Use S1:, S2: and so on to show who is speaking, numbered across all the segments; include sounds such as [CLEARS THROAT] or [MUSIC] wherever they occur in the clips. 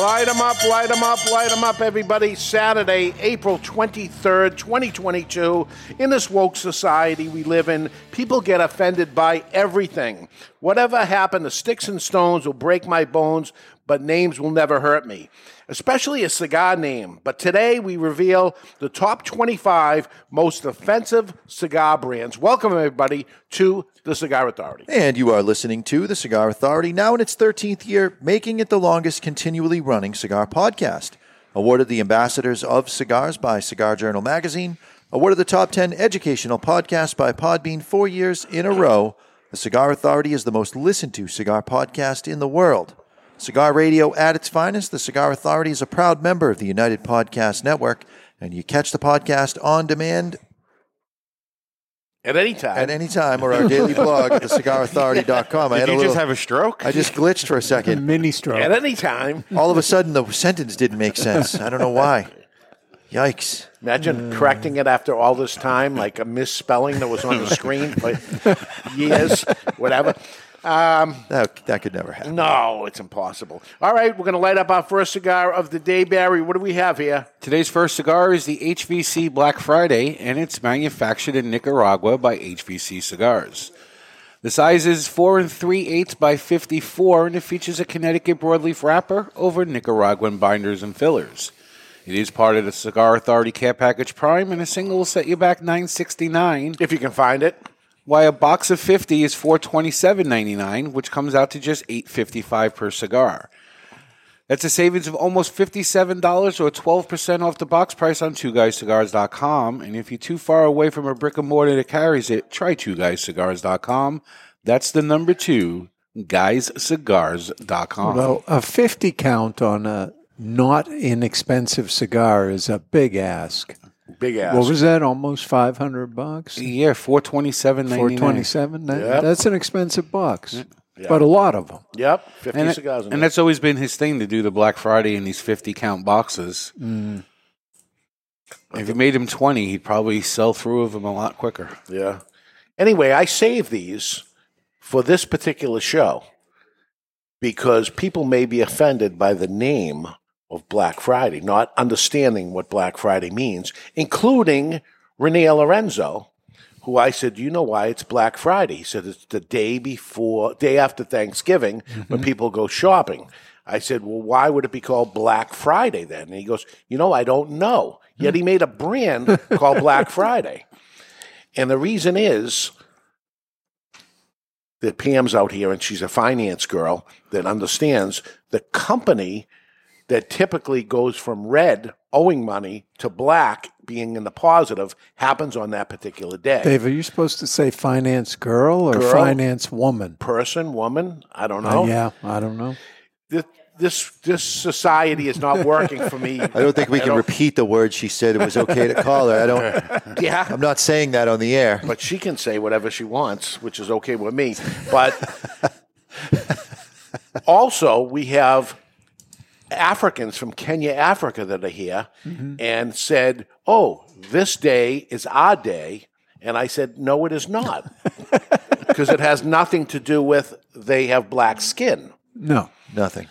S1: Light 'em up, light 'em up, light 'em up, everybody. Saturday, April 23rd, 2022. In this woke society we live in, people get offended by everything. Whatever happened, the sticks and stones will break my bones, but names will never hurt me, especially a cigar name. But today we reveal the top 25 most offensive cigar brands. Welcome, everybody, to the Cigar Authority.
S2: And you are listening to The Cigar Authority, now in its 13th year, making it the longest continually running cigar podcast. Awarded the Ambassadors of Cigars by Cigar Journal Magazine. Awarded the Top 10 Educational Podcast by Podbean four years in a row. The Cigar Authority is the most listened to cigar podcast in the world. Cigar radio at its finest, the Cigar Authority is a proud member of the United Podcast Network, and you catch the podcast on demand
S1: At any time.
S2: at any time or our daily blog at thecigarauthority.com. I
S3: Did
S2: had a
S3: you
S2: little,
S3: just have a stroke?
S2: I just glitched for a
S4: [LAUGHS]
S2: second.
S4: mini stroke.
S1: at any time.
S2: All of a sudden, the sentence didn't make sense. I don't know why. Yikes.
S1: Imagine
S2: Hmm.
S1: correcting it after all this time, like a misspelling that was on the screen for years, whatever. Um,
S2: That, that could never happen.
S1: No, it's impossible. All right, we're going to light up our first cigar of the day, Barry. What do we have here?
S3: Today's first cigar is the HVC Black Friday, and it's manufactured in Nicaragua by HVC Cigars. The size is 4 and 3 eighths by 54, and it features a Connecticut broadleaf wrapper over Nicaraguan binders and fillers. It is part of the Cigar Authority Care Package Prime, and a single will set you back 969
S1: If you can find it.
S3: Why a box of 50 is 427.99, which comes out to just 8.55 per cigar. That's a savings of almost $57 or 12% off the box price on twoguyscigars.com. And if you're too far away from a brick and mortar that carries it, try twoguyscigars.com. That's the number 2 guyscigars.com.
S4: Well, a 50 count on a not inexpensive cigar is a big ask.
S1: Big ass.
S4: What was that? Almost 500 bucks?
S3: yeah, 427.99.
S4: 427? That- That's an expensive box. But a lot of them.
S1: yep, 50
S3: And, it-
S1: cigars. in
S3: and
S1: there.
S3: that's always been his thing to do the Black Friday in these 50 count boxes.
S1: Mm.
S3: If you made him 20, he'd probably sell through of them a lot quicker.
S1: yeah. Anyway, I save these for this particular show because people may be offended by the name of Black Friday, not understanding what Black Friday means, including Renee Lorenzo, who I said, "Do you know why it's Black Friday?" He said, "It's the day before, day after Thanksgiving, when people go shopping." I said, "Well, why would it be called Black Friday then?" And he goes, "You know, I don't know." Yet he made a brand called
S2: [LAUGHS]
S1: Black Friday, and the reason is that Pam's out here, and she's a finance girl that understands the company that typically goes from red owing money to black being in the positive happens on that particular day.
S4: Dave, are you supposed to say finance girl or
S1: Girl.
S4: finance woman?
S1: person, woman, I don't
S4: Uh,
S1: know.
S4: yeah, I don't know.
S1: Thi- This, this society is not working for me.
S2: [LAUGHS] I don't think we can repeat the word she said it was okay to call her. I
S1: [LAUGHS]
S2: don't.
S1: Yeah,
S2: I'm not saying that on the air.
S1: but she can say whatever she wants, which is okay with me.
S2: [LAUGHS]
S1: But also, we have Africans from Kenya, Africa that are here
S2: Mm-hmm.
S1: and said, Oh, this day is our day. And I said, No, it is
S2: [LAUGHS]
S1: not. Because it has nothing to do with they have black skin.
S4: No.
S2: Nothing.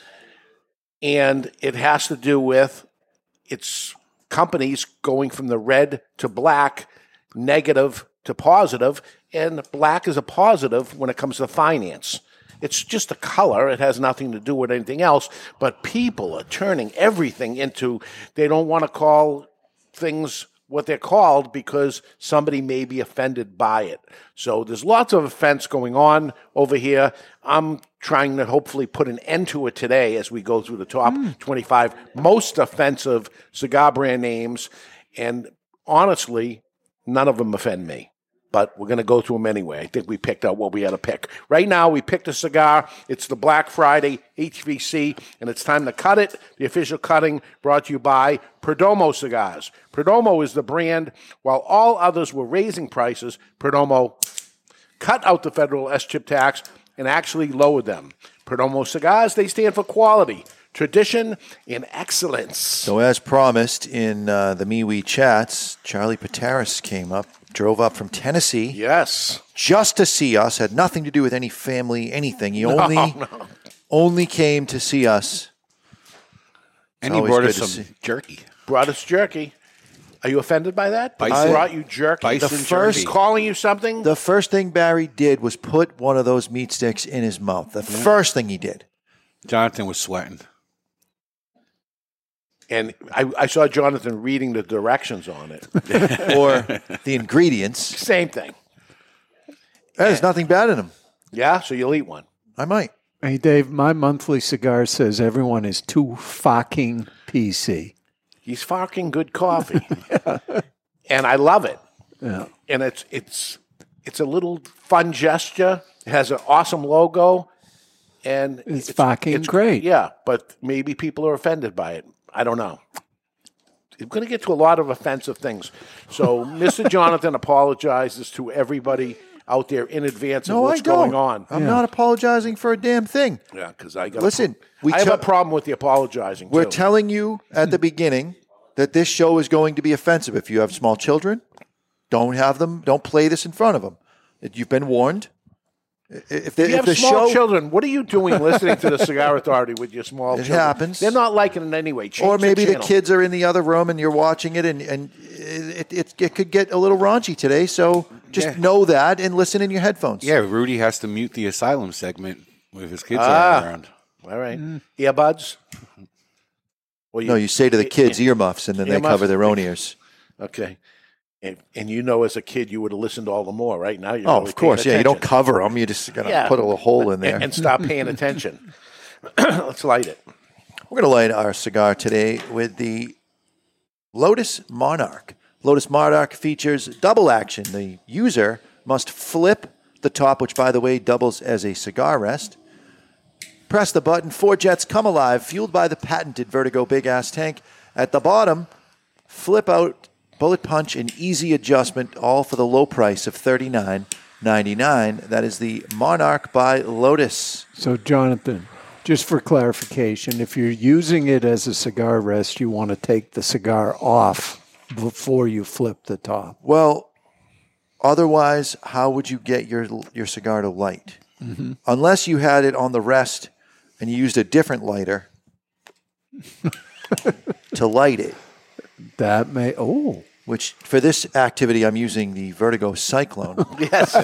S1: and it has to do with its companies going from the red to black, negative to positive, and black is a positive when it comes to finance. It's just a color. It has nothing to do with anything else. But people are turning everything into, they don't want to call things what they're called because somebody may be offended by it. So there's lots of offense going on over here. I'm trying to hopefully put an end to it today as we go through the top 25 most offensive cigar brand names. And honestly, none of them offend me. But we're going to go through them anyway. I think we picked out what we had to pick. Right now, we picked a cigar. It's the Black Friday HVC, and it's time to cut it. The official cutting brought to you by Perdomo Cigars. Perdomo is the brand. While all others were raising prices, Perdomo cut out the federal S chip tax and actually lowered them. Perdomo Cigars, they stand for quality, tradition, and excellence.
S2: So, as promised in uh, the MeWe chats, Charlie Pateras came up, drove up from Tennessee
S1: Yes.
S2: just to see us. Had nothing to do with any family, anything. He
S1: [LAUGHS]
S2: only only came to see us.
S3: And he
S2: always
S3: brought
S2: good
S3: us
S2: to
S3: some
S2: see.
S3: jerky.
S1: Brought us jerky. Are you offended by that? That
S3: Bison.
S1: I brought you jerky.
S3: Bison
S1: the
S3: jerky.
S1: first calling you something.
S2: The first thing Barry did was put one of those meat sticks in his mouth. The first thing he did.
S3: Jonathan was sweating.
S1: and I, I saw Jonathan reading the directions on
S3: [LAUGHS]
S1: it.
S2: or the ingredients.
S1: Same thing.
S2: There's nothing bad in them.
S1: Yeah. So you'll eat one.
S2: I might.
S4: Hey, Dave, my monthly cigar says everyone is too fucking PC.
S1: He's fucking good
S3: [LAUGHS]
S1: coffee, and I love it. And it's it's it's a little fun gesture. It has an awesome logo, and
S4: It's fucking great.
S1: Yeah, but maybe people are offended by it. I don't know. I'm going to get to a lot of offensive things.
S4: [LAUGHS]
S1: So, Mr. Jonathan apologizes to everybody out there in advance of
S2: No,
S1: what's
S2: I don't.
S1: going on.
S2: I'm not apologizing for a damn thing.
S1: Yeah, because I got
S2: Listen, we
S1: I have
S2: tell-
S1: a problem with the apologizing.
S2: We're
S1: too.
S2: telling you at the beginning that this show is going to be offensive. If you have small children, don't have them. Don't play this in front of them. You've been warned. I- If the,
S1: you
S2: if
S1: have
S2: the
S1: small
S2: show,
S1: children. What are you doing listening to the Cigar Authority with your small
S2: It
S1: children?
S2: happens.
S1: They're not liking it anyway. Change
S2: or maybe the
S1: channel.
S2: kids are in the other room and you're watching it, and and it it, it could get a little raunchy today. So just
S3: Yeah.
S2: know that and listen in your headphones.
S3: Yeah, Rudy has to mute the asylum segment with his kids
S1: Ah.
S3: around.
S1: All right. Earbuds? Well,
S2: Mm. No, you say to the kids earmuffs, and then they
S1: Earmuffs.
S2: cover their own ears.
S1: Okay. And, and you know, as a kid, you would have listened all the more, right? Now you're
S2: Oh,
S1: really
S2: of course.
S1: paying
S2: Yeah, you don't
S1: attention.
S2: cover them. You're just gonna
S1: Yeah.
S2: put a little hole in there.
S1: and, and stop paying attention.
S2: [LAUGHS]
S1: [COUGHS] Let's light it.
S2: We're going to light our cigar today with the Lotus Monarch. Lotus Monarch features double action. The user must flip the top, which, by the way, doubles as a cigar rest. Press the button. Four jets come alive, fueled by the patented Vertigo big ass tank. At the bottom, flip out, bullet punch, and easy adjustment, all for the low price of thirty nine ninety nine. That is the Monarch by Lotus.
S4: So, Jonathan, just for clarification, if you're using it as a cigar rest, you want to take the cigar off before you flip the top.
S2: Well, otherwise, how would you get your your cigar to light?
S5: Mm-hmm.
S2: Unless you had it on the rest and you used a different lighter to light it.
S4: That may, oh,
S2: Which for this activity, I'm using the Vertigo Cyclone,
S1: [LAUGHS] Yes.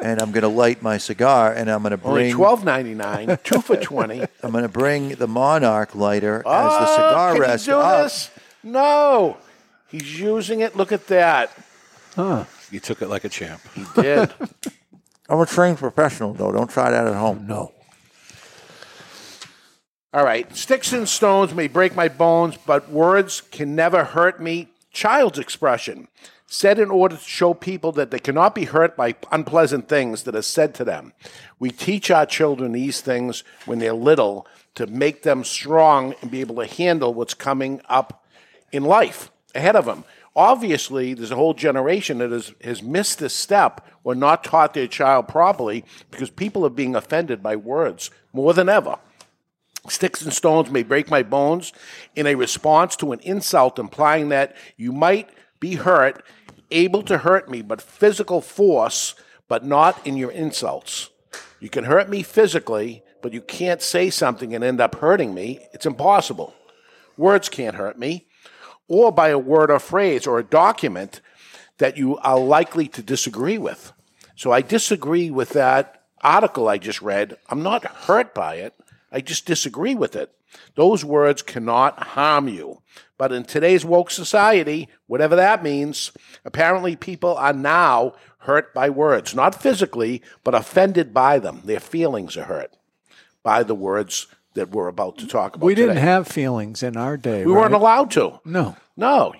S2: and I'm going to light my cigar, and I'm going to
S1: Only
S2: bring
S1: twelve ninety nine, two for
S2: [LAUGHS]
S1: twenty.
S2: I'm going to bring the Monarch lighter as the
S1: Oh,
S2: cigar
S1: can
S2: rest
S1: he do
S2: up.
S1: this? No. He's using it. Look at that.
S3: You took it like a champ.
S1: He did.
S2: I'm a trained professional, though. Don't try that at home.
S4: no.
S1: All right. Sticks and stones may break my bones, but words can never hurt me. Child's expression, said in order to show people that they cannot be hurt by unpleasant things that are said to them. We teach our children these things when they're little to make them strong and be able to handle what's coming up in life ahead of them. Obviously, there's a whole generation that has, has missed this step or not taught their child properly because people are being offended by words more than ever. Sticks and stones may break my bones in a response to an insult implying that you might be hurt, able to hurt me, but physical force, but not in your insults. You can hurt me physically, but you can't say something and end up hurting me. It's impossible. Words can't hurt me, or by a word or phrase or a document that you are likely to disagree with. So I disagree with that article I just read. I'm not hurt by it. I just disagree with it. Those words cannot harm you. But in today's woke society, whatever that means, apparently people are now hurt by words, not physically, but offended by them. Their feelings are hurt by the words that we're about to talk about.
S4: We
S1: today.
S4: didn't have feelings in our day.
S1: We weren't
S4: right?
S1: allowed to.
S4: No.
S1: No.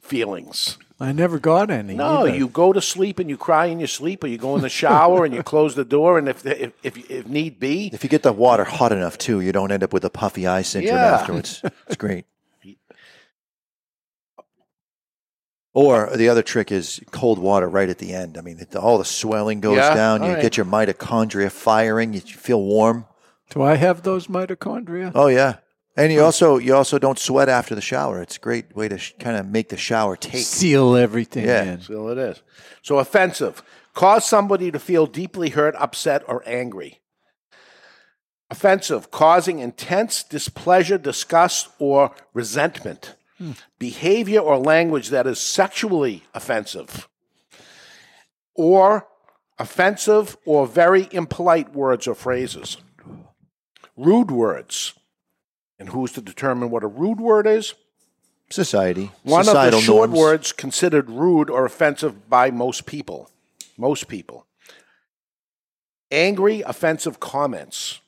S1: feelings.
S4: I never got any.
S1: No,
S4: either.
S1: you go to sleep and you cry in your sleep, or you go in the shower and you close the door, and if if if, if need be,
S2: If you get the water hot enough too, you don't end up with a puffy eye syndrome
S1: Yeah.
S2: afterwards. It's
S1: [LAUGHS]
S2: great. Or the other trick is cold water right at the end. I mean, it, all the swelling goes
S1: Yeah,
S2: down. You
S1: all right.
S2: get your mitochondria firing. You feel warm.
S4: Do I have those mitochondria?
S2: Oh yeah, and you also you also don't sweat after the shower. It's a great way to sh- kind of make the shower take.
S4: Seal everything
S2: Yeah.
S4: in.
S1: so it is. So offensive, cause somebody to feel deeply hurt, upset, or angry. Offensive, causing intense displeasure, disgust, or resentment. Behavior or language that is sexually offensive, or offensive or very impolite words or phrases. Rude words. And who's to determine what a rude word is?
S2: Society,
S1: One of
S2: societal
S1: the short
S2: norms.
S1: words considered rude or offensive by most people. Most people. Angry, offensive comments.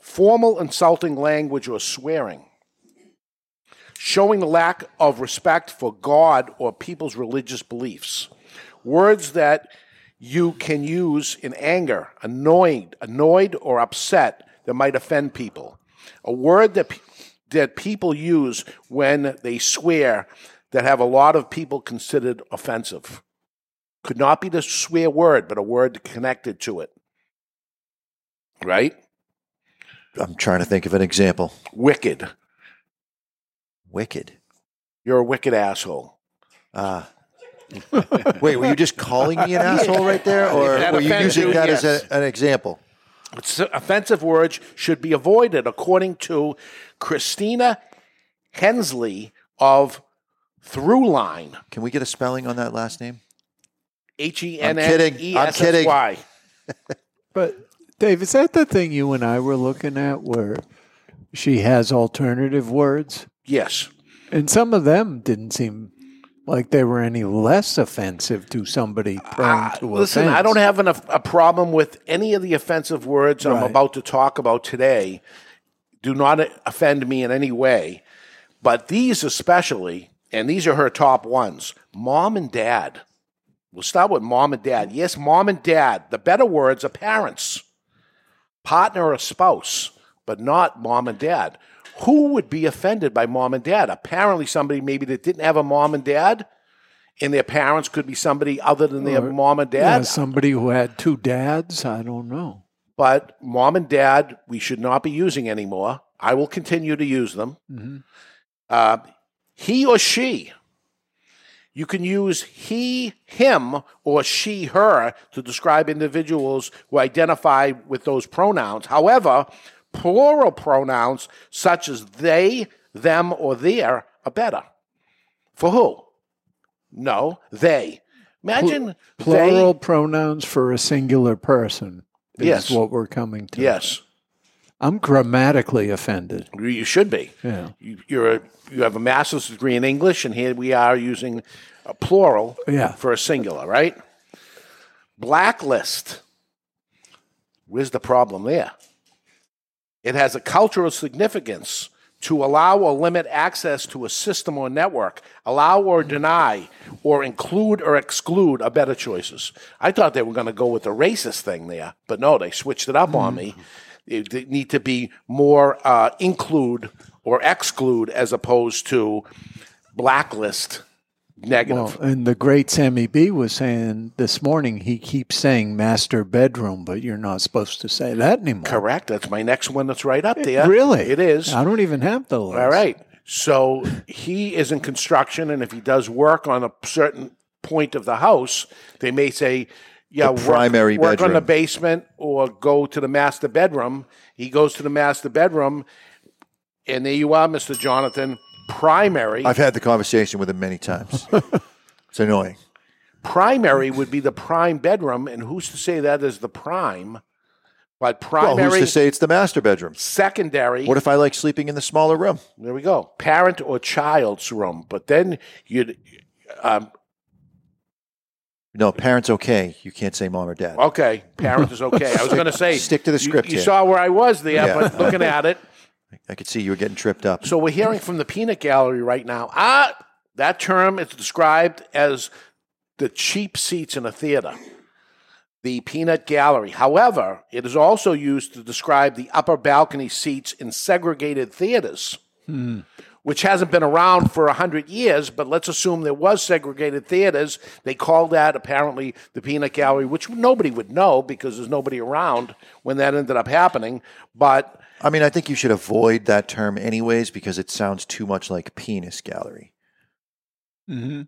S1: Formal, insulting language or swearing. Showing a lack of respect for God or people's religious beliefs. Words that you can use in anger, annoyed, annoyed or upset that might offend people. A word that pe- that people use when they swear that have a lot of people considered offensive. Could not be the swear word, but a word connected to it. Right?
S2: I'm trying to think of an example.
S1: Wicked.
S2: Wicked.
S1: You're a wicked asshole.
S2: Ah. Wait, were you just calling
S1: [LAUGHS]
S2: me an asshole right there, or
S1: That
S2: were you
S1: offends
S2: using
S1: you,
S2: that as
S1: yes.
S2: a, an example?
S1: S- offensive words should be avoided, according to Christina Hensley of Throughline.
S2: Can we get a spelling on that last name?
S1: H E
S2: I'm
S1: N
S2: kidding.
S1: N
S2: I'm
S1: E S S Y.
S4: But Dave, is that the thing you and I were looking at where she has alternative words?
S1: Yes.
S4: And some of them didn't seem like they were any less offensive to somebody prone to
S1: Ah, Listen, I
S4: offense.
S1: don't have an, a problem with any of the offensive words I'm
S4: Right.
S1: about to talk about today. Do not offend me in any way. But these especially, and these are her top ones mom and dad. We'll start with mom and dad. Yes, mom and dad. The better words are parents, partner, or spouse, but not mom and dad. Who would be offended by mom and dad? Apparently, somebody maybe that didn't have a mom and dad, and their parents could be somebody other than their
S4: Or-
S1: mom and
S4: Yeah,
S1: dad.
S4: somebody who had two dads. I don't know.
S1: but mom and dad, we should not be using anymore. I will continue to use them.
S4: Mhm.
S1: Uh, he or she. You can use he, him, or she, her to describe individuals who identify with those pronouns. However, plural pronouns such as they, them, or their are better. For who? No, they. Imagine
S4: Plural
S1: They,
S4: pronouns for a singular person is
S1: Yes.
S4: what we're coming to.
S1: yes,
S4: I'm grammatically offended.
S1: you- you should be.
S4: Yeah.
S1: you, you're a, you have a master's degree in English, and here we are using a plural
S4: Yeah.
S1: for a singular, right? Blacklist. Where's the problem there? It has a cultural significance to allow or limit access to a system or network, allow or deny, or include or exclude are better choices. I thought they were going to go with the racist thing there, but no, they switched it up on me. It, they need to be more uh, include or exclude as opposed to blacklist negative.
S4: Well, and the great Sammy B was saying this morning he keeps saying master bedroom, but you're not supposed to say that anymore.
S1: Correct. That's my next one that's right
S2: Eh,
S1: up there.
S4: Really?
S1: uh, It is.
S4: I don't even have the list.
S1: All right. So he is in construction, and if he does work on a certain point of the house, they may say, yeah,
S2: The
S1: work-
S2: primary
S1: work, on the
S2: bedroom.
S1: basement or go to the master bedroom. He goes to the master bedroom, and there you are, Mr. Jonathan. Primary.
S2: I've had the conversation with him
S1: [LAUGHS]
S2: many times. it's annoying.
S1: primary would be the prime bedroom, and who's to say that is the prime? But
S2: Well,
S1: primary,
S2: who's to say it's the master bedroom?
S1: secondary.
S2: What if I like sleeping in the smaller room?
S1: There we go. Parent or child's room. But then you'd, um,
S2: No, parents okay. You can't say mom or dad.
S1: okay, parent is okay. I was going to say,
S2: Stick to the
S1: you-
S2: script
S1: You,
S2: here.
S1: saw where I was there,
S2: Yeah.
S1: but looking at it.
S2: [LAUGHS] I could see you were getting tripped up.
S1: So we're hearing from the peanut gallery right now. Ah, That term is described as the cheap seats in a theater, the peanut gallery. However, it is also used to describe the upper balcony seats in segregated theaters, which hasn't been around for 100 years, but let's assume there was segregated theaters. They called that apparently the peanut gallery, which nobody would know because there's nobody around when that ended up happening. But
S2: I mean, I think you should avoid that term anyways because it sounds too much like penis gallery,
S4: Mm-hmm.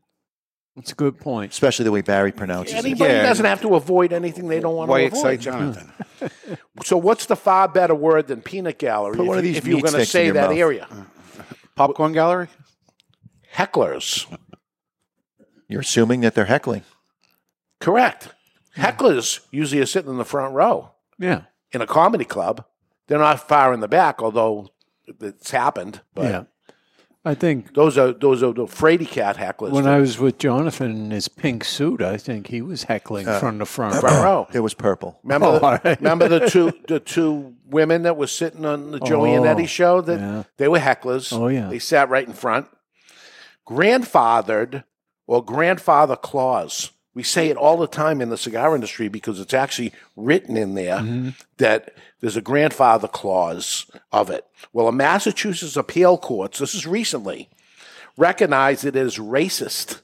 S4: That's a good point.
S2: especially the way Barry pronounces it.
S1: Anybody doesn't have to avoid anything they don't want
S3: Why
S1: to
S3: excite
S1: avoid.
S3: Jonathan?
S1: [LAUGHS] So, what's the far better word than peanut gallery?
S2: Put
S1: if
S2: one of
S1: you-
S2: these
S1: if you were
S2: meat
S1: going to
S2: sticks in
S1: say
S2: your
S1: that
S2: mouth. [LAUGHS]
S1: area,
S3: Popcorn gallery?
S1: hecklers.
S2: You're assuming that they're heckling.
S1: Correct. Hecklers usually are sitting in the front row
S4: Yeah.
S1: in a comedy club. They're not far in the back, although it's happened. But
S4: yeah. I think
S1: those are those are the fraidy cat hecklers.
S4: when I was with Jonathan in his pink suit, I think he was heckling
S1: Uh,
S4: from the front
S1: front
S4: row.
S1: row.
S2: It was purple.
S1: Remember,
S4: Oh,
S1: the,
S4: [LAUGHS] all right.
S1: remember the two the two women that were sitting on the Joey and
S4: Oh,
S1: Eddie show? That
S4: yeah.
S1: they were hecklers.
S4: Oh, yeah.
S1: they sat right in front. Grandfathered or grandfather clause. We say it all the time in the cigar industry because it's actually written in there
S4: Mm-hmm.
S1: that there's a grandfather clause of it. Well, a Massachusetts appeal courts, this is recently, recognized it as racist.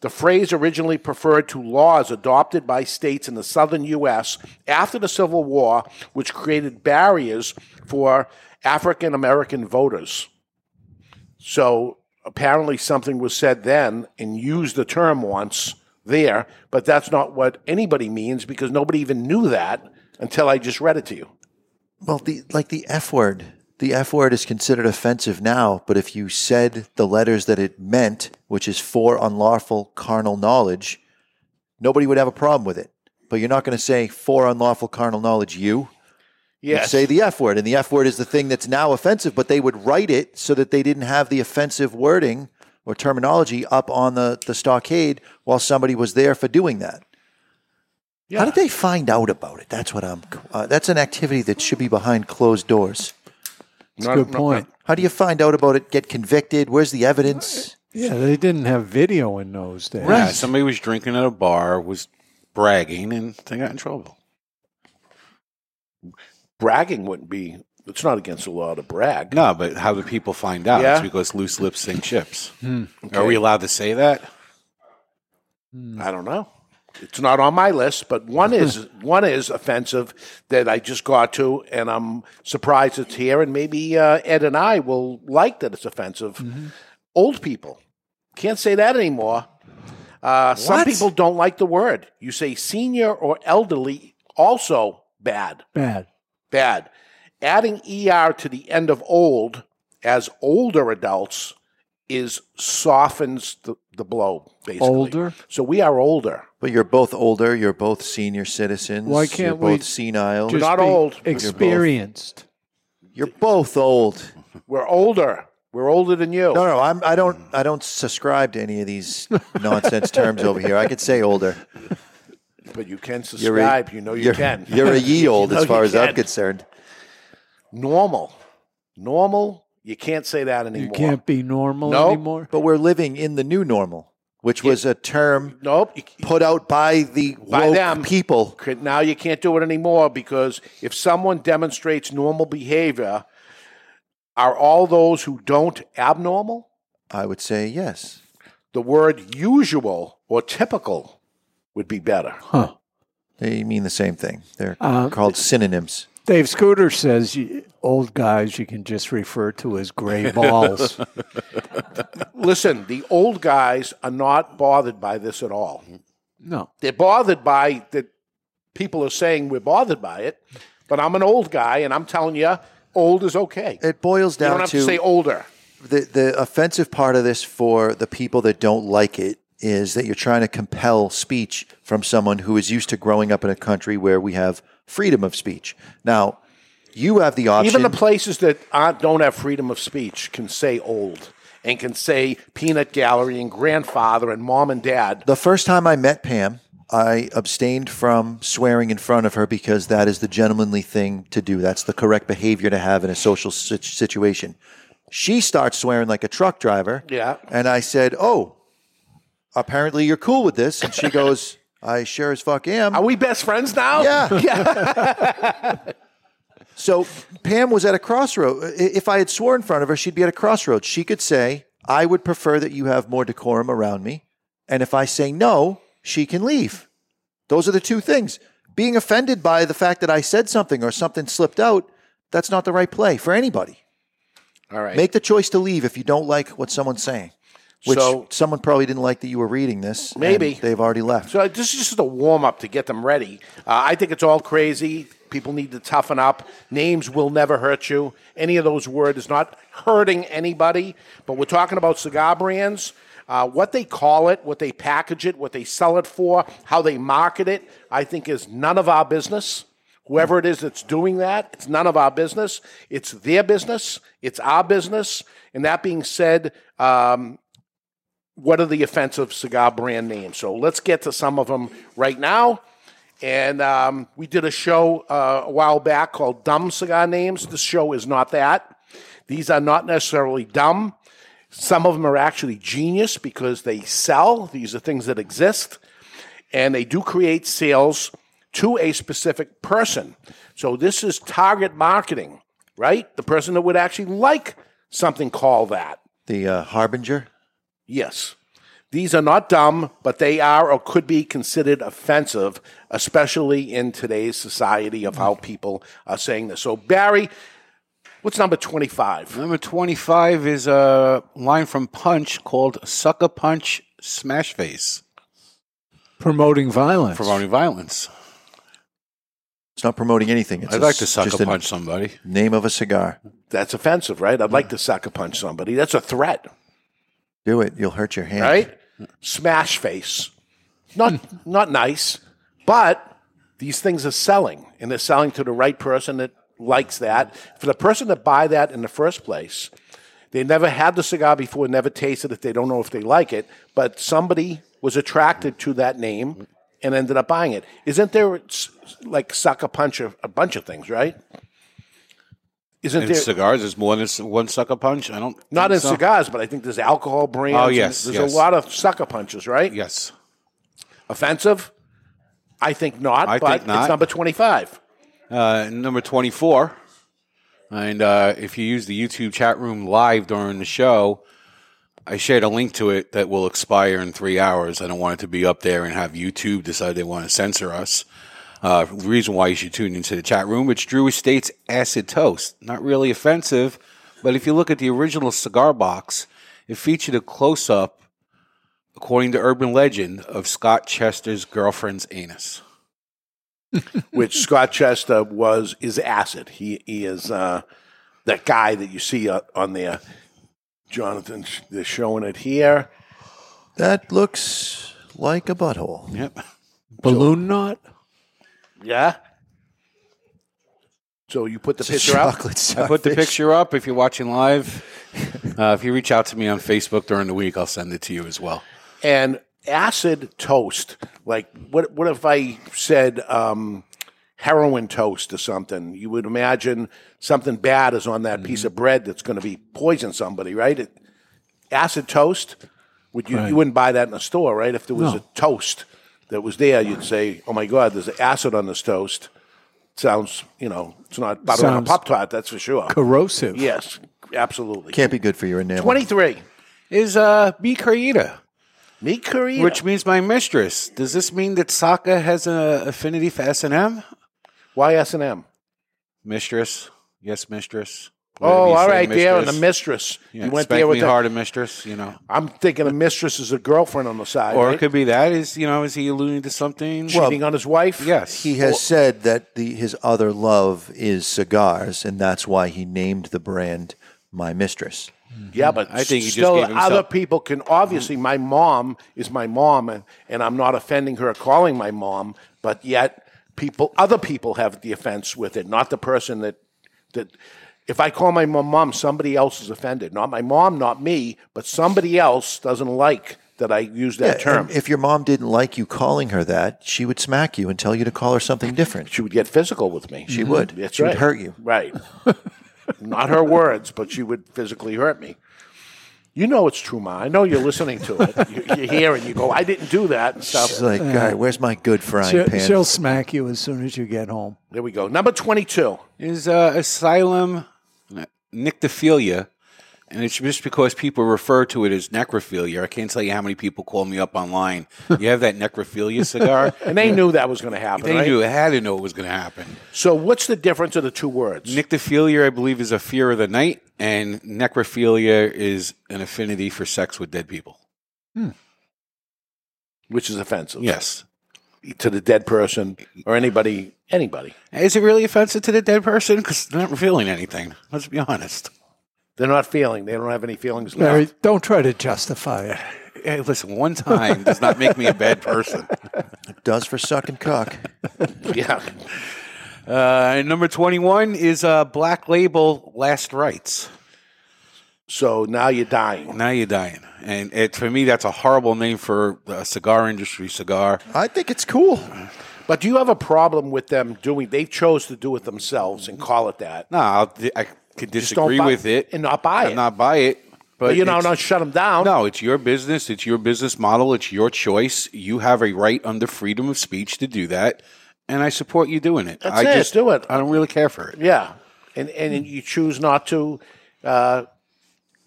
S1: The phrase originally preferred to laws adopted by states in the southern U.S. after the Civil War, which created barriers for African American voters. So apparently, something was said then and used the term once there, but that's not what anybody means because nobody even knew that until I just read it to you.
S2: Well, the like the F word. The F word is considered offensive now, but if you said the letters that it meant, which is for unlawful carnal knowledge, nobody would have a problem with it. But you're not going to say for unlawful carnal knowledge, you. You'd
S1: Yes.
S2: say the F word, and the F word is the thing that's now offensive, but they would write it so that they didn't have the offensive wording or terminology up on the, the stockade while somebody was there for doing that. How did they find out about it? That's what I'm. Uh, that's an activity that should be behind closed doors.
S4: That's a good point.
S2: How do you find out about it? Get convicted? Where's the evidence?
S4: Yeah, they didn't have video in those days.
S3: Yeah, somebody was drinking at a bar, was bragging, and they got in trouble.
S1: bragging wouldn't be, it's not against the law to brag.
S3: No, but how do people find out?
S1: Yeah.
S3: It's because loose lips sink ships. Are we allowed to say that?
S1: I don't know. It's not on my list, but one is one is offensive that I just got to, and I'm surprised it's here. And maybe uh, Ed and I will like that it's offensive. Old people can't say that anymore. Uh, some
S2: What?
S1: people don't like the word. You say senior or elderly, also bad,
S4: Bad.
S1: bad. Adding er to the end of old as older adults is softens the, the blow. Basically,
S4: Older?
S1: So we are older.
S2: But you're both older. You're both senior citizens.
S4: Why can't
S2: you're
S4: we
S2: both senile?
S4: Just
S1: not
S4: be
S1: old. You're both.
S4: Experienced.
S2: you're both old.
S1: We're older. We're older than you.
S2: No, no, I'm, I don't. I don't subscribe to any of these
S4: [LAUGHS]
S2: nonsense terms over here. I could say older.
S1: But you can
S2: You're a-
S1: subscribe. you know you
S2: you're-
S1: can.
S2: [LAUGHS] You're
S1: [LAUGHS]
S2: a ye old
S1: know
S2: as far
S1: you
S2: as I'm
S1: can.
S2: concerned.
S1: normal. Normal. You can't say that anymore.
S4: You can't be normal
S1: No.
S4: anymore.
S2: But we're living in the new normal, which was a term
S1: Nope. You, c-
S2: put out by the
S1: By
S2: woke
S1: them.
S2: people.
S1: could- now you can't do it anymore because if someone demonstrates normal behavior, are all those who don't abnormal?
S2: I would say yes.
S1: The word usual or typical would be better.
S4: Huh.
S2: They mean the same thing. They're
S4: Uh,
S2: called synonyms.
S4: Dave Scooter says you, old guys you can just refer to as
S3: [LAUGHS]
S4: gray balls.
S1: [LAUGHS] Listen, the old guys are not bothered by this at all.
S4: no.
S1: they're bothered by that people are saying we're bothered by it but i'm an old guy and i'm telling you old is okay you
S2: It boils down
S1: don't have to, say older
S2: the the offensive part of this for the people that don't like it is that you're trying to compel speech from someone who is used to growing up in a country where we have freedom of speech. Now, you have the option.
S1: even the places that aren't, don't have freedom of speech can say old and can say peanut gallery and grandfather and mom and dad
S2: The first time I met Pam, I abstained from swearing in front of her because that is the gentlemanly thing to do. That's the correct behavior to have in a social sit- situation. She starts swearing like a truck driver.
S1: Yeah.
S2: And I said, Oh, apparently you're cool with this. And
S1: [LAUGHS]
S2: she goes, I sure as fuck am.
S1: Are we best friends now? [LAUGHS]
S2: Yeah. [LAUGHS] so Pam was at a crossroad. I- If I had swore in front of her, she'd be at a crossroads. She could say, I would prefer that you have more decorum around me. And if I say no, she can leave. Those are the two things. Being offended by the fact that I said something or something slipped out, that's not the right play for anybody.
S3: All right.
S2: Make the choice to leave if you don't like what someone's saying. Which
S1: So-
S2: someone probably didn't like that you were reading this. and
S1: Maybe.
S2: they've already left.
S1: So uh, this is just a warm up to get them ready. Uh, I think it's all crazy. People need to toughen up. Names will never hurt you. Any of those words is not hurting anybody. But we're talking about cigar brands, uh, what they call it, what they package it, what they sell it for, how they market it. I think is none of our business. Whoever it is that's doing that, it's none of our business. It's their business. It's our business. And that being said, um, what are the offensive cigar brand names? So let's get to some of them right now. And um, we did a show uh, a while back called Dumb Cigar Names. This show is not that. These are not necessarily dumb. Some of them are actually genius because they sell. These are things that exist and they do create sales to a specific person. So this is target marketing, right? The person that would actually like something called that.
S2: The uh, Harbinger.
S1: Yes. These are not dumb, but they are or could be considered offensive, especially in today's society of how people are saying this. So, Barry, what's number 25?
S3: Number 25 is a line from Punch called Sucker Punch Smash Face.
S4: Promoting violence.
S3: Promoting violence.
S2: It's not promoting anything. It's
S3: I'd
S2: a-
S3: like to sucker
S2: just a
S3: punch somebody.
S2: Name of a cigar.
S1: That's offensive, right? I'd like to sucker punch somebody. That's a threat,
S2: Do it. You'll hurt your hand.
S1: right? Smash face.
S2: [LAUGHS]
S1: Not, not nice, but these things are selling, and they're selling to the right person that likes that. For the person that buy that in the first place, They never had the cigar before, never tasted it. They don't know if they like it, but somebody was attracted to that name and ended up buying it. Isn't there s- like sucker punch a, a bunch of things, right? Isn't
S3: In
S1: there
S3: cigars, there's more than s- one sucker punch. I don't.
S1: not
S3: think
S1: in
S3: so.
S1: cigars, but I think there's alcohol brands.
S3: Oh,
S1: and
S3: yes,
S1: there's
S3: yes.
S1: a lot of sucker punches, right?
S3: Yes.
S1: Offensive? I think not,
S3: I
S1: but
S3: think not.
S1: it's number twenty-five.
S3: Uh, number 24. And uh, if you use the YouTube chat room live during the show, I shared a link to it that will expire in three hours. I don't want it to be up there and have YouTube decide they want to censor us. Uh, reason why you should tune into the chat room, which Drew Estates Acid Toast. Not really offensive, but if you look at the original cigar box, it featured a close up, according to urban legend, of Scott Chester's girlfriend's anus.
S1: which Scott Chester was is acid. He he is uh, that guy that you see uh, on there. Jonathan, sh- they're showing it here.
S2: That looks like a butthole.
S3: Yep.
S4: Balloon knot.
S1: Yeah. So you put the
S2: It's a
S1: picture up.
S2: chocolate
S3: I put the
S2: starfish.
S3: picture up if you're watching live. Uh, if you reach out to me on Facebook during the week, I'll send it to you as well.
S1: and acid toast. Like what? What if I said um, heroin toast or something? You would imagine something bad is on that piece of bread that's going to be poison somebody, right? It, acid toast. Would you? You wouldn't buy that in a store, right? If there was a toast that was there, you'd say, "Oh my God, there's acid on this toast." Sounds, you know, it's not butter on a
S4: Sounds-
S1: pop tart. That's for sure.
S4: Corrosive.
S1: Yes, absolutely.
S2: Can't be good for your enamel.
S1: Twenty-three.
S3: Is uh, B. Creator,
S1: Me Korea.
S3: which means my mistress. Does this mean that Saka has an affinity for S and M?
S1: Why S and M?
S3: Mistress, yes, mistress.
S1: Oh, all right,
S3: there
S1: there and the mistress.
S3: Yeah,
S1: you went
S3: spank
S1: there with
S3: me
S1: the,
S3: hard, a mistress. You know,
S1: I'm thinking a mistress is a girlfriend on the side,
S3: or
S1: right?
S3: it could be that. Is you know, is he alluding to something?
S1: cheating on his wife.
S3: yes,
S2: He has said that the, his other love is cigars, and that's why he named the brand My Mistress.
S1: yeah, but
S3: I think he just
S1: still,
S3: gave himself-
S1: other people can obviously. My mom is my mom, and, and I'm not offending her, calling my mom, but yet people, other people have the offense with it, not the person that that. If I call my mom, mom, somebody else is offended. Not my mom, not me, but somebody else doesn't like that I use that
S2: Yeah,
S1: term.
S2: and If your mom didn't like you calling her that, she would smack
S1: [LAUGHS]
S2: you and tell you to call her something different.
S1: she would get physical with me. Mm-hmm.
S2: She would.
S1: That's
S2: she
S1: right. [LAUGHS]
S2: would hurt you.
S1: Right. Not her words, but she would physically hurt me. You know it's true, Ma. I know you're listening to it. You, you hear it. You go, I didn't do that and stuff.
S2: She's like, all right, where's my good frying
S4: She'll,
S2: pan?
S4: she'll smack you as soon as you get home.
S1: There we go. Number 22.
S3: is uh, asylum nyctophilia, and it's just because people refer to it as necrophilia. I can't tell you how many people call me up online. You have that necrophilia cigar?
S1: [LAUGHS] And they knew that was going to happen,
S3: they
S1: right?
S3: knew. I had to know it was going to happen.
S1: So what's the difference of the two words?
S3: Nyctophilia, I believe, is a fear of the night, and necrophilia is an affinity for sex with dead people.
S1: Which is offensive.
S3: Yes.
S1: To the dead person or anybody, anybody.
S3: Is it really offensive to the dead person? Because it's not revealing anything. Let's be honest.
S1: They're not feeling. They don't have any feelings left.
S4: Larry, don't try to justify it.
S3: Hey, listen, one time does not make me a bad person.
S2: Does [LAUGHS] for sucking cock.
S3: [LAUGHS]
S1: Yeah.
S3: Uh, and number 21 is uh, Black Label Last Rites.
S1: So now you're dying.
S3: Now you're dying. And it, for me, that's a horrible name for a cigar industry cigar.
S2: I think it's cool.
S1: But do you have a problem with them doing? They chose to do it themselves and call it that.
S3: No, I'll, di- I could
S1: don't
S3: disagree
S1: buy-
S3: with it.
S1: and not buy
S3: And
S1: it.
S3: Not buy it. But,
S1: But you know,
S3: it's-
S1: not shut them down.
S3: No, it's your business. It's your business model. It's your choice. You have a right under freedom of speech to do that. And I support you doing it.
S1: That's
S3: I
S1: it.
S3: just
S1: Do it.
S3: I don't really care for it.
S1: Yeah, and and you choose not to uh,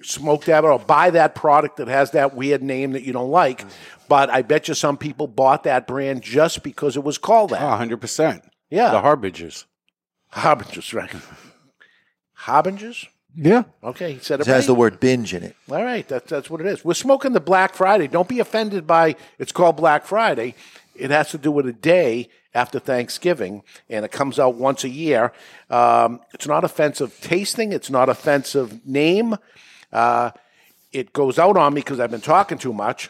S1: smoke that or buy that product that has that weird name that you don't
S3: Mm.
S1: like. But I bet you some people bought that brand just because it was called that.
S3: Ah, 100%.
S1: Yeah.
S3: The Harbingers.
S1: Harbingers, right? Harbingers.
S4: Yeah.
S1: Okay, he said it.
S2: It has the
S1: right.
S2: word binge in it.
S1: All right, that's that's what it is. We're smoking the Black Friday. Don't be offended by it's called Black Friday. It has to do with a day after Thanksgiving, and it comes out once a year. Um, it's not offensive tasting. It's not offensive name. Uh, it goes out on me because I've been talking too much.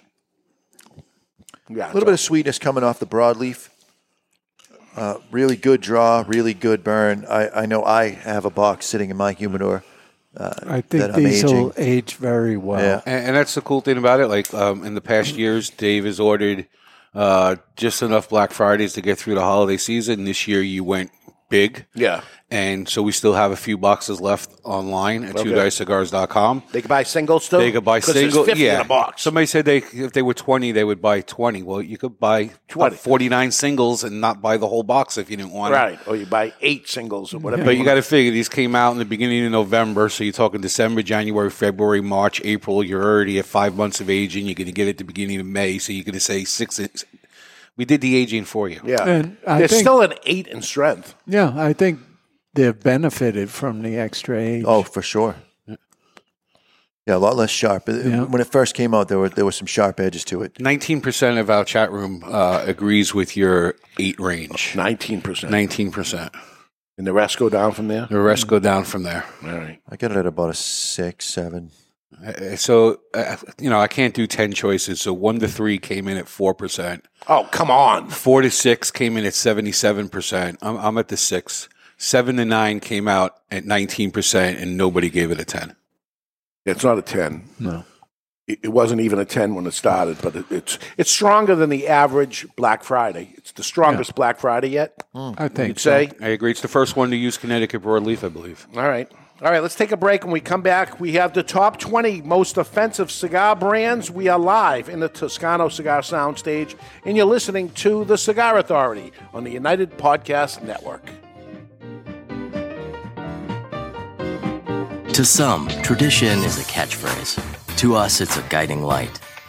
S1: Yeah,
S2: A little bit of sweetness coming off the broadleaf. Uh, really good draw, really good burn. I, I know I have a box sitting in my humidor. uh,
S4: I
S2: That
S4: think
S2: I'm
S4: these will age very well.
S2: Yeah.
S3: And, and that's the cool thing about it. Like um, in the past years, Dave has ordered uh, just enough Black Fridays to get through the holiday season. This year, you went big.
S1: yeah.
S3: And so we still have a few boxes left online at two guys cigars.com.
S1: They could buy singles too.
S3: They could buy
S1: 'Cause there's
S3: single,
S1: 50
S3: yeah.
S1: in a box.
S3: Somebody said they if they were twenty, they would buy twenty. Well, you could buy
S1: 20.
S3: forty nine singles and not buy the whole box if you didn't want it.
S1: right, or you buy eight singles or whatever.
S3: But you got to figure these came out in the beginning of November, so you're talking December, January, February, March, April. You're already at five months of aging. You're going to get it at the beginning of May, so you're going to say six. We did the aging for you.
S1: yeah,
S4: And I
S1: there's
S4: think-
S1: still an eight in strength.
S4: Yeah, I think they've benefited from the extra age.
S2: Oh, for sure. Yeah, a lot less sharp. It- When it first came out, there were there were some sharp edges to it.
S3: Nineteen percent of our chat room uh, agrees with your eight range.
S1: Nineteen percent,
S3: Nineteen percent.
S1: and the rest go down from there.
S3: The rest go down from there.
S1: All right.
S2: I got it at about a six, seven.
S3: Uh, So uh, you know I can't do ten choices. So one to three came in at four percent.
S1: Oh, come on.
S3: Four to six came in at 77%. I'm, I'm at the six. Seven to nine came out at 19%, and nobody gave it a 10.
S1: It's not a 10.
S4: No.
S1: It it wasn't even a 10 when it started, but it, it's it's stronger than the average Black Friday. It's the strongest Black Friday yet,
S3: Hmm.
S4: I think
S1: you'd say.
S3: I agree. It's the first one to use Connecticut broadleaf, I believe.
S1: All right. All right, let's take a break. When we come back, we have the top 20 most offensive cigar brands. We are live in the Toscano Cigar Soundstage, and you're listening to The Cigar Authority on the United Podcast Network.
S6: To some, tradition is a catchphrase. To us, it's a guiding light.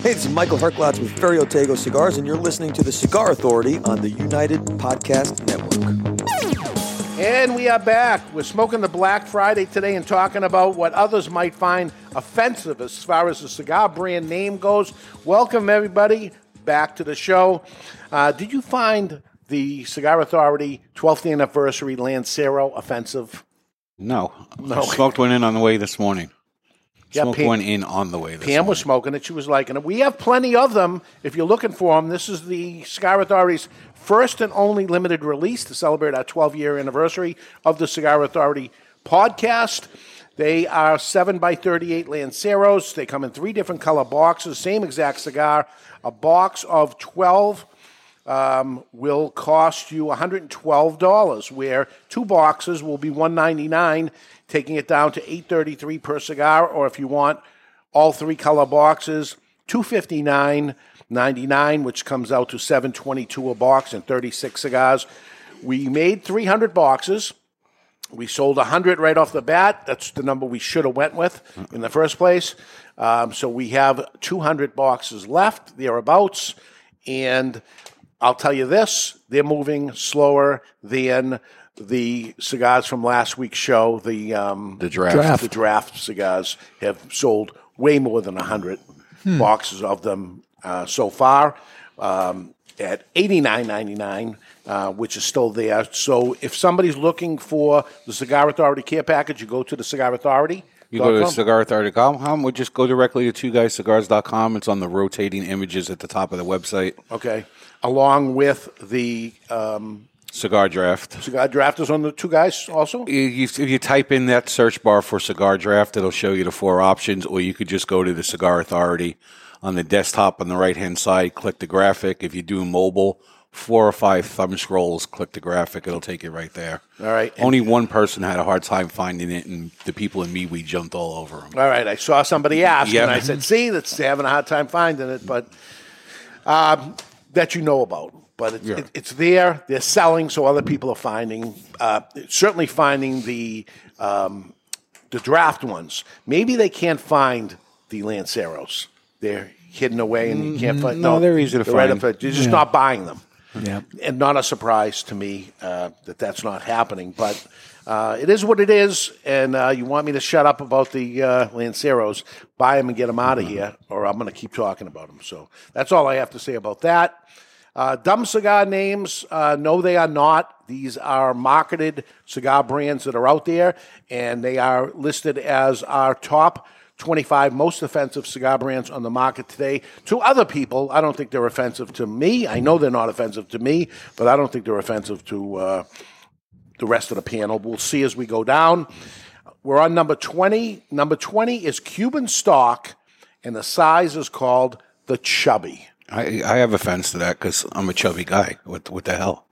S7: Hey, this is Michael Herklotz with Ferriotego Cigars, and you're listening to the Cigar Authority on the United Podcast Network.
S1: And we are back. We're smoking the Black Friday today and talking about what others might find offensive as far as the cigar brand name goes. Welcome, everybody, back to the show. Uh, did you find the Cigar Authority 12th anniversary Lancero offensive?
S3: No. I smoked one in on the way this morning.
S1: Yeah,
S3: smoked
S1: Pam-
S3: one in on the way this
S1: Pam was smoking it. She was liking it. We have plenty of them if you're looking for them. This is the Cigar Authority's first and only limited release to celebrate our 12 year anniversary of the Cigar Authority podcast. They are 7 by 38 Lanceros. They come in three different color boxes, same exact cigar. A box of 12 um, will cost you $112, where two boxes will be $199, taking it down to $833 per cigar, or if you want all three color boxes, $259.99, which comes out to $722 a box and 36 cigars. We made 300 boxes. We sold 100 right off the bat. That's the number we should have went with in the first place. Um, so we have 200 boxes left, thereabouts. And I'll tell you this, they're moving slower than the cigars from last week's show. The, um, the
S3: draft. Draft.
S1: The draft cigars have sold way more than 100
S3: Hmm.
S1: boxes of them uh, so far um, at $89.99, uh, which is still there. So if somebody's looking for the Cigar Authority care package, you go to the Cigar Authority.
S3: You go to
S8: Dot com.
S3: cigarauthority.com or just go directly to twoguyscigars.com. It's on the rotating images at the top of the website.
S1: Okay. Along with the um,
S3: Cigar Draft.
S1: cigar draft is on the two guys also.
S3: You- you- If you type in that search bar for Cigar Draft, it'll show you the four options, or you could just go to the Cigar Authority on the desktop on the right hand side, click the graphic. If you do mobile, four or five thumb scrolls, click the graphic, it'll take you right there.
S1: All right.
S3: Only one person had a hard time finding it, and the people in me, we jumped all over them.
S1: All right, I saw somebody ask,
S3: Yeah.
S1: and I said, "See, that's they're having a hard time finding it, but um, that you know about." But it's,
S3: Yeah.
S1: it, it's there. They're selling, so other people are finding. Uh, certainly finding the um, the draft ones. Maybe they can't find the Lanceros. They're hidden away, and you can't find.
S3: Mm-hmm. No, they're easy to
S1: right
S3: find.
S1: up there. You're just
S3: Yeah.
S1: not buying them
S4: Yeah.
S1: and not a surprise to me uh, that that's not happening. But uh, it is what it is, and uh, you want me to shut up about the uh, Lanceros, buy them and get them out of here, or I'm going to keep talking about them. So that's all I have to say about that. Uh, dumb cigar names, uh, no, they are not. These are marketed cigar brands that are out there, and they are listed as our top 25 most offensive cigar brands on the market today to other people. I don't think they're offensive to me. I know they're not offensive to me, but I don't think they're offensive to uh, the rest of the panel. We'll see as we go down. We're on number 20. Number 20 is Cuban stock, and the size is called the chubby.
S3: I, I have offense to that because I'm a chubby guy. What, what the hell?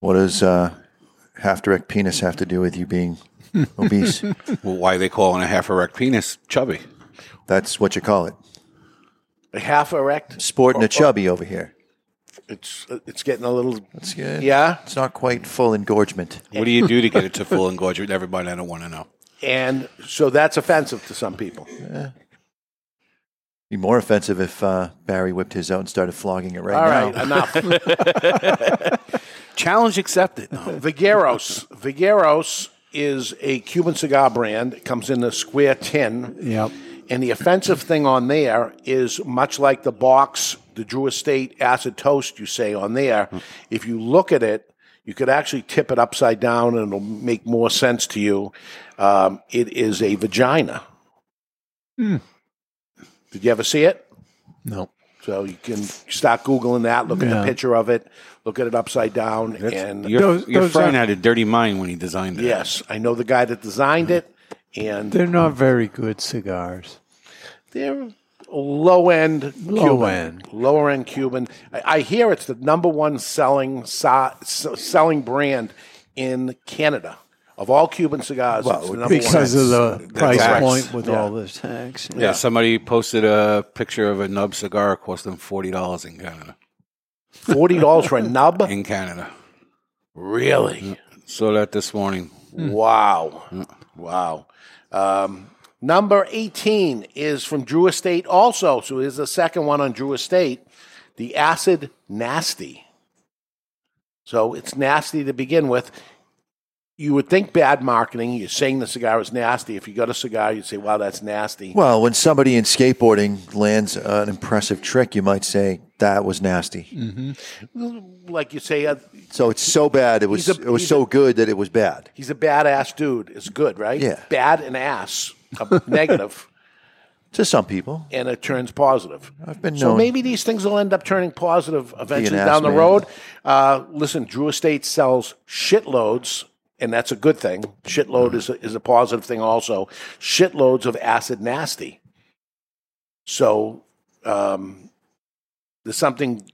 S2: What does uh, half direct penis have to do with
S4: [LAUGHS]
S2: you being obese?
S3: well, why are they calling a half erect penis chubby?
S2: That's what you call it.
S1: [LAUGHS] A half erect.
S3: Oh,
S2: Sporting a chubby over here.
S1: It's uh, it's getting a little.
S2: It's good.
S1: Yeah.
S2: It's not quite full engorgement.
S3: What do you do to get it to full engorgement? Never mind, I don't want to know.
S1: And so that's offensive to some people.
S2: Be more offensive if uh, Barry whipped his out and started flogging it right now.
S1: All right, enough.
S3: Challenge accepted.
S1: Vigueros. Vigueros is a Cuban cigar brand. It comes in a square tin.
S4: Yep.
S1: And the offensive thing on there is much like the box, the Drew Estate acid toast you say on there, if you look at it, you could actually tip it upside down and it'll make more sense to you. Um, it is a vagina.
S4: Hmm.
S1: Did you ever see it?
S4: No.
S1: So you can start Googling that, look at
S3: Yeah.
S1: a picture of it, look at it upside down. and
S3: Your, your
S1: uh,
S3: friend had a dirty mind when he designed it.
S1: Yes, I know the guy that designed it, and
S4: They're not very good cigars.
S1: they're low end,
S4: Low
S1: Cuban,
S4: end.
S1: lower end Cuban. I, I hear it's the number one selling sa- s- selling brand in Canada of all Cuban cigars. it's the number
S4: because
S1: one.
S4: of the price
S3: tax.
S4: point with
S1: Yeah.
S4: all the tax.
S3: Yeah, somebody posted a picture of a nub cigar costing forty dollars in Canada.
S1: Forty dollars
S3: [LAUGHS]
S1: for a nub
S3: in Canada.
S1: Really?
S3: Saw that this morning.
S1: Wow. Wow. Um, number 18 is from Drew Estate also. So here's the second one on Drew Estate. The acid nasty. So it's nasty to begin with. You would think bad marketing. You're saying the cigar is nasty. If you got a cigar, you'd say, wow, that's nasty.
S2: [LAUGHS] Well, when somebody in skateboarding lands an impressive trick, you might say that was nasty.
S1: Like you say, uh,
S2: So it's so bad. It was
S1: He's a-
S2: it was
S1: he's
S2: so good that it was bad.
S1: he's a badass dude. It's good, right?
S2: Yeah.
S1: Bad and ass. A negative.
S2: To some people,
S1: and it turns positive. I've
S2: been
S1: so
S2: known-
S1: maybe these things will end up turning positive eventually
S2: ass
S1: down the
S2: man.
S1: road. Uh, listen, Drew Estate sells shitloads, and that's a good thing.
S2: Mm.
S1: Shitload is a, is a positive thing also. Shitloads of acid nasty. So um, there's something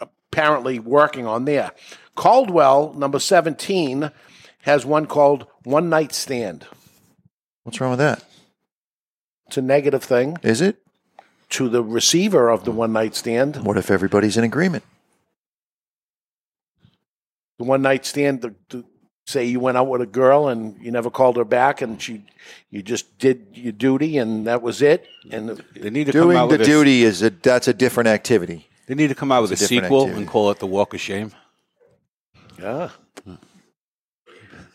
S1: apparently working on there. Caldwell number seventeen has one called One Night Stand.
S2: what's wrong with that?
S1: It's a negative thing
S2: Is it?
S1: to the receiver of
S2: Mm.
S1: the one night stand.
S2: What if everybody's in agreement?
S1: the one night stand to, to say you went out with a girl and you never called her back and she you just did your duty and that was it and
S3: They need to come
S2: Doing
S3: out
S2: the
S3: with a-
S2: duty is a that's a different activity.
S3: They need to come out with a,
S2: It's a different
S3: sequel
S2: activity.
S3: and call it the Walk of Shame.
S1: yeah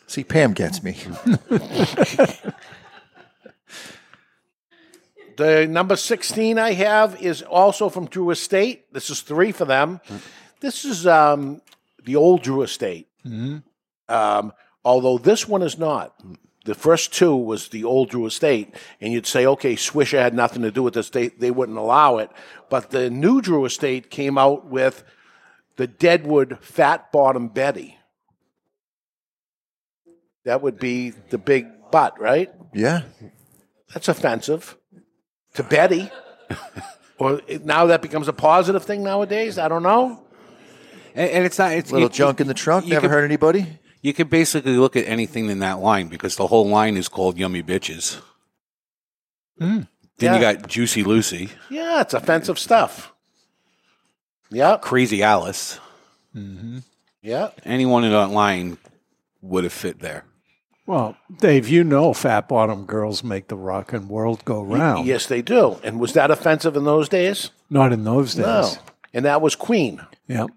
S2: See, Pam gets me. [LAUGHS]
S1: the number 16 i have is also from drew estate this is three for them
S3: Mm.
S1: this is um the old drew estate um although this one is not The first two was the old Drew Estate, and you'd say, okay, Swisher had nothing to do with this. They, they wouldn't allow it. But the new Drew Estate came out with the Deadwood Fat Bottom Betty. That would be the big butt, right?
S2: Yeah.
S1: That's offensive to
S3: [LAUGHS]
S1: Betty. or it- now that becomes a positive thing nowadays? I don't know.
S3: And, and it's not. It's
S2: Little junk in the trunk.
S3: you
S2: Never
S3: could-
S2: hurt anybody.
S3: You could basically look at anything in that line because the whole line is called Yummy Bitches. Then
S1: Yeah.
S3: you got Juicy Lucy,
S1: Yeah, it's offensive stuff. Yeah.
S3: Crazy Alice.
S1: Mm-hmm. Yeah.
S3: Anyone in that line would have fit there.
S4: Well, Dave, you know fat bottom girls make the rockin' world go round.
S1: Yes, they do. And was that offensive in those days?
S4: Not in those days.
S1: No. And that was Queen.
S4: Yep.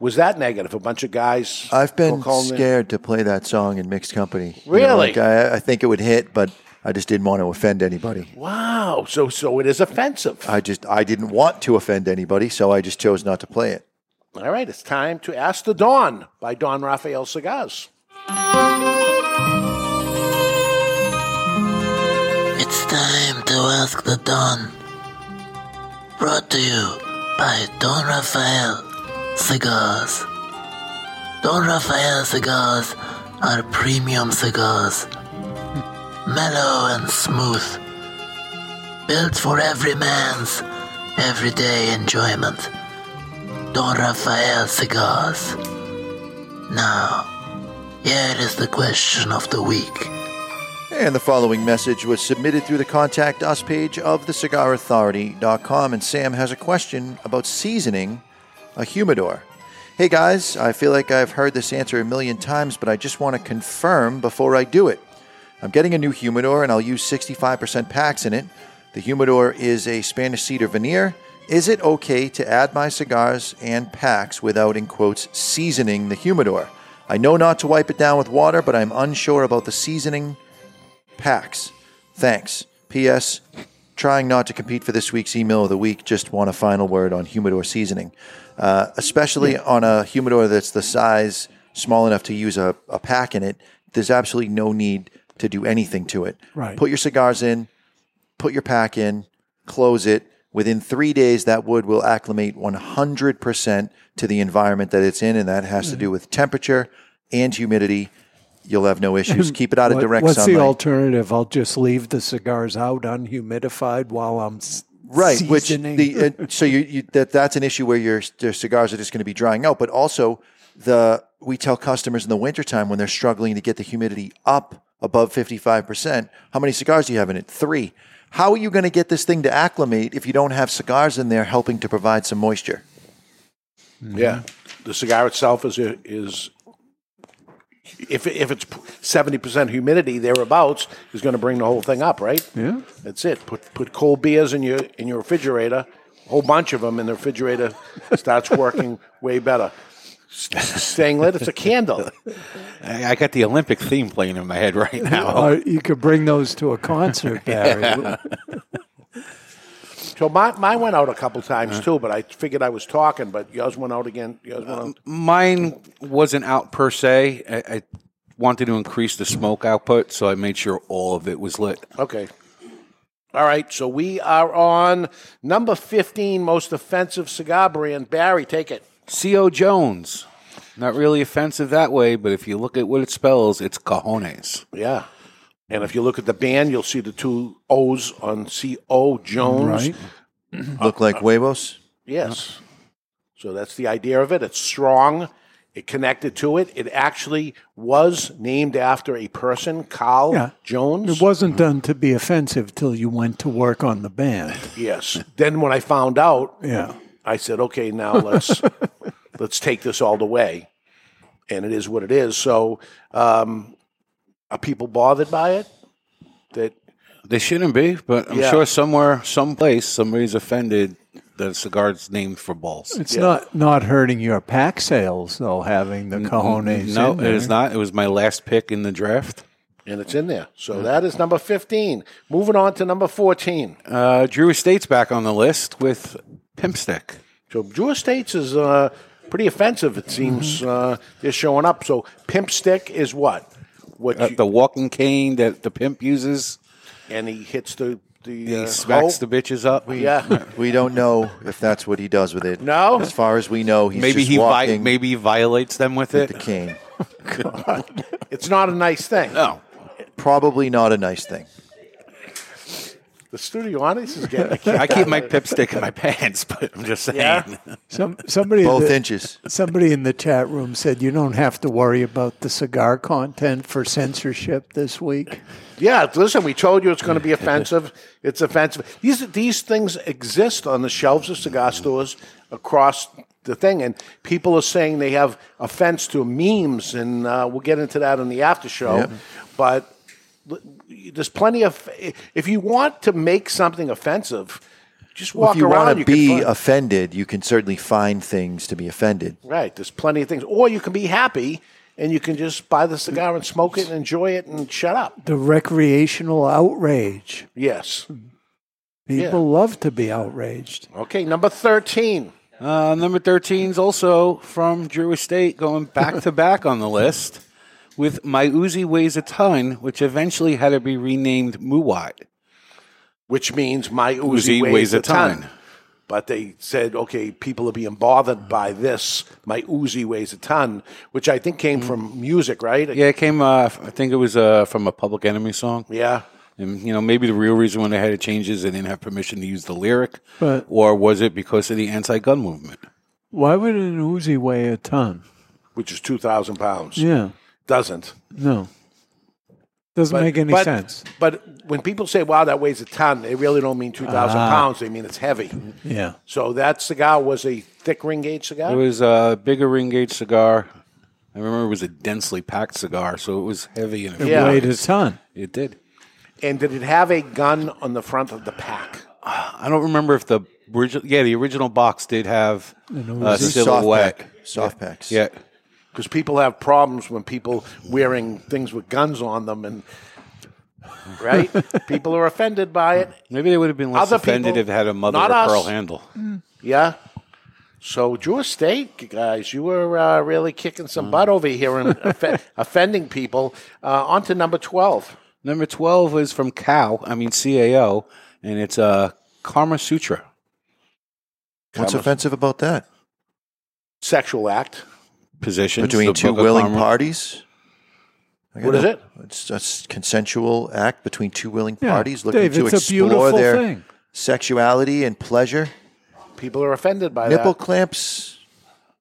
S1: Was that negative? A bunch of guys.
S2: I've been
S1: were calling in-
S2: scared to play that song in mixed company. You know,
S1: Really?
S2: like, I, I think it would hit, but I just didn't want to offend anybody.
S1: Wow. So so it is offensive.
S2: I just I didn't want to offend anybody, so I just chose not to play it.
S1: All right, it's time to Ask the Dawn by Don Raphael Sagaz.
S9: It's time to ask the Don. Brought to you by Don Rafael Cigars. Don Rafael cigars are premium cigars. Mellow and smooth. Built for every man's everyday enjoyment. Don Rafael cigars. Now, here is the question of the week.
S2: And the following message was submitted through the contact us page of thecigarauthority.com. And Sam has a question about seasoning a humidor. Hey guys, I feel like I've heard this answer a million times, but I just want to confirm before I do it. I'm getting a new humidor and I'll use 65% PAX in it. The humidor is a Spanish cedar veneer. Is it okay to add my cigars and packs without, in quotes, seasoning the humidor? I know not to wipe it down with water, but I'm unsure about the seasoning packs. Thanks. P.S. Trying not to compete for this week's email of the week, just want a final word on humidor seasoning, uh, especially on a humidor that's the size small enough to use a, a pack in it. There's absolutely no need to do anything to it.
S4: Right.
S2: Put your cigars in, put your pack in, close it. Within three days, that wood will acclimate 100% to the environment that it's in, and that has to
S4: Mm-hmm.
S2: do with temperature and humidity. You'll have no issues. Keep it out of
S4: What-
S2: direct
S4: what's
S2: sunlight.
S4: the alternative? I'll just leave the cigars out unhumidified while I'm s-
S2: right which
S4: seasoning.
S2: the uh, so you, you that that's an issue where your, your cigars are just going to be drying out but also the we tell customers in the wintertime when they're struggling to get the humidity up above 55% how many cigars do you have in it three how are you going to get this thing to acclimate if you don't have cigars in there helping to provide
S1: [CLEARS THROAT]
S2: some moisture
S1: Yeah, the cigar itself is uh, is if if it's seventy percent humidity thereabouts is going to bring the whole thing up, right?
S4: Yeah,
S1: that's it. Put put cold beers in your in your refrigerator, a whole bunch of them, and the refrigerator starts working [LAUGHS] way better. S- Staying lit, it's a candle.
S3: I, I got the Olympic theme playing in my
S1: [LAUGHS]
S3: head right now.
S1: Oh,
S4: Or Uh, you could bring those to a concert, Barry.
S3: [LAUGHS] Yeah.
S1: So my, mine went out a couple times too, but I figured I was talking. But yours went out again. Yours went out.
S3: Mine wasn't out per se. I, I wanted to increase the smoke output, so I made sure all of it was lit.
S1: Okay. All right, so we are on number 15, most offensive cigar brand. Barry, take it.
S3: C.O. Jones. Not really offensive that way, but if you look at what it spells, it's cojones.
S1: Yeah. And if you look at the band, you'll see the two O's on C.O. Jones. Uh,
S2: Right. look like huevos
S1: Yes. So that's the idea of it. It's strong. It connected to it. It actually was named after a person, Carl
S4: Yeah.
S1: Oh, Jones.
S4: It wasn't done to be offensive till you went to work on the band.
S1: Yes. then when I found out,
S4: Yeah.
S1: I said, okay, now let's let's take this all the way, and it is what it is. So, um, are people bothered by it? That
S3: They shouldn't be, but I'm
S1: Yeah.
S3: sure somewhere, someplace, somebody's offended that a cigar's named for balls.
S4: It's not not hurting your pack sales though having the cojones.
S3: No,
S4: in
S3: it is
S4: there.
S3: not. It was my last pick in the draft.
S1: and it's in there. So that is number fifteen. Moving on to number fourteen.
S3: Uh, Drew Estate's back on the list with Pimp Stick.
S1: So Drew Estates is uh, pretty offensive. It seems uh, they're showing up. So Pimp Stick is what What
S3: uh,
S1: you-
S3: the walking cane that the pimp uses.
S1: and he hits the the.
S3: He
S1: uh,
S3: smacks
S1: hole.
S3: the bitches up.
S1: Yeah.
S2: we don't know if that's what he does with it.
S1: No?
S2: as far as we know, he's
S3: [LAUGHS] maybe
S2: just
S3: he vi-
S2: walking
S3: maybe he violates them with
S2: with
S3: it.
S2: the
S1: [LAUGHS]
S2: cane.
S1: uh, It's not a nice thing.
S3: No.
S2: Probably not a nice thing.
S1: The studio audience is getting.
S3: I keep my pipstick in my [LAUGHS] pants, but I'm just saying.
S4: Some somebody in
S3: Both
S4: the-
S3: inches.
S4: Somebody in the chat room said you don't have to worry about the cigar content for censorship this week.
S1: Yeah, listen, we told you it's going to be offensive. It's offensive. These these things exist on the shelves of cigar stores across the thing, and people are saying they have offense to memes, and uh, we'll get into that in the after show.
S2: Yeah.
S1: But l- there's plenty of if you want to make something offensive, just
S2: Well,
S1: walk
S2: if you
S1: around.
S2: want
S1: you
S2: to
S1: can
S2: be
S1: find-
S2: offended, you can certainly find things to be offended.
S1: Right. There's plenty of things. Or you can be happy and you can just buy the cigar and smoke it and enjoy it and shut up.
S4: The recreational outrage.
S1: Yes.
S4: People
S1: Yeah.
S4: love to be outraged.
S1: Okay, number 13.
S3: Uh, number 13 is also from Drew Estate, going back to back on the list with My Uzi Weighs a Ton, which eventually had to be renamed Muwat.
S1: Which means My Uzi, weighs, a ton. But they said, okay, people are being bothered by this. My Uzi weighs a ton, which I think came from music, right?
S3: Yeah, it came, uh, f- I think it was uh, from a Public Enemy song.
S1: Yeah.
S3: And, you know, maybe the real reason when they had to change is they didn't have permission to use the lyric.
S4: Right.
S3: Or was it because of the anti gun movement?
S4: Why would an Uzi weigh a ton?
S1: Which is 2,000 pounds.
S4: Yeah.
S1: Doesn't.
S4: No. Doesn't
S1: But-
S4: make any
S1: but-
S4: sense.
S1: But when people say, wow, that weighs a ton, they really don't mean 2,000
S3: Ah.
S1: pounds. They mean it's heavy.
S4: Yeah.
S1: So that cigar was a thick ring gauge cigar?
S3: It was a bigger ring gauge cigar. I remember it was a densely packed cigar, so it was heavy and
S4: It weighed a ton.
S3: It did.
S1: And did it have a gun on the front of the pack?
S3: I don't remember if the original, yeah, the original box did have
S1: An
S3: a
S1: Uzi. Soft
S3: silhouette,
S1: pack.
S2: Soft packs.
S3: Yeah,
S1: Because people have problems when people wearing things with guns on them, and
S3: [LAUGHS]
S1: right, people are offended by it.
S3: maybe they would have been less
S1: Other
S3: offended
S1: people-
S3: if it had a mother
S1: not
S3: of pearl
S1: us. Mm.
S3: handle.
S1: Yeah. So Drew Estate, guys, you were uh, really kicking some
S3: Mm.
S1: butt over here and [LAUGHS] offe- offending people. Uh, on to number twelve.
S3: Number twelve is from Cow, I mean CAO, and it's a uh, Karma Sutra.
S2: What's
S3: Karma-
S2: offensive about that?
S1: Sexual act.
S3: Position
S2: Between two willing parties? I
S1: What is
S2: gotta-
S1: it?
S2: It's a s- consensual act between two willing
S1: Yeah,
S2: parties looking
S1: Dave,
S2: to
S1: it's a
S2: explore
S1: beautiful
S2: their
S1: thing.
S2: sexuality and pleasure.
S1: People are offended by
S2: Nipple
S1: that.
S2: clamps.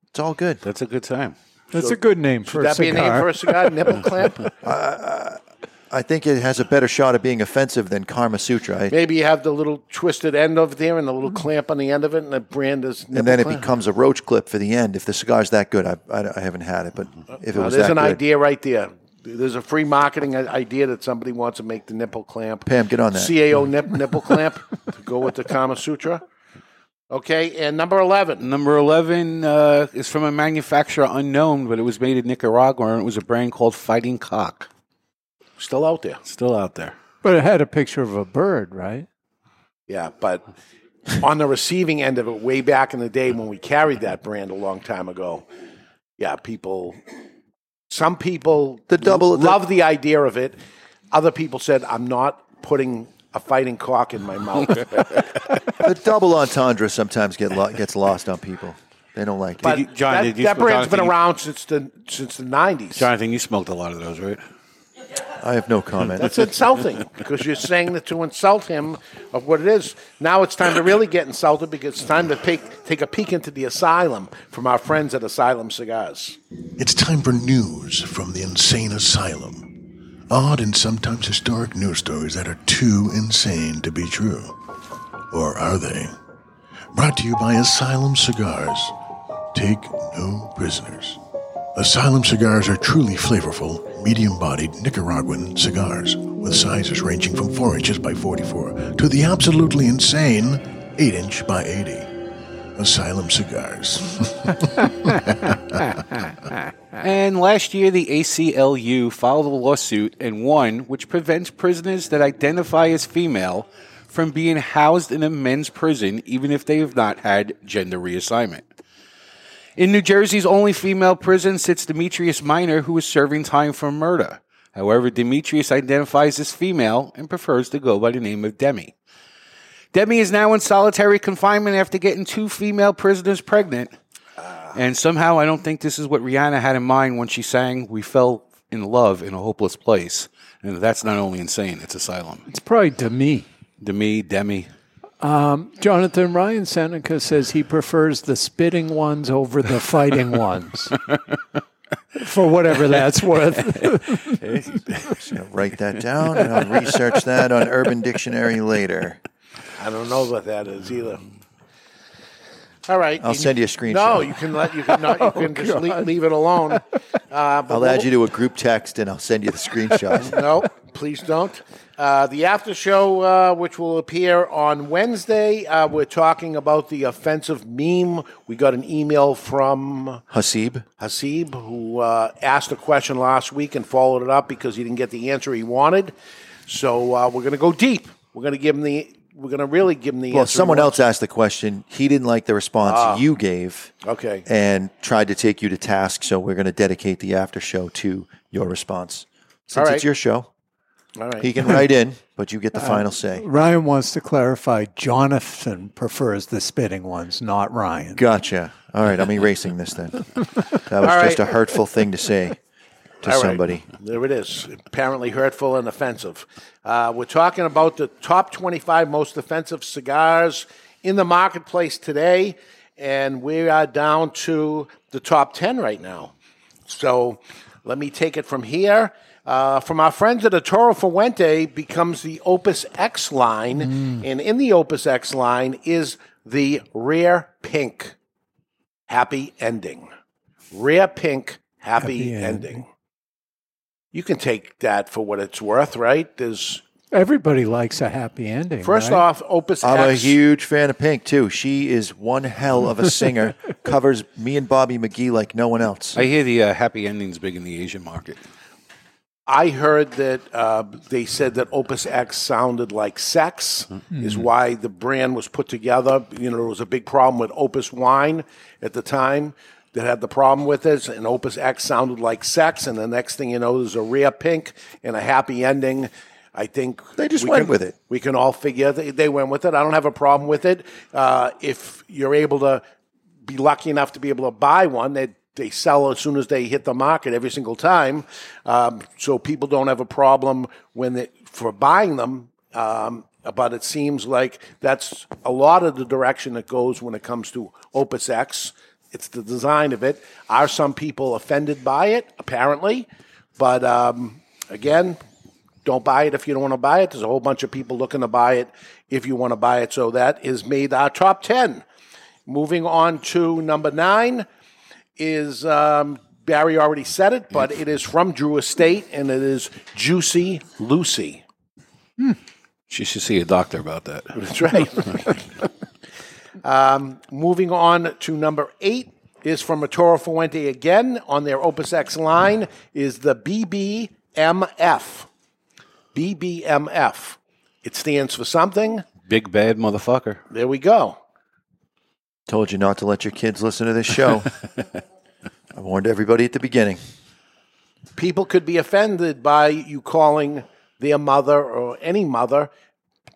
S2: It's all good.
S3: That's a good time.
S4: That's a good name
S1: Should
S4: for a
S1: that
S4: cigar.
S1: be a name for a
S4: [LAUGHS]
S1: cigar? Nipple clamp.
S2: I think it has a better shot of being offensive than Karma Sutra. I-
S1: Maybe you have the little twisted end over there and the little clamp on the end of it, and the brand is. nipple
S2: Mm-hmm. and then it
S1: clamp.
S2: becomes a roach clip for the end. If the cigar's that good, I, I, I haven't had it, but if it
S1: Now,
S2: was
S1: there's
S2: that
S1: an
S2: good,
S1: idea right there. There's a free marketing i- idea that somebody wants to make the nipple clamp.
S2: Pam, get on that. Mm.
S1: CAO nip, nipple
S2: [LAUGHS]
S1: clamp to go with the Kama Sutra. Okay, and number 11.
S3: Number eleven uh, is from a manufacturer unknown, but it was made in Nicaragua, and it was a brand called Fighting Cock.
S1: Still out there.
S3: Still out there.
S4: But it had a picture of a bird, right?
S1: Yeah, but on the receiving end of it, way back in the day when we carried that brand a long time ago, yeah, people, some people the
S2: double- the-
S1: love the idea of it. Other people said, I'm not putting a fighting cock in my mouth.
S2: [LAUGHS] the double entendre sometimes get lo- gets lost on people. They don't like
S1: But
S2: it.
S1: that, that brand's been around since the since the nineties.
S2: [LAUGHS]
S3: Jonathan, you smoked a lot of those, right?
S2: I have no comment.
S1: That's insulting because you're saying that to insult him of what it is. Now it's time to really get insulted because it's time to take, take a peek into the asylum from our friends at Asylum Cigars.
S10: It's time for news from the insane asylum. Odd and sometimes historic news stories that are too insane to be true. Or are they? Brought to you by Asylum Cigars. Take no prisoners. Asylum cigars are truly flavorful, medium bodied Nicaraguan cigars with sizes ranging from 4 inches by 44 to the absolutely insane 8 inch by 80. Asylum cigars. [LAUGHS]
S3: And last year, the ACLU filed a lawsuit and won, which prevents prisoners that identify as female from being housed in a men's prison, even if they have not had gender reassignment. In New Jersey's only female prison sits Demetrius Minor, who is serving time for murder. However, Demetrius identifies as female and prefers to go by the name of Demi. Demi is now in solitary confinement after getting two female prisoners pregnant. And somehow I don't think this is what Rihanna had in mind when she sang We Fell in Love in a Hopeless Place. And that's not only insane, it's asylum.
S4: It's probably Demi.
S3: Demi, Demi.
S4: Um, Jonathan Ryan Seneca says he prefers the spitting ones over the
S2: [LAUGHS]
S4: fighting ones. For [LAUGHS] whatever that's worth.
S2: Just gonna write that down and I'll research that on Urban Dictionary later.
S1: I don't know what that is either. All right.
S2: I'll send you a screenshot. Oh,
S1: No, you can let you can
S2: [LAUGHS]
S1: not, you can just leave, leave it alone. Uh, but
S2: I'll add you to a group text and I'll send you the [LAUGHS] screenshot.
S1: [LAUGHS] no, please don't. Uh, the after show, uh, which will appear on Wednesday, uh, we're talking about the offensive meme. We got an email from
S2: Hasib.
S1: Hasib, who uh, asked a question last week and followed it up because he didn't get the answer he wanted. So uh, we're going to go deep. We're going to give him the. We're going to really give him the.
S2: Well,
S1: answer he
S2: someone
S1: wants.
S2: else asked the question. He didn't like the response
S1: Ah.
S2: you gave
S1: Okay.
S2: and tried to take you to task. So we're going to dedicate the after show to your response. Since
S4: right.
S2: it's your show,
S1: All right.
S2: he can write in, but you
S1: [LAUGHS]
S2: get the
S4: Uh,
S2: final say.
S4: Ryan wants to clarify Jonathan prefers the spitting ones, not Ryan.
S2: Gotcha. All right, I'm erasing this
S1: [LAUGHS]
S2: then. That was
S1: All right.
S2: just a hurtful thing
S1: [LAUGHS]
S2: to say to
S1: All right.
S2: somebody.
S1: There it is. Apparently hurtful and offensive. Uh, we're talking about the top 25 most offensive cigars in the marketplace today, and we are down to the top 10 right now. So let me take it from here. Uh, from our friends at Toro Fuente becomes the Opus X line,
S2: Mm.
S1: and in the Opus X line is the Rare Pink Happy Ending. Rare Pink Happy,
S4: Happy
S1: ending. You can take that for what it's worth, right? There's
S4: Everybody likes a happy ending.
S1: first
S4: right?
S1: off, Opus
S2: I'm a
S1: X.
S2: huge fan of Pink too. She is one hell of
S1: [LAUGHS]
S2: a singer. Covers me and Bobby McGee like no one else.
S3: I hear the uh, happy ending's big in the Asian market.
S1: I heard that uh, they said that Opus X sounded like sex,
S4: Mm-hmm.
S1: is why the brand was put together. You know, there was a big problem with Opus Wine at the time that had the problem with this, and Opus X sounded like sex. And the next thing you know, there's a rare pink and a happy ending. I think
S2: They just
S1: we
S2: went
S1: can-
S2: with it.
S1: We can all figure that they went with it. I don't have a problem with it. Uh, if you're able to be lucky enough to be able to buy one that they, sell as soon as they hit the market every single time. Um, so people don't have a problem when they, for buying them. Um, but it seems like that's a lot of the direction it goes when it comes to Opus X. It's the design of it. Are some people offended by it? Apparently. But um, again, don't buy it if you don't want to buy it. There's a whole bunch of people looking to buy it if you want to buy it. So that is made our top 10. Moving on to number nine is um, Barry already said it, but it is from Drew Estate and it is Juicy Lucy.
S3: She should see a doctor about that.
S1: [LAUGHS] That's
S3: [LAUGHS]
S1: right. um, moving on to number eight is from Matoro Fuente again on their Opus X line is the BBMF. BBMF. It stands for something.
S3: Big bad motherfucker.
S1: There we go.
S2: Told you not to let your kids listen to
S3: [LAUGHS]
S2: this show. I warned everybody at the beginning.
S1: people could be offended by you calling their mother or any mother.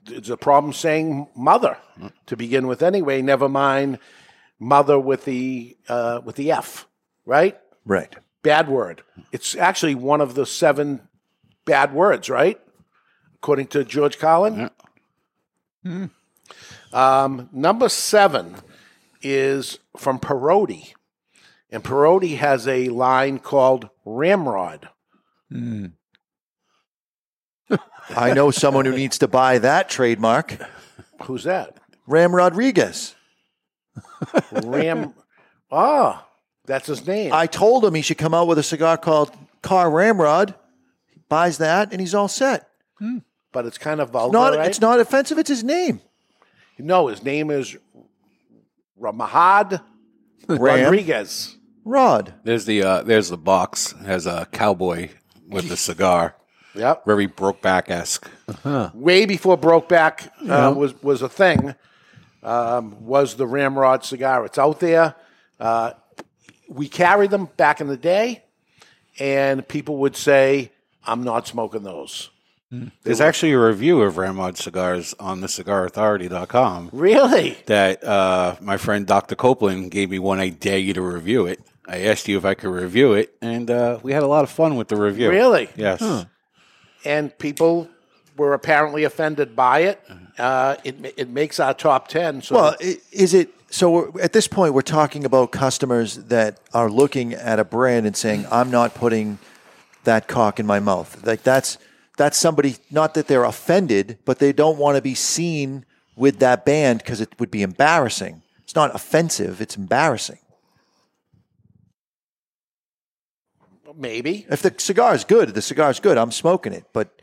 S1: It's a problem saying mother to begin with, anyway. Never mind mother with the uh, with the F, right?
S2: Right.
S1: Bad word. It's actually one of the seven bad words, right? According to George Collin. Um, number seven is from Parodi, and Parodi has a line called Ramrod.
S2: I know someone who needs to buy that trademark.
S1: Who's that?
S2: Ram Rodriguez.
S1: Ram. Ah, that's his name.
S2: I told him he should come out with a cigar called Car Ramrod. He buys that and he's all set.
S1: Hmm. but it's kind of vulgar.
S2: not,
S1: right?
S2: It's not offensive. It's his name.
S1: No, his name is Ramahad
S2: Ram.
S1: Rodriguez.
S2: Rod.
S3: There's the uh, there's the box It has a cowboy with the cigar.
S1: Yep.
S3: Very broke back esque.
S2: Uh-huh.
S1: Way before Brokeback uh,
S3: Yeah.
S1: was was a thing, um, was the Ramrod cigar. It's out there. Uh, we carried them back in the day, and people would say, I'm not smoking those. Mm.
S3: There's actually a review of Ramrod cigars on the cigarauthority.com.
S1: Really?
S3: That uh, my friend Dr. Copeland gave me one. I dare you to review it. I asked you if I could review it, and uh, we had a lot of fun with the review.
S1: Really?
S3: Yes.
S1: And people were apparently offended by it. Uh, it ma- it makes our top ten. So
S2: Well, i- is it so? we're- At this point, we're talking about customers that are looking at a brand and saying, "I'm not putting that cock in my mouth." Like that's that's somebody not that they're offended, but they don't want to be seen with that band because it would be embarrassing. It's not offensive; it's embarrassing.
S1: maybe
S2: If the cigar's good, the cigar's good. I'm smoking it, but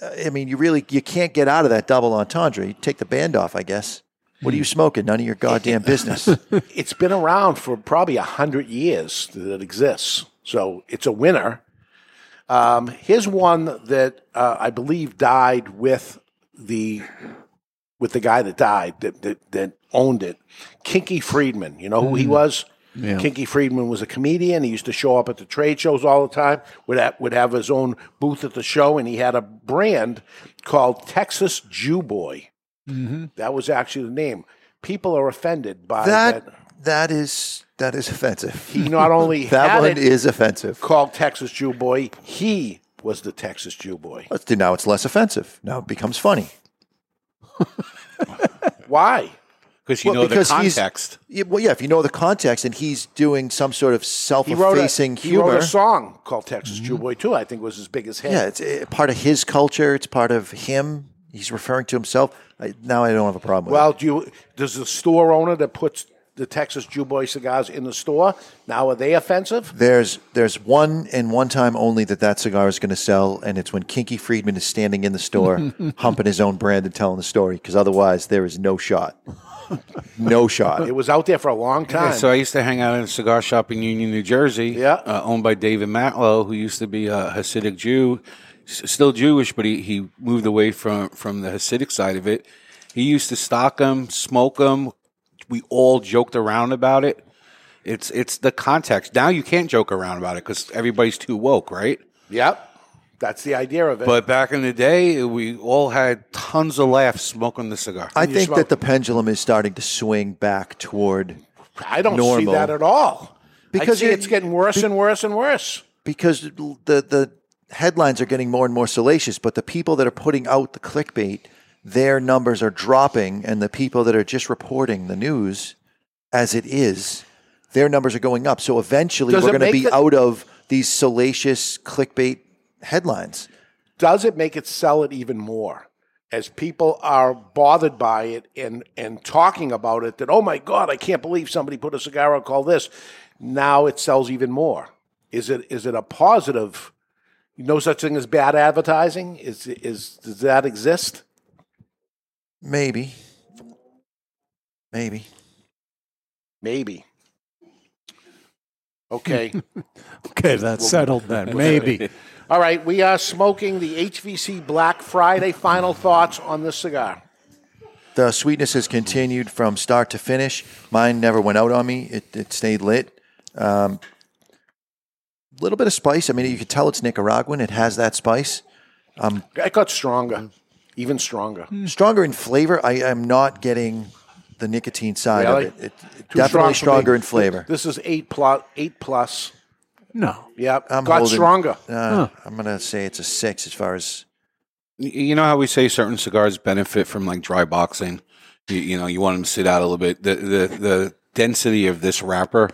S2: uh, I mean, you really you can't get out of that double entendre. You take the band off, I guess. What are you smoking? None of your goddamn business.
S1: it's been around for probably a hundred years that it exists. So it's a winner. Um, here's one that uh, I believe died with the with the guy that died that that, that owned it, Kinky Friedman. You know who he was?
S4: Yeah.
S1: Kinky Friedman was a comedian. He used to show up at the trade shows all the time. Would have, would have his own booth at the show, and he had a brand called Texas Jew Boy. That was actually the name. People are offended by that.
S2: that that is that is offensive.
S1: He not only
S2: [LAUGHS] that
S1: had
S2: one
S1: it-
S2: is offensive.
S1: called Texas Jew Boy. He was the Texas Jew Boy.
S2: Let's do now. It's less offensive. Now it becomes funny.
S1: Why?
S3: Because you know the context.
S2: He's, yeah, well, yeah. If you know the context, and he's doing some sort of
S1: He wrote, a,
S2: self-effacing
S1: he
S2: humor. Mm-hmm.
S1: wrote a song called Texas Jew Boy too. I think was his biggest hit.
S2: Yeah, it's uh, part of his culture. It's part of him. He's referring to himself. I, now I don't have a problem with
S1: well, do you, does the store owner that puts the Texas Jew Boy cigars in the store now are they offensive?
S2: There's there's one and one time only that that cigar is going to sell, and it's when Kinky Friedman is standing in the
S1: [LAUGHS]
S2: store, humping his own brand and telling the story. Because otherwise, there is no shot, no shot.
S1: It was out there for a long time.
S3: Yeah, so I used to hang out in a cigar shop in Union, New Jersey. Yeah. Uh, owned by David Matlow, who used to be a Hasidic Jew, s- still Jewish, but he, he moved away from, from the Hasidic side of it. He used to stock them, smoke them. We all joked around about it. It's it's the context. Now you can't joke around about it because everybody's too woke, right?
S1: yep, that's the idea of it.
S3: But back in the day, we all had tons of laughs smoking the cigar.
S2: I think that the pendulum is starting to swing back toward
S1: I don't see
S2: normal.
S1: that at all.
S2: Because
S1: Because
S2: it-
S1: it's getting worse and worse and worse.
S2: because the the headlines are getting more and more salacious, but the people that are putting out the clickbait, their numbers are dropping, and the people that are just reporting the news as it is, their numbers are going up. So eventually,
S1: Does
S2: we're
S1: it
S2: going to
S1: make
S2: be
S1: the-
S2: out of these salacious clickbait headlines.
S1: does it make it sell it even more as people are bothered by it and and talking about it that oh my god i can't believe somebody put a cigar out called this now it sells even more is it is it a positive no such thing as bad advertising is is does that exist
S2: Maybe, maybe.
S1: maybe okay
S4: Okay, that's settled
S1: [LAUGHS]
S2: [LAUGHS]
S4: then. Maybe.
S1: all right we are smoking the hvc black friday final thoughts on this cigar
S2: The sweetness has continued from start to finish. Mine never went out on me. It, it stayed lit. A um, little bit of spice. I mean, you could tell it's Nicaraguan. It has that spice. Um, Hmm,
S1: it got stronger Mm-hmm. even stronger
S2: stronger in flavor. I am not getting the nicotine side
S1: Really?
S2: of it. it,
S1: Too
S2: it
S1: strong for
S2: definitely
S1: me.
S2: stronger in flavor.
S1: This is eight plus. Eight plus.
S4: No.
S1: Yeah,
S2: I'm
S1: got
S2: holding-
S1: stronger.
S2: Uh, I'm gonna say it's a six as far as
S3: Y- You know how we say certain cigars benefit from like dry boxing. You, you know, you want them to sit out a little bit. The, the the density of this wrapper,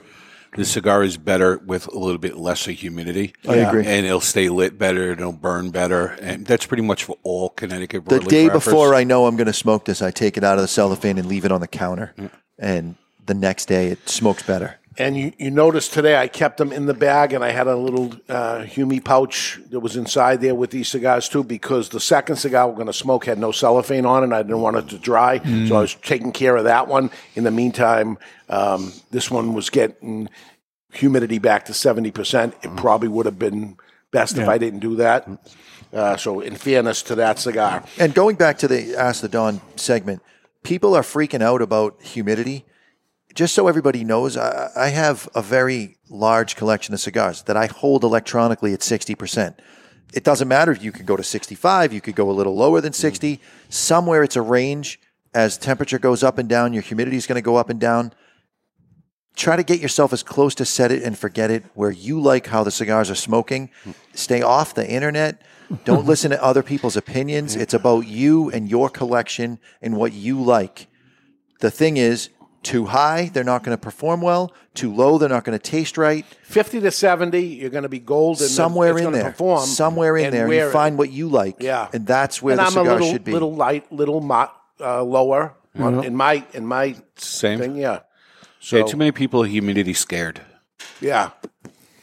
S3: the cigar is better with a little bit lesser humidity.
S2: I Yeah. agree.
S3: and it'll stay lit better. It'll burn better, and that's pretty much for all Connecticut.
S2: the
S3: broadleaf
S2: day
S3: wrappers.
S2: before I know I'm gonna smoke this. I take it out of the cellophane and leave it on the counter,
S1: Hmm.
S2: and the next day it smokes better.
S1: And you, you notice today I kept them in the bag and I had a little uh, Humi pouch that was inside there with these cigars too because the second cigar we're going to smoke had no cellophane on it and I didn't want it to dry.
S11: Mm.
S1: So I was taking care of that one. In the meantime, um, this one was getting humidity back to 70%. It probably would have been best if
S2: Yeah.
S1: I didn't do that. Uh, so, in fairness to that cigar,
S2: And going back to the Ask the Dawn segment, people are freaking out about humidity. Just so everybody knows, I, I have a very large collection of cigars that I hold electronically at 60%. it doesn't matter if you could go to 65, you could go a little lower than 60. Somewhere it's a range. As temperature goes up and down, your humidity is going to go up and down. Try to get yourself as close to set it and forget it where you like how the cigars are smoking. Stay off the internet.
S1: [LAUGHS]
S2: Don't listen to other people's opinions. It's about you and your collection and what you like. The thing is, too high, they're not going to perform well. Too low, they're not going to taste right.
S1: 50 to 70, you're going to be golden.
S2: Somewhere
S1: it's
S2: in
S1: gonna
S2: there.
S1: Perform
S2: Somewhere in
S1: and
S2: there.
S1: where
S2: You
S1: it-
S2: find what you like.
S1: Yeah.
S2: And that's where
S1: and
S2: the
S1: I'm
S2: cigar
S1: a little,
S2: should be.
S1: little light, little mo- uh, lower on-
S3: Mhm.
S1: in my in my
S3: Same.
S1: thing. Yeah,
S3: So,
S1: So-
S3: too many people are humidity scared.
S1: yeah,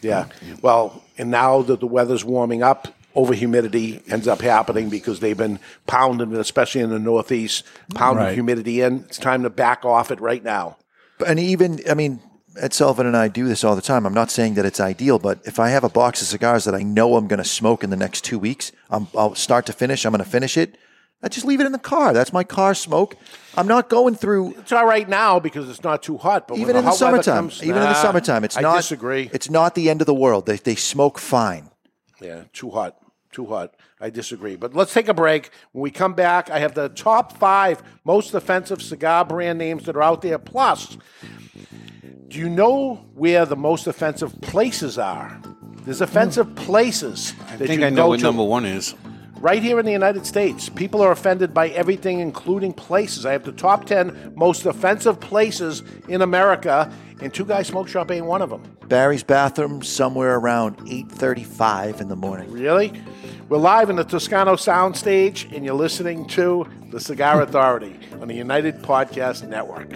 S1: yeah. Well, and now that the weather's warming up, over humidity ends up happening because they've been pounding, it, especially in the Northeast, pounding
S2: Right.
S1: humidity in. It's time to back off it right now.
S2: But- and even I mean, Ed Sullivan and I do this all the time. I'm not saying that it's ideal, but if I have a box of cigars that I know I'm going to smoke in the next two weeks, I'm, I'll start to finish. I'm going to finish it. I just leave it in the car. That's my car smoke. I'm not going through.
S1: It's all right now because it's not too hot, but when
S2: even in the
S1: hot weather
S2: summertime.
S1: comes-
S2: even in the
S1: Nah,
S2: summertime, it's
S1: I
S2: not.
S1: disagree.
S2: It's not the end of the world. They they smoke fine.
S1: Yeah, too hot. Too hot. I disagree. But let's take a break. When we come back, I have the top five most offensive cigar brand names that are out there. Plus, do you know where the most offensive places are? There's offensive places
S3: I
S1: that
S3: think
S1: you
S3: I know
S1: go
S3: what
S1: to
S3: number one is.
S1: right here in the United States. People are offended by everything, including places. I have the top 10 most offensive places in America, and Two Guys Smoke Shop ain't one of them.
S2: Barry's bathroom somewhere around 8:35 in the morning.
S1: Really? We're live in the Toscano soundstage, and you're listening to The Cigar Authority on the United Podcast Network.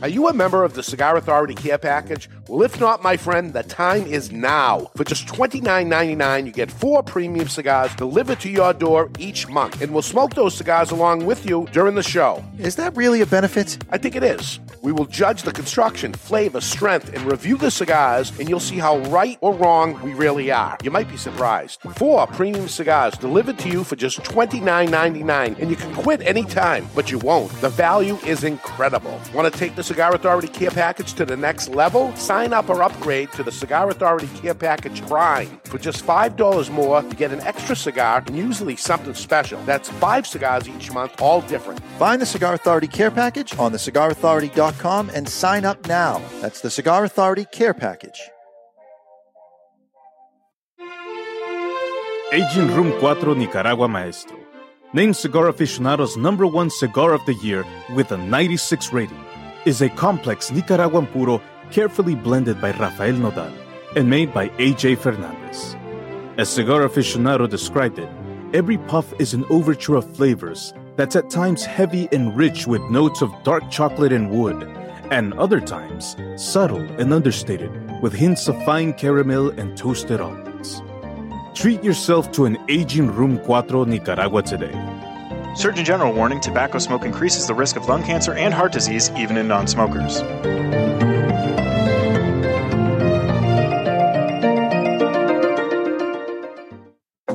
S1: Are you a member of the Cigar Authority Care Package? Well, if not, my friend, the time is now. For just $29.99, you get four premium cigars delivered to your door each month, and we'll smoke those cigars along with you during the show.
S2: Is that really a benefit?
S1: I think it is. We will judge the construction, flavor, strength, and review the cigars, and you'll see how right or wrong we really are. You might be surprised. Four premium cigars delivered to you for just $29.99, and you can quit anytime, but you won't. The value is incredible. Want to take the Cigar Authority Care Package to the next level? Sign up or upgrade to the Cigar Authority Care Package Prime. For just $5 more, you get an extra cigar and usually something special. That's five cigars each month, all different.
S2: Find the Cigar Authority Care Package on thecigarauthority.com and sign up now. That's the Cigar Authority Care Package.
S11: Aging Room 4 Nicaragua Maestro. Named Cigar Aficionado's number one cigar of the year with a 96 rating, is a complex Nicaraguan puro carefully blended by Rafael Nodal and made by AJ Fernandez. As Cigar Aficionado described it, every puff is an overture of flavors that's at times heavy and rich with notes of dark chocolate and wood, and other times subtle and understated with hints of fine caramel and toasted almonds. Treat yourself to an aging Room 4 Nicaragua today.
S5: Surgeon General warning tobacco smoke increases the risk of lung cancer and heart disease even in non smokers.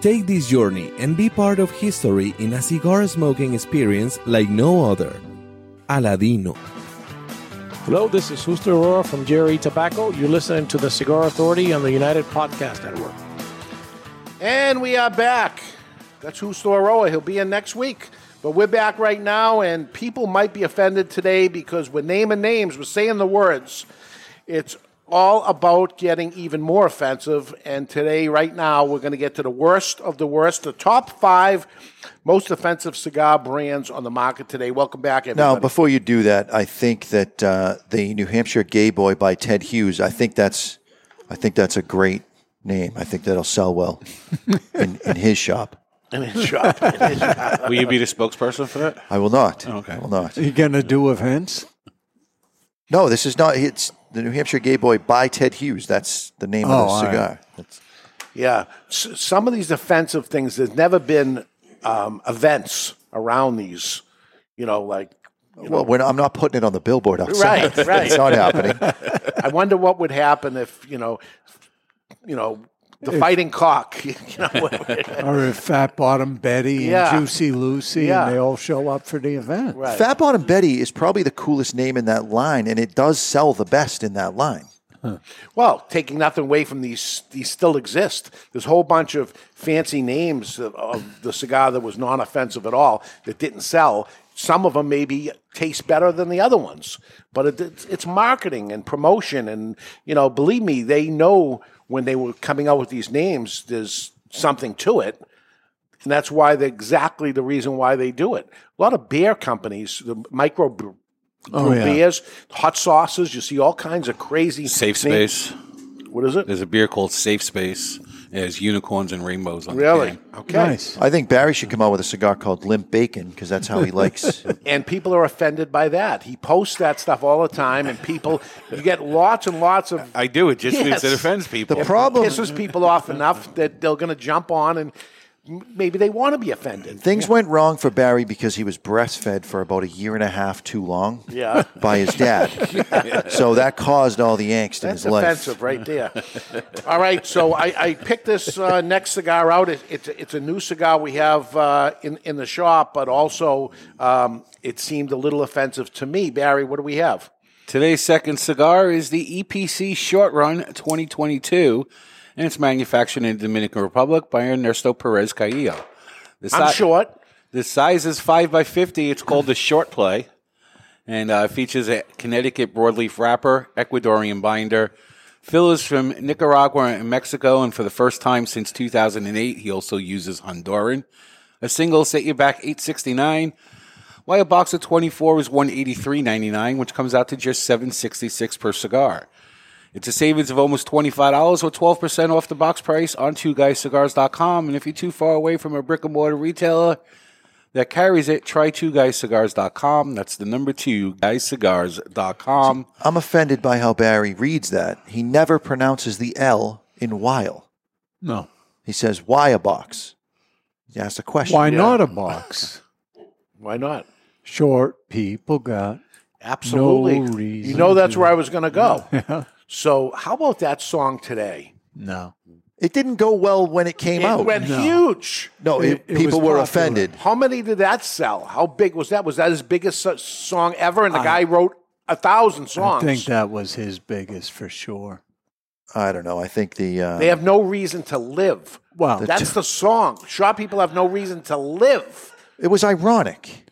S12: Take this journey and be part of history in a cigar smoking experience like no other. Aladino.
S13: Hello, this is Justo Aurora from Jerry Tobacco. You're listening to the Cigar Authority on the United Podcast Network.
S1: And we are back. That's who's Storoa. He'll be in next week. But we're back right now, and people might be offended today because we're naming names, we're saying the words. It's all about getting even more offensive. And today, right now, we're going to get to the worst of the worst, the top five most offensive cigar brands on the market today. Welcome back, everybody.
S2: Now, before you do that, I think that uh, the New Hampshire Gay Boy by Ted Hughes. I think that's, I think that's a great name. I think that'll sell well in, in his shop.
S1: In his shop. [LAUGHS] In his shop.
S3: Will you be the spokesperson for that?
S2: I will not.
S3: Okay.
S2: I will not.
S4: You going to do events?
S2: No, this is not. It's the New Hampshire Gay Boy by Ted Hughes. That's the name
S1: Oh,
S2: of the
S1: all right.
S2: cigar.
S1: Yeah, S- some of these offensive things. There's never been um, events around these. You know, like you
S2: Well,
S1: know-
S2: we're not, I'm not putting it on the billboard outside.
S1: right, right.
S2: [LAUGHS] It's
S1: [LAUGHS]
S2: not happening.
S1: I wonder what would happen if you know, you know, the
S4: If-
S1: fighting cock. [LAUGHS] You know,
S4: Or if Fat Bottom Betty
S1: Yeah.
S4: and Juicy Lucy
S1: Yeah.
S4: and they all show up for the event.
S2: Fat Bottom Betty is probably the coolest name in that line, and it does sell the best in that line.
S1: Well, taking nothing away from these, these still exist. There's a whole bunch of fancy names of, of the cigar that was non-offensive at all that didn't sell. Some of them maybe taste better than the other ones, but it, it's, it's marketing and promotion, and you know, believe me, they know when they were coming out with these names, there's something to it. And that's why they exactly the reason why they do it. A lot of beer companies, the micro bre-
S3: Oh,
S1: brew
S3: yeah.
S1: beers, hot sauces, you see all kinds of crazy
S3: Safe
S1: names.
S3: Space.
S1: What is it?
S3: There's a beer called Safe Space. It has unicorns and rainbows on
S1: Really?
S3: the can.
S1: Okay. Nice.
S2: I think Barry should come out with a cigar called Limp Bacon because
S4: [LAUGHS]
S2: that's how
S3: [LAUGHS]
S2: he likes.
S1: and people are offended by that. He posts that stuff all the time, and people, you get lots and lots of.
S3: I do. It just means
S1: Yes.
S3: it offends people.
S1: It pisses people off enough that they're going to jump on, and m- maybe they want to be offended.
S2: Things went wrong for Barry because he was breastfed for about a year and a half too long
S1: Yeah.
S2: by
S1: [LAUGHS]
S2: his dad. So that caused all the angst in
S1: That's
S2: his life.
S1: offensive right there.
S3: [LAUGHS]
S1: All right, so I, I picked this uh, next cigar out. It, it's, it's a new cigar we have uh, in, in the shop, but also um, it seemed a little offensive to me. Barry, what do we have?
S3: Today's second cigar is the EPC Short Run 2022, and it's manufactured in the Dominican Republic by Ernesto Perez Caillo. The
S1: I'm short.
S3: The size is 5 by 50 It's called the Short Play, and uh, features a Connecticut broadleaf wrapper, Ecuadorian binder. Phil is from Nicaragua and Mexico, and for the first time since 2008, he also uses Honduran. A single set you back 869 why a box of 24 is 183.99 which comes out to just 766 per cigar It's a savings of almost $25 or 12% off the box price on twoguyscigars.com. And if you're too far away from a brick and mortar retailer that carries it, try twoguyscigars.com. That's the number two, guyscigars.com.
S2: I'm offended by how Barry reads that. He never pronounces the L in while.
S4: No.
S2: He says, why a box? He asks a question.
S4: Why not a box?
S1: Why not?
S4: Short people got
S1: Absolutely.
S4: no reason.
S1: you know that's
S4: to-
S1: where I was going to go.
S4: [LAUGHS] Yeah.
S1: So how about that song today?
S4: No.
S2: It didn't go well when it came
S1: it
S2: out.
S1: went huge.
S2: No, it- It- it people was were popular. offended.
S1: How many did that sell? How big was that? Was that his biggest so- song ever? And the guy wrote a thousand
S4: I
S1: songs.
S4: think that was his biggest for sure.
S2: I don't know. I think the. Uh,
S1: they have no reason to live.
S4: Wow.
S2: The
S1: that's
S2: t-
S1: the song. Shaw people have no reason to live.
S2: It was ironic.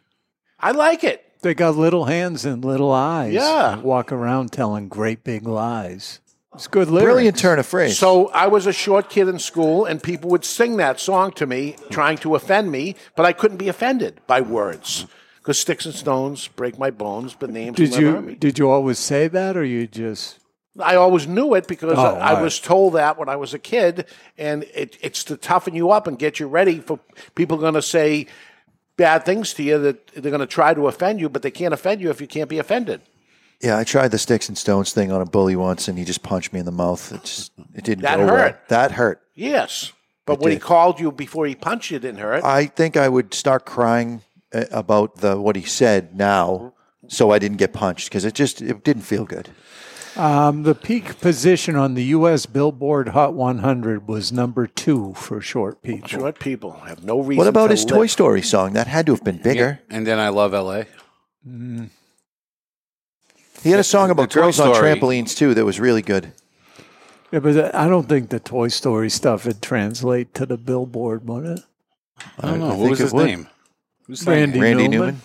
S1: I like it.
S4: They got little hands and little eyes.
S1: Yeah.
S4: and Walk around telling great big lies. It's good lyrics.
S2: Brilliant turn of phrase.
S1: So I was a short kid in school, and people would sing that song to me, trying to offend me, but I couldn't be offended by words because sticks and stones break my bones, but names
S4: Did
S1: will never hurt
S4: you
S1: me.
S4: did you always say that, or you just
S1: I always knew it because
S4: Oh,
S1: I, I
S4: all
S1: was told that when I was a kid, and it, it's to toughen you up and get you ready for people going to say bad things to you that they're going to try to offend you, but they can't offend you if you can't be offended.
S2: Yeah, I tried the sticks and stones thing on a bully once, and he just punched me in the mouth. It just it didn't
S1: That
S2: go well.
S1: hurt.
S2: That hurt.
S1: Yes, but
S2: It
S1: when he
S2: did.
S1: called you before he punched you, it didn't hurt.
S2: I think I would start crying uh, about the what he said now, so I didn't get punched because it just it didn't feel good.
S4: Um, the peak position on the U.S. Billboard Hot 100 was number two for Short People.
S1: Short people have no reason.
S2: what about
S1: to
S2: his
S1: live.
S2: Toy Story song? That had to have been bigger.
S3: And then I love LA.
S2: Mm. He had a song about
S3: Toy
S2: girls on
S3: Story.
S2: trampolines too that was really good.
S4: Yeah, but I don't think the Toy Story stuff would translate to the Billboard, would it?
S3: I don't know.
S4: I
S3: what
S4: think
S3: was
S4: it
S3: his
S4: would.
S3: name? Who's
S4: Randy
S3: saying it?
S4: Newman. Newman?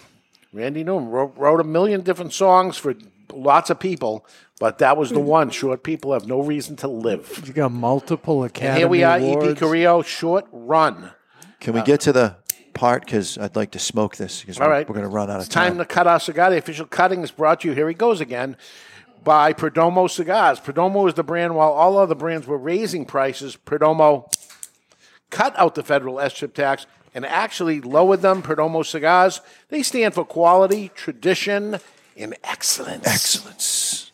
S1: Randy Newman wrote, wrote a million different songs for lots of people, but that was the
S4: Hmm.
S1: one. Short people have no reason to live.
S4: You got multiple Academy
S1: and here we are, E.P.
S4: Awards.
S1: Carrillo, short run.
S2: Can we get to the part because I'd like to smoke this because
S1: Uh, All
S2: we're,
S1: right.
S2: we're going to run out of
S1: It's time to cut our cigar. The official cutting is brought to you. Here he goes again. By Perdomo Cigars. Perdomo is the brand. While all other brands were raising prices, Perdomo cut out the federal S chip tax and actually lowered them. Perdomo Cigars. They stand for quality, tradition, and excellence.
S2: Excellence.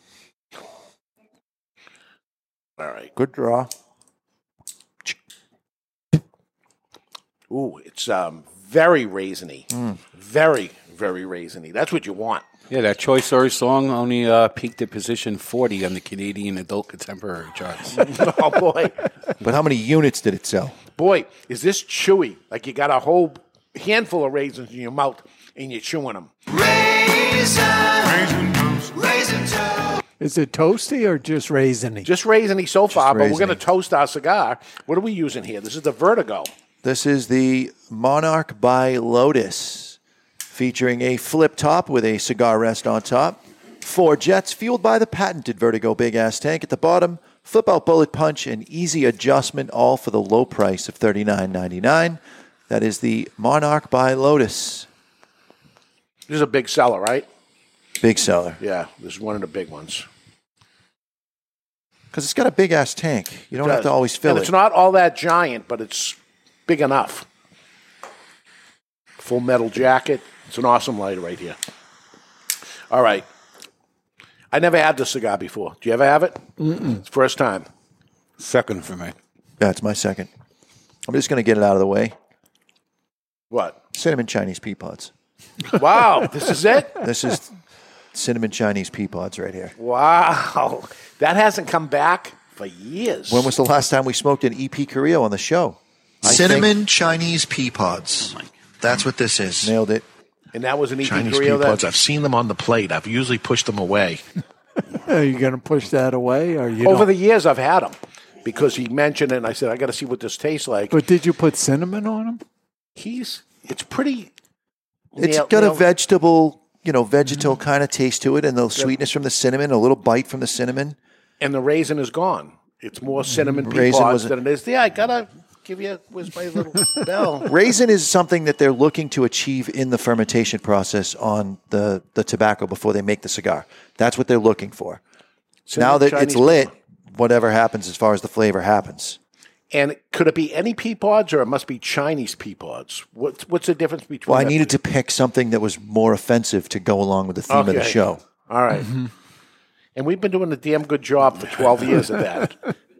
S1: All right.
S2: Good draw.
S1: Ooh, it's um, very raisiny. Very, very raisiny. That's what you want. [LAUGHS]
S3: Yeah, that Choi Story song only uh, peaked at position 40 on the Canadian adult contemporary charts.
S1: oh, boy.
S2: But how many units did it sell?
S1: boy, is this chewy. Like you got a whole handful of raisins in your mouth and you're chewing them.
S4: Is it toasty or just raisiny?
S1: Just raisiny so far, but we're
S2: raisiny.
S1: going to toast our cigar. What are we using here? This is the Vertigo.
S2: This is the Monarch by Lotus, featuring a flip top with a cigar rest on top, four jets fueled by the patented Vertigo big ass tank at the bottom, flip out bullet punch, and easy adjustment, all for the low price of thirty nine ninety nine. That is the Monarch by Lotus,
S1: This is a big seller, right?
S2: big seller,
S1: Yeah, this is one of the big ones.
S2: because it's got a big ass tank. You don't have to always fill
S1: and
S2: it.
S1: It's not all that giant, but it's big enough. Full metal jacket. It's an awesome lighter right here. All right. I never had this cigar before. Do you ever have it? It's First time.
S3: Second for me.
S2: That's my second. I'm just going to get it out of the way.
S1: What?
S2: Cinnamon Chinese pea pods.
S1: Wow, Oh, this is it?
S2: [LAUGHS] This is cinnamon Chinese pea pods right here.
S1: Wow. That hasn't come back for years.
S2: When was the last time we smoked an EP Carrillo on the show? I
S1: Cinnamon
S2: Chinese pea
S1: Oh
S2: pods. That's what this is. Nailed it.
S1: and that was an EP
S10: Chinese
S1: Carrillo
S10: pea
S1: that-
S10: pods. I've seen them on the plate. I've usually pushed them away.
S4: Are you going to push that away? Or you
S1: Over
S4: don't-
S1: the years, I've had them because he mentioned it, and I said, I got to see what this tastes like.
S4: But did you put cinnamon on them?
S1: He's, it's pretty.
S2: It's
S1: nail- Mm.
S2: got
S1: nail-
S2: a vegetable, you know, vegetal kind of taste to it, and the sweetness from the cinnamon, a little bite from the cinnamon.
S1: And the raisin is gone. It's more cinnamon pea
S2: Raisin
S1: pods
S2: was-
S1: than it is. Yeah, I got to give you, where's my little bell?
S2: Raisin is something that they're looking to achieve in the fermentation process on the, the tobacco before they make the cigar. That's what they're looking for. now
S1: in
S2: that
S1: Chinese
S2: it's lit, whatever happens as far as the flavor happens.
S1: And could it be any pea pods or it must be Chinese pea pods? What's, what's the difference between
S2: Well, I
S1: the
S2: needed to pick something that was more offensive to go along with the theme of the
S1: Okay.
S2: show.
S1: All right. And we've been doing a damn good job for 12 years of that,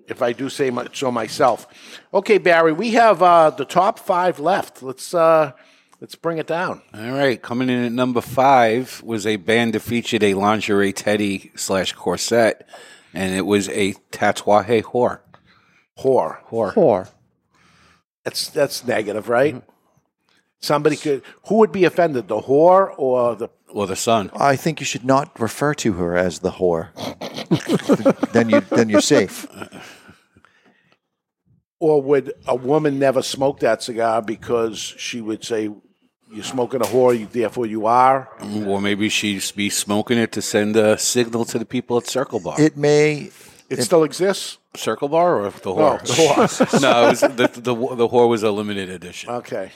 S1: if I do say my, so myself. Okay, Barry, we have uh, the top five left. Let's, uh, let's bring it down.
S3: All right, coming in at number five was a band that featured a lingerie teddy slash corset, and it was a tatouaje whore.
S1: Whore.
S3: Whore.
S1: Whore. That's, that's negative, right?
S2: Mm-hmm.
S1: Somebody could, who would be offended, the whore or the.
S3: Well, the son.
S2: I think you should not refer to her as the whore. [LAUGHS] then you then you're safe.
S1: Or would a woman never smoke that cigar because she would say, You're smoking a whore, you, therefore you are?
S3: Or maybe she'd be smoking it to send a signal to the people at Circle Bar.
S2: It may.
S1: It, still exists?
S3: Circle Bar or the
S1: No,
S3: whore?
S1: the whore.
S3: [LAUGHS] no, it was, the, the, the whore was a limited edition.
S1: Okay.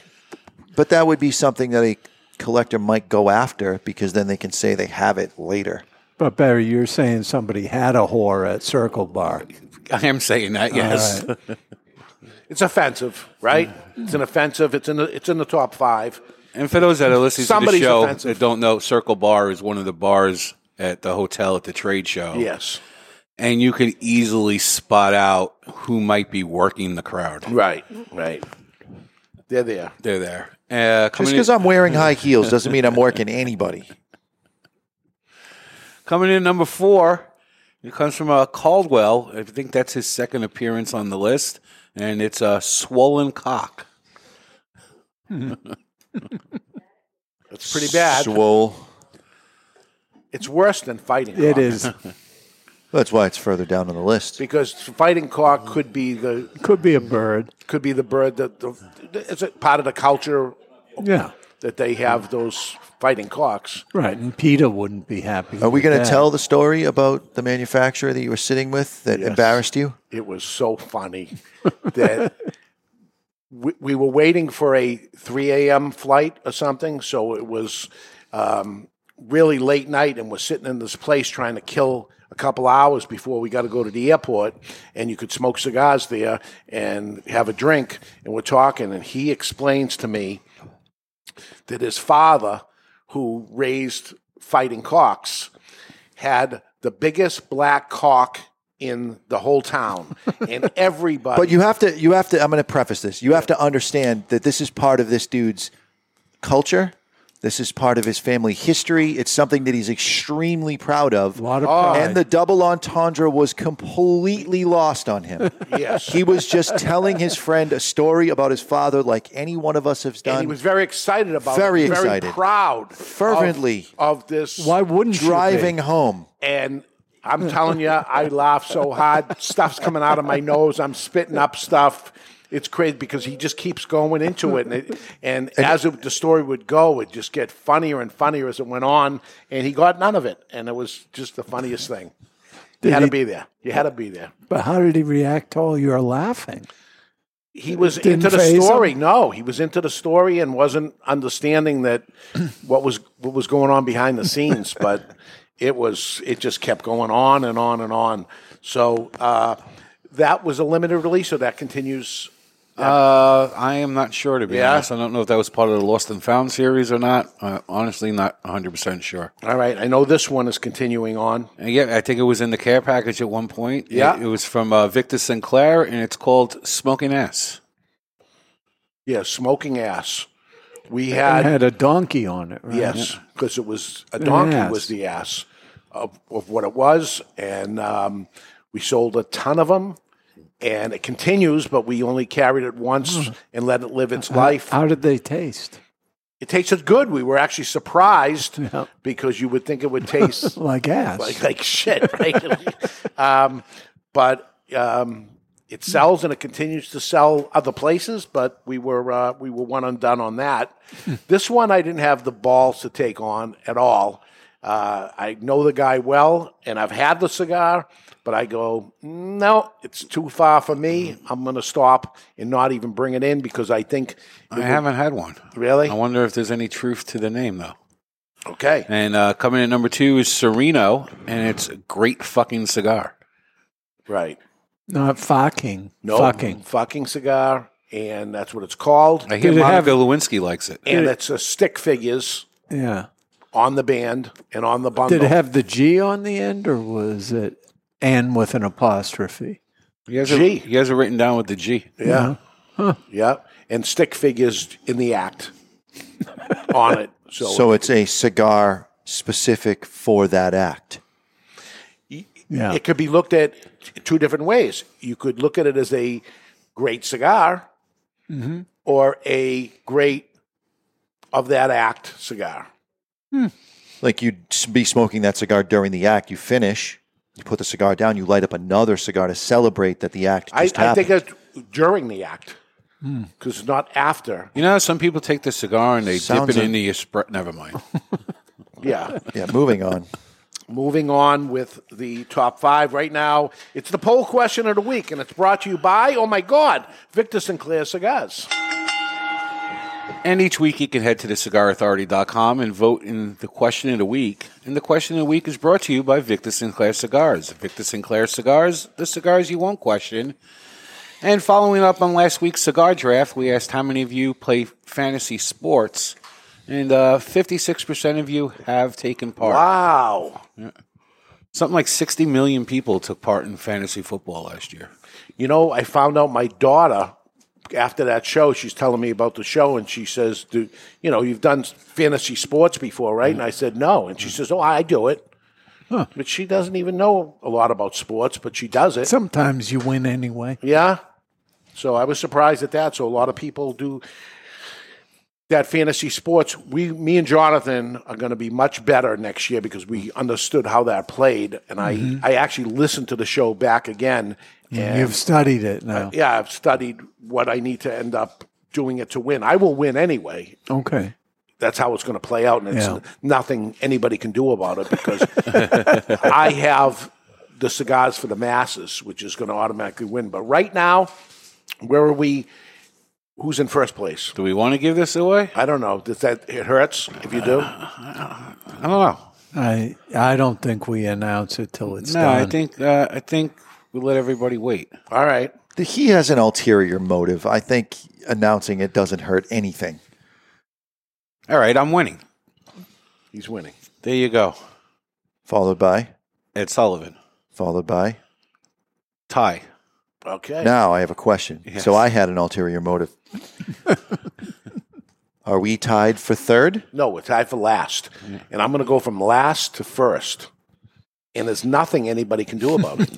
S2: But that would be something that a collector might go after because then they can say they have it later.
S4: But Barry, you're saying somebody had a whore at Circle Bar.
S3: I am saying that,
S4: All
S3: yes.
S4: right.
S1: It's offensive, right? It's an offensive. It's in the it's in the top five.
S3: And for those that are listening
S1: Somebody's
S3: to the show
S1: offensive.
S3: that don't know, Circle Bar is one of the bars at the hotel at the trade show.
S1: Yes.
S3: And you could easily spot out who might be working the crowd.
S1: Right, right. They're there.
S3: They're there. Uh,
S2: Just
S3: coming in-
S2: because I'm wearing high heels doesn't mean I'm working anybody.
S3: [LAUGHS] Coming in number four, it comes from uh, Caldwell. I think that's his second appearance on the list, and it's a swollen cock.
S1: [LAUGHS] It's pretty bad.
S2: Swole.
S1: It's worse than fighting. cock.
S2: [LAUGHS] That's why it's further down on the
S1: [LAUGHS]
S2: list.
S1: because fighting cock could be the
S4: could be a bird.
S1: Could be the bird that the, it's a part of the culture.
S4: Yeah.
S1: That they have those fighting cocks.
S4: Right, and PETA wouldn't be happy.
S2: Are we
S4: with
S2: going
S4: that.
S2: to tell the story about the manufacturer that you were sitting with that embarrassed you?
S1: It was so funny that we, we were waiting for a 3 a.m. flight or something. So it was um, really late night, and we're sitting in this place trying to kill a couple hours before we got to go to the airport. And you could smoke cigars there and have a drink. And we're talking, and he explains to me that his father, who raised fighting cocks, had the biggest black cock in the whole town,
S2: [LAUGHS]
S1: and everybody.
S2: But you have to, you have to. I'm going to preface this. You have to understand that this is part of this dude's culture. This is part of his family history. It's something that he's extremely proud of.
S4: of
S1: pride.
S2: And the double entendre was completely lost on him.
S1: [LAUGHS] Yes.
S2: He was just telling his friend a story about his father, like any one of us has
S1: and
S2: done.
S1: he was very excited about
S2: Very
S1: it,
S2: excited.
S1: very proud,
S2: Fervently.
S1: of, of this.
S2: Why wouldn't you Driving be? home?
S1: And I'm telling you, I laugh so hard, stuff's coming out of my nose. I'm spitting up stuff. It's crazy because he just keeps going into it, and, it, and, as it, the story would go, it just get funnier and funnier as it went on, and he got none of it, and it was just the funniest thing. You
S4: Did
S1: had
S4: he-
S1: to be there. You had to be there.
S4: But how did he react to all your laughing?
S1: he was
S4: Didn't
S1: into the
S4: faze him?
S1: story. No, he was into the story and wasn't
S4: [CLEARS THROAT]
S1: understanding that what was what was going on behind the scenes. but it was it just kept going on and on and on. So uh, that was a limited release. So that continues.
S3: Uh, I am not sure to be
S1: Yeah?
S3: honest. I don't know if that was part of the Lost and Found series or not. Uh, honestly, not 100 percent sure.
S1: All right, I know this one is continuing on.
S3: And yeah, I think it was in the care package at one point. It-
S1: Yeah.
S3: it, was from uh, Victor Sinclair, and it's called "Smoking Ass."
S1: Yeah, smoking ass. We
S4: It
S1: had,
S4: had a donkey on it, right?
S1: yes because it was a
S4: An
S1: donkey
S4: ass.
S1: was the ass of, of what it was, and um, we sold a ton of them. And it continues, but we only carried it once and let it live its life.
S4: Hmm. How did they taste?
S1: It tasted good. We were
S4: [LAUGHS]
S1: actually surprised because you would think it would taste
S4: Like ass.
S1: [LAUGHS] like, like shit, right? [LAUGHS] um, but um, it sells and it continues to sell other places. But we were uh, we were one and done on
S3: [LAUGHS]
S1: that. this one I didn't have the balls to take on at all. Uh, I know the guy well, and I've had the cigar, but I go, no, it's too far for
S3: Mm.
S1: me. I'm going to stop and not even bring it in because I think it
S3: I haven't had one.
S1: Really?
S3: I wonder if there's any truth to the name, though.
S1: Okay.
S3: And uh, coming in number two is Sereno, and it's a great fucking cigar.
S1: Right.
S4: Not fucking.
S1: No,
S4: Fucking.
S1: fucking cigar, and that's what it's called.
S3: I hear Monica Lewinsky likes it.
S1: and it's a stick figures
S4: Yeah.
S1: on the band and on the bundle.
S4: Did it have the G on the end or was it and with an apostrophe?
S3: You guys, are,
S1: G.
S3: you guys are written down with the G.
S1: Yeah. Yeah. And stick figures in
S4: [LAUGHS]
S1: the act on it. So,
S2: So it's a cigar specific for that act.
S4: yeah.
S1: it could be looked at t- two different ways. You could look at it as a great cigar
S4: Mm-hmm.
S1: or a great of that act cigar.
S2: Like you'd s- be smoking that cigar during the act. You finish, you put the cigar down, you light up another cigar to celebrate that the act
S1: I,
S2: just
S1: I think
S2: happened.
S1: it's during the act
S4: Hmm.
S1: because it's not after.
S3: You know, how some people take the cigar and they
S1: Sounds
S3: dip it
S1: a-
S3: in the espresso. Never mind.
S4: [LAUGHS]
S1: Yeah.
S2: yeah, moving on.
S1: Moving on with the top five right now. It's the poll question of the week, and it's brought to you by, oh my God, Victor Sinclair Cigars.
S3: And each week you can head to thecigarauthority.com and vote in the question of the week. And the question of the week is brought to you by Victor Sinclair Cigars. Victor Sinclair Cigars, the cigars you won't question. And following up on last week's cigar draft, we asked how many of you play fantasy sports. And uh, 56% of you have taken part.
S1: Wow.
S3: Something like 60 million people took part in fantasy football last year.
S1: You know, I found out my daughter after that show. She's telling me about the show, and she says, "Do you know you've done fantasy sports before, right?" And I said, "No,"
S3: Mm.
S1: and she says, "Oh, I do it," but she doesn't even know a lot about sports, but she does it.
S4: Sometimes you win anyway.
S1: Yeah. So I was surprised at that. So a lot of people do that fantasy sports. We, me and Jonathan are going to be much better next year because we understood how that played, and
S4: Mhm.
S1: I, I actually listened to the show back again. And
S4: You've studied it now.
S1: uh, yeah, I've studied what I need to end up doing it to win. I will win anyway.
S4: Okay.
S1: That's how it's going to play out, and it's
S4: Yeah.
S1: nothing anybody can do about it because I have the cigars for the masses, which is going to automatically win. But right now, where are we? Who's in first place?
S3: Do we want to give this away? Uh.
S1: I don't know. Does that it hurts if you do?
S3: I don't know.
S4: I I don't think we announce it till it's
S3: no,
S4: done.
S3: I think uh, I think we let everybody wait.
S1: All right.
S2: The- He has an ulterior motive. I think announcing it doesn't hurt anything.
S3: All right, I'm winning.
S1: He's winning.
S3: There you go.
S2: Followed by,
S3: Ed Sullivan.
S2: followed by.
S3: Tie.
S1: Okay.
S2: Now I have a question.
S3: Yes.
S2: So I had an
S1: [LAUGHS]
S2: ulterior motive. Are we tied for third?
S1: No, we're tied for last, and I'm going to go from last to first, and there's nothing anybody can do about it.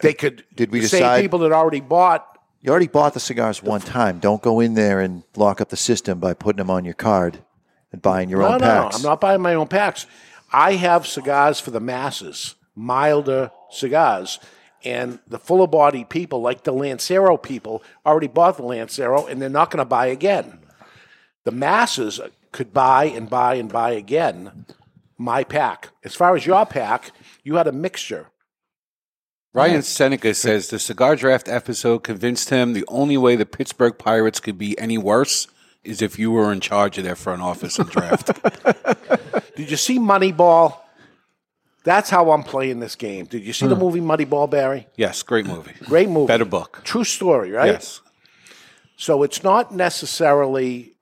S1: they could.
S2: Did we
S1: the
S2: decide-
S1: Same people that already bought.
S2: You already bought the cigars one time. Don't go in there and lock up the system by putting them on your card and buying your
S1: no,
S2: own
S1: no,
S2: packs.
S1: I'm not buying my own packs. I have cigars for the masses, milder cigars, and the fuller body people, like the Lancero people, already bought the Lancero, and they're not going to buy again. The masses could buy and buy and buy again. My pack. As far as your pack, you had a mixture.
S3: Ryan Seneca says the cigar draft episode convinced him the only way the Pittsburgh Pirates could be any worse is if you were in charge of their front office and
S2: [LAUGHS]
S3: draft.
S1: Did you see Moneyball? That's how I'm playing this game. Did you see
S2: Hmm.
S1: the movie Moneyball, Barry?
S3: yes, great movie.
S1: Great movie.
S3: Better book.
S1: True story, right?
S3: Yes.
S1: So it's not necessarily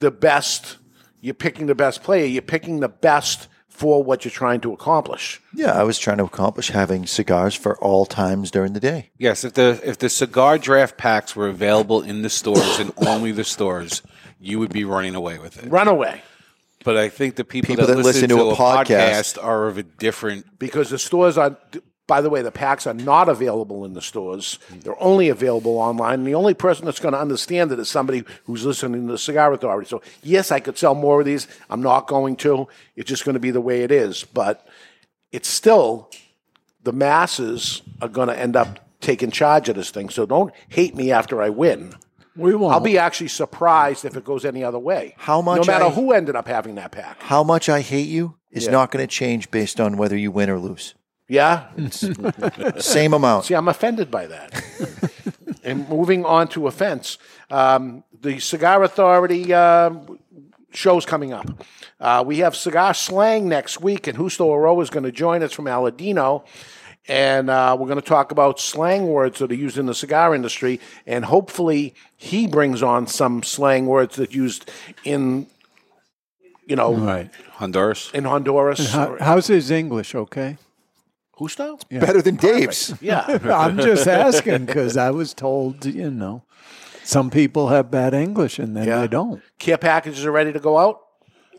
S1: the best. You're picking the best player. You're picking the best for what you're trying to accomplish.
S2: yeah, I was trying to accomplish having cigars for all times during the day.
S3: Yes, if the if the cigar draft packs were available in the stores and only the stores, you would be running away with it.
S1: Run away.
S3: But I think the people,
S2: People that listen to a podcast-
S3: are of a different
S1: because the stores are. By the way, the packs are not available in the stores. They're only available online. And the only person that's going to understand it is somebody who's listening to the Cigar Authority. So, yes, I could sell more of these. I'm not going to. It's just going to be the way it is. But it's still the masses are going to end up taking charge of this thing. So, don't hate me after I win.
S4: We won't.
S1: I'll be actually surprised if it goes any other way.
S2: How much
S1: No matter
S2: I-
S1: who ended up having that pack.
S2: How much I hate you is
S1: Yeah.
S2: not going to change based on whether you win or lose.
S1: Yeah.
S2: [LAUGHS] Same amount.
S1: [LAUGHS] See, I'm offended by that. and moving on to offense, um, the the Cigar Authority um, show's coming up. Uh, we have Cigar Slang next week, and Justo Aroa is going to join us from Aladino. And uh, we're going to talk about slang words that are used in the cigar industry. And hopefully, he brings on some slang words that used in, you know,
S3: Honduras.
S1: in Honduras.
S4: How, how's his English? Okay.
S1: Justo?
S4: Yeah.
S1: Better than Dave's. Perfect. [LAUGHS]
S4: [LAUGHS]
S1: Yeah.
S4: I'm just asking because I was told, you know, some people have bad English and then they don't.
S1: [LAUGHS] Care packages are ready to go out.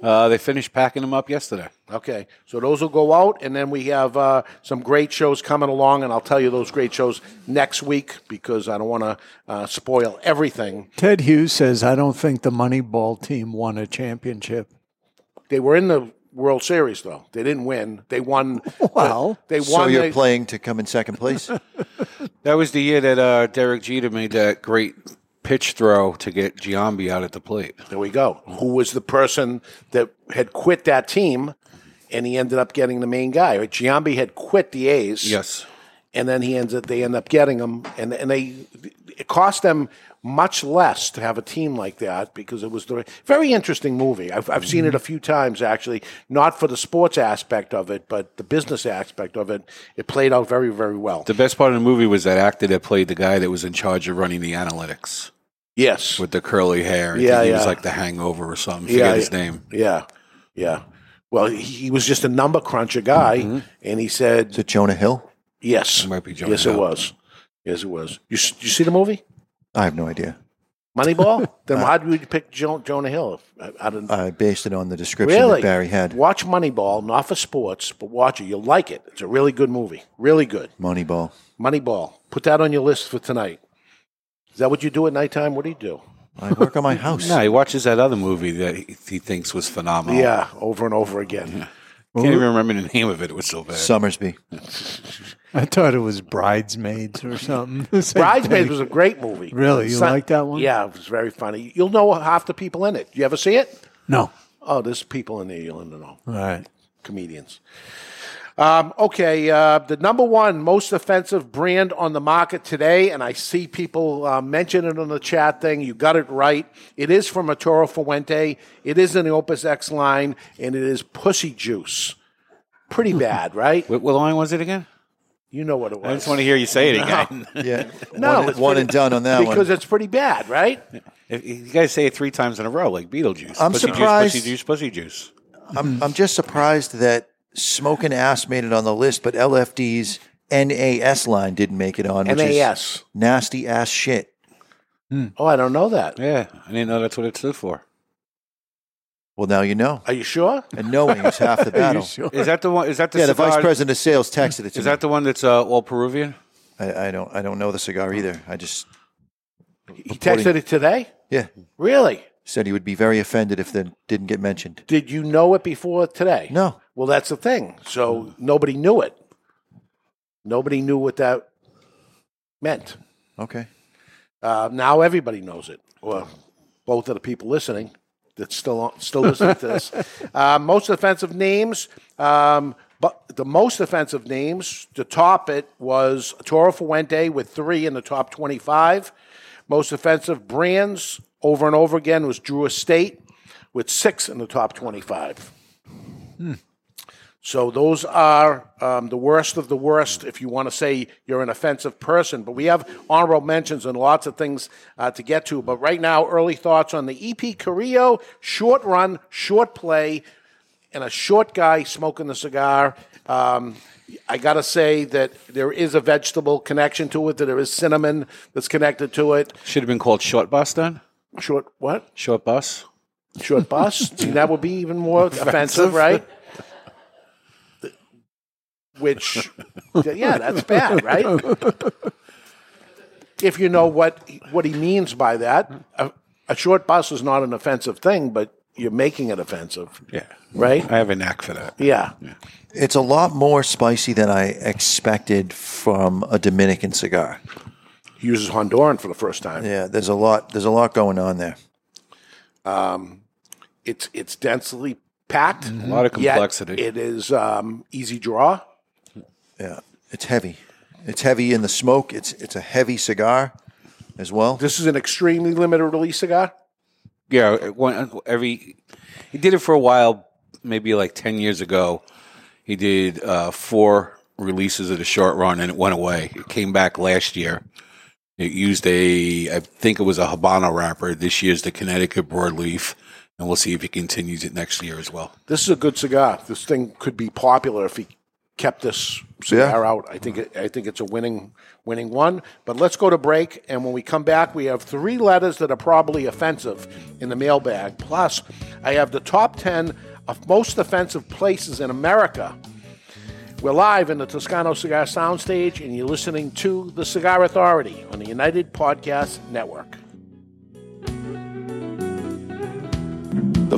S3: Uh, they finished packing them up yesterday.
S1: Okay, so those will go out, and then we have uh, some great shows coming along, and I'll tell you those great shows next week because I don't want to uh, spoil everything.
S4: Ted Hughes says, I don't think the Moneyball team won a championship.
S1: They were in the World Series, though. They didn't win. They won. Well, they won.
S2: So you're
S1: the-
S2: playing to come in
S1: [LAUGHS]
S2: second place.
S3: That was the year that uh, Derek Jeter made that great pitch throw to get Giambi out at the plate.
S1: There we go. Who was the person that had quit that team, and he ended up getting the main guy. Right? Giambi had quit the A's.
S3: Yes.
S1: And then he ends up, they end up getting him, and and they it cost them much less to have a team like that because it was the very interesting movie. I've I've seen it a few times actually, not for the sports aspect of it, but the business aspect of it. It played out very very well.
S3: The best part of the movie was that actor that played the guy that was in charge of running the analytics.
S1: Yes.
S3: With the curly hair. I
S1: Yeah,
S3: think he was
S1: yeah.
S3: like the hangover or something. Forget his
S1: yeah.
S3: name.
S1: Yeah, yeah. Well, he he was just a number cruncher guy, and he said, "Is
S2: it Jonah Hill?"
S1: Yes,
S2: Mm-hmm. It might be Jonah
S1: Yes, it
S2: Hill.
S1: was. Yes, it was. You s- you see the movie
S2: I have no idea. [LAUGHS]
S1: Moneyball? then why did you pick jo- Jonah Hill? I, I don't
S2: Uh, I based it on the description
S1: really.
S2: that Barry had.
S1: Watch Moneyball, not for sports, but watch it. You'll like it. It's a really good movie. Really good.
S2: Moneyball.
S1: Moneyball. Put that on your list for tonight. Is that what you do at nighttime? What do you do?
S2: I work
S3: [LAUGHS]
S2: on my house.
S3: No, he watches that other movie that he, he thinks was phenomenal.
S1: Yeah, over and over again.
S3: Can't even remember the name of it. It was so bad.
S2: Summersby.
S4: I thought it was Bridesmaids or something. [LAUGHS] The same
S1: Bridesmaids
S4: thing.
S1: was a great movie.
S4: Really? You
S1: Son-
S4: like that one?
S1: Yeah, it was very funny. You'll know half the people in it. You ever see it?
S4: No.
S1: Oh, there's people in there you'll end up know.
S4: All right.
S1: Comedians. Um, okay, uh, the number one most offensive brand on the market today, and I see people uh, mention it on the chat thing. You got it right. It is from Arturo Fuente. It is in the Opus X line, and it is Pussy Juice. Pretty bad, right?
S3: What, what line was it again?
S1: You know what it was.
S3: I just want to hear you say it
S1: No. [LAUGHS]
S3: again.
S2: yeah.
S1: No, it's pretty- because it's pretty bad, right?
S3: If- if you guys say it three times in a row, like Beetlejuice.
S2: I'm
S3: pussy
S2: surprised-
S3: Juice, pussy juice, pussy juice.
S2: I'm, I'm just surprised that Smoking Ass made it on the list, but LFD's NAS line didn't make it on. Which
S1: NAS.
S2: Is nasty ass shit.
S1: Oh, I don't know that.
S3: Yeah, I didn't know that's what it stood for.
S2: Well, now you know.
S1: Are you sure?
S2: And knowing
S1: [LAUGHS]
S2: is half the battle.
S3: Is that the one? Is that the
S2: yeah, the
S3: cigar-
S2: vice president of sales texted it
S3: Is
S2: to me.
S3: that the one that's uh, all Peruvian?
S2: I, I don't. I don't know the cigar either. I just
S1: He texted it today?
S2: Yeah,
S1: Really?
S2: said he would be very offended if that didn't get mentioned.
S1: Did you know it before today?
S2: No.
S1: Well, that's the thing. So nobody knew it. Nobody knew what that meant.
S2: Okay.
S1: Uh, now everybody knows it. Well, both of the people listening that still on- still listening to this. Uh, most offensive names. Um, but the most offensive names to top it was Toro Fuente with three in the top twenty-five. Most offensive brands over and over again was Drew Estate with six in the top twenty-five.
S4: Hmm.
S1: So those are um, the worst of the worst if you want to say you're an offensive person. But we have honorable mentions and lots of things uh, to get to. But right now, early thoughts on the EP Carrillo short run, short play, and a short guy smoking the cigar. Um, I got to say that there is a vegetable connection to it, that there is cinnamon that's connected to it.
S3: Should have been called Short Bus then.
S1: Short what?
S3: Short Bus.
S1: Short
S3: [LAUGHS]
S1: Bus. See, that would be even more offensive,
S3: Offensive.
S1: right? [LAUGHS] Which, yeah, that's bad, right? If you know what what he means by that, a, a short bus is not an offensive thing, but you're making it offensive.
S3: Yeah.
S1: Right?
S3: I have a knack for that.
S1: Yeah.
S2: It's a lot more spicy than I expected from a Dominican cigar.
S1: He uses Honduran for the first time.
S2: Yeah, there's a lot. There's a lot going on there.
S1: Um, it's it's densely packed.
S2: Mm-hmm. A lot of
S1: yet
S2: complexity.
S1: It is um, easy draw.
S2: Yeah, it's heavy. It's heavy in the smoke. It's it's a heavy cigar. as well.
S1: This is an extremely limited release cigar.
S3: Yeah, it- one every he did it for a while, maybe like ten years ago. He did uh, four releases of the short run, and it went away. It came back last year. It used a, I think it was a Habano wrapper. This year's the Connecticut broadleaf, and we'll see if he continues it next year as well.
S1: This is a good cigar. This thing could be popular if he kept this cigar out. I think it, I think it's a winning winning one. But let's go to break, and when we come back, we have three letters that are probably offensive in the mailbag. Plus, I have the top ten of most offensive places in America. We're live in the Toscano Cigar Soundstage, and you're listening to the Cigar Authority on the United Podcast Network.
S14: The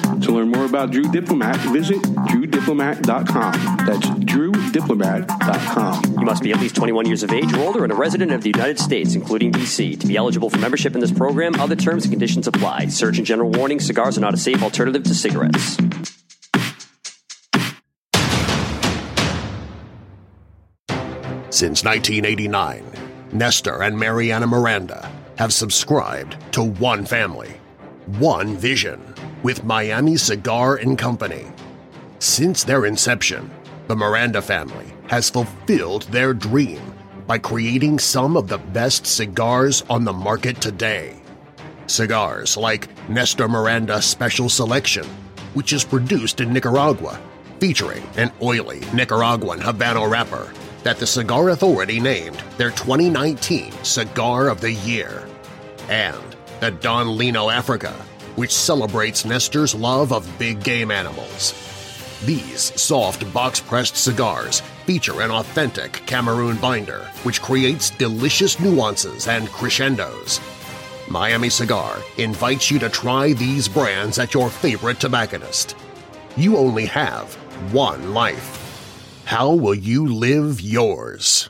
S14: To learn more about Drew Diplomat, visit drewdiplomat.com. That's drewdiplomat.com.
S15: You must be at least 21 years of age or older and a resident of the United States, including D.C., to be eligible for membership in this program. Other terms and conditions apply. Surgeon General warning cigars are not a safe alternative to cigarettes.
S16: Since 1989, Nestor and Mariana Miranda have subscribed to one family, one vision with Miami Cigar and Company. Since their inception, the Miranda family has fulfilled their dream by creating some of the best cigars on the market today. Cigars like Nestor Miranda Special Selection, which is produced in Nicaragua, featuring an oily Nicaraguan Habano wrapper that the Cigar Authority named their 2019 Cigar of the Year. And the Don Lino Africa, which celebrates Nestor's love of big game animals. These soft box-pressed cigars feature an authentic Cameroon binder, which creates delicious nuances and crescendos. Miami Cigar invites you to try these brands at your favorite tobacconist. You only have one life. How will you live yours?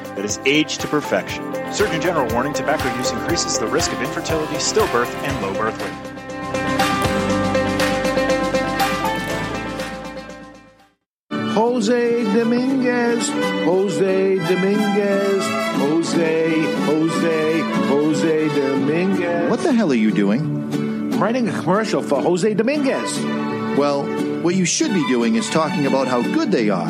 S5: that is aged to perfection. Surgeon General warning tobacco use increases the risk of infertility, stillbirth, and low birth weight.
S8: Jose Dominguez, Jose Dominguez, Jose, Jose, Jose Dominguez.
S2: What the hell are you doing?
S8: I'm writing a commercial for Jose Dominguez.
S2: Well, what you should be doing is talking about how good they are.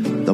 S2: the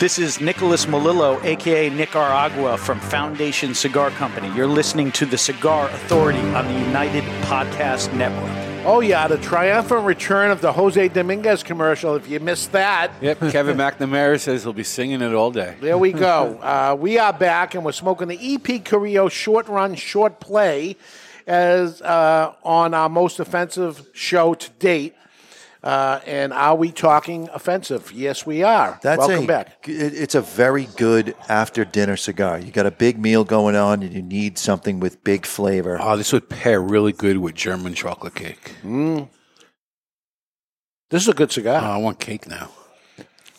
S17: This is Nicholas Melillo, aka Nicaragua from Foundation Cigar Company. You're listening to the Cigar Authority on the United Podcast Network.
S1: Oh, yeah, the triumphant return of the Jose Dominguez commercial. If you missed that,
S3: Yep, Kevin McNamara says he'll be singing it all day.
S1: There we
S2: [LAUGHS]
S1: go. Uh, we are back, and we're smoking the EP Carrillo short run, short play, as uh, on our most offensive show to date. Uh, and are we talking offensive? Yes, we are.
S2: That's
S1: Welcome
S2: a,
S1: back.
S2: it- It's a very good after dinner cigar. You got a big meal going on, and you need something with big flavor.
S3: Oh, this would pair really good with German chocolate cake.
S1: Mm. This is a good cigar.
S3: Oh, I want cake now.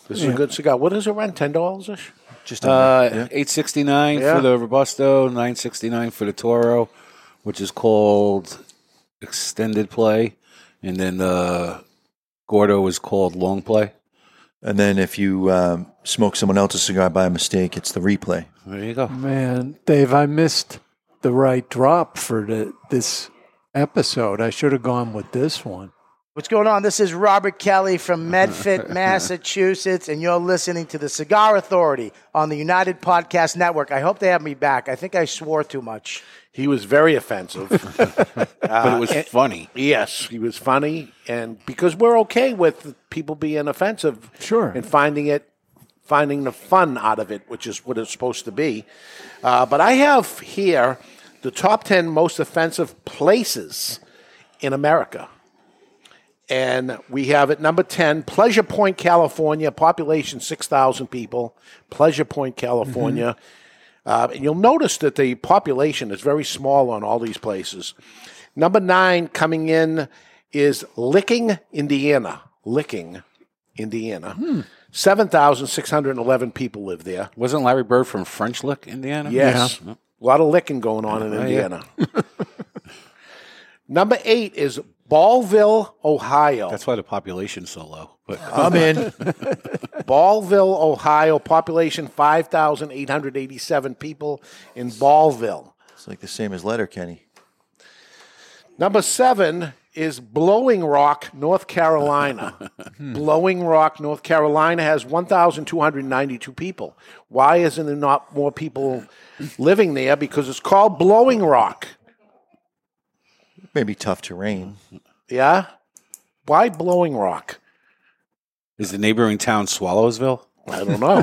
S1: This is a good cigar. What is it run? Ten dollars ish.
S2: Just
S3: Uh, 869
S1: Yeah.
S3: for the Robusto, 969 for the Toro, which is called extended play, and then the Gordo is called long play.
S2: And then if you um, smoke someone else's cigar by mistake, it's the replay.
S3: There you go.
S4: Man, Dave, I missed the right drop for the, this episode. I should have gone with this one.
S18: What's going on? This is Robert Kelly
S17: [LAUGHS]
S18: from Medfit, Massachusetts, and you're listening to the Cigar Authority on the United Podcast Network. I hope they have me back. I think I swore too much. Uh,
S1: He was very
S3: [LAUGHS]
S1: offensive, but
S3: it was funny.
S1: Yes, he was funny, and because we're okay with people being offensive, sure, and finding it, finding the fun out of it, which is what it's supposed to be. Uh, but I have here the top ten most offensive places in America. And we have at number 10, Pleasure Point, California, population 6,000 people. Pleasure Point, California. Uh, and you'll notice that the population is very small on all these places. Number nine coming in is Licking, Indiana. Licking, Indiana. 7,611 people live there.
S3: Wasn't Larry Bird from French Lick, Indiana?
S1: Yes.
S3: Yeah.
S1: A lot of licking going on in
S3: Oh, yeah. [LAUGHS]
S1: Indiana. Number eight is Ballville, Ohio.
S3: That's why the population's so low. But
S1: [LAUGHS] I'm
S3: [LAUGHS]
S1: in. Ballville, Ohio, population 5,887 people in Ballville.
S2: It's like the same as letter, Kenny.
S1: Number seven is Blowing Rock, North
S3: [LAUGHS]
S1: Carolina.
S3: Hmm.
S1: Blowing Rock, North Carolina has 1,292 people. Why isn't there not more people living there? Because it's called Blowing Rock.
S2: Maybe tough terrain.
S1: Yeah? Why Blowing Rock?
S3: Is the neighboring town Swallowsville?
S1: I don't know.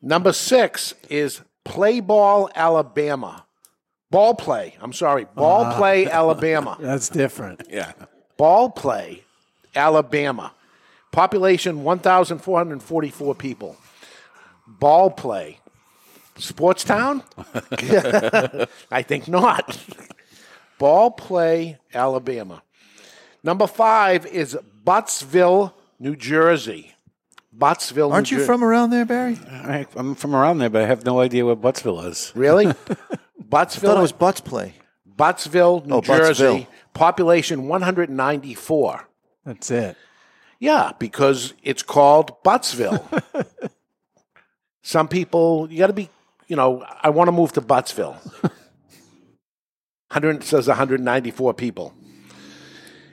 S1: Number six is Play Ball, Alabama. Ball play. I'm sorry. Ball
S4: Ah. [LAUGHS]
S1: play, Alabama.
S4: That's different.
S3: Yeah.
S1: Ball play, Alabama. Population 1,444 people. Ball play. Sports town? [LAUGHS] I think not. Ball play, Alabama. Number five is Buttsville, New Jersey. Buttsville, New
S2: Aren't you
S1: Jer-
S2: from around there, Barry?
S3: [LAUGHS] I, I'm from around there, but I have no idea what Buttsville is. [LAUGHS]
S1: Really? Buttsville?
S2: I thought it was Butts Play.
S1: Buttsville, New
S2: Oh,
S1: Jersey.
S2: Buttsville.
S1: Population 194.
S4: That's it.
S1: Yeah, because it's called Buttsville. Some people, you got to be, you know, I want to move to Buttsville. 100 says 194 people.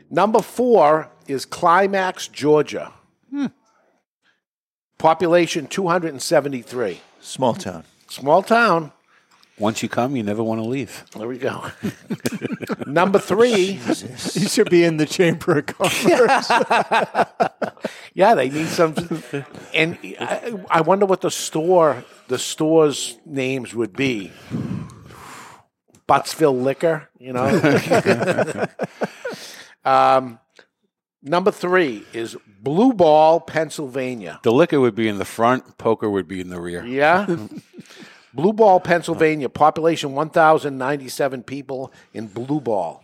S1: Number four is Climax, Georgia. Population 273.
S2: Small town.
S1: Small town.
S3: Once you come, you never want to leave.
S1: There we go. [LAUGHS] Number three.
S4: You should be in the Chamber of Commerce.
S1: [LAUGHS] Yeah, they need some. and I, I wonder what the store, the store's names would be. Buttsville Liquor, you
S2: [LAUGHS]
S1: know. um, number three is Blue Ball, Pennsylvania.
S3: The liquor would be in the front, poker would be in the rear.
S1: Yeah. [LAUGHS] Blue Ball, Pennsylvania, population 1,097 people in Blue Ball.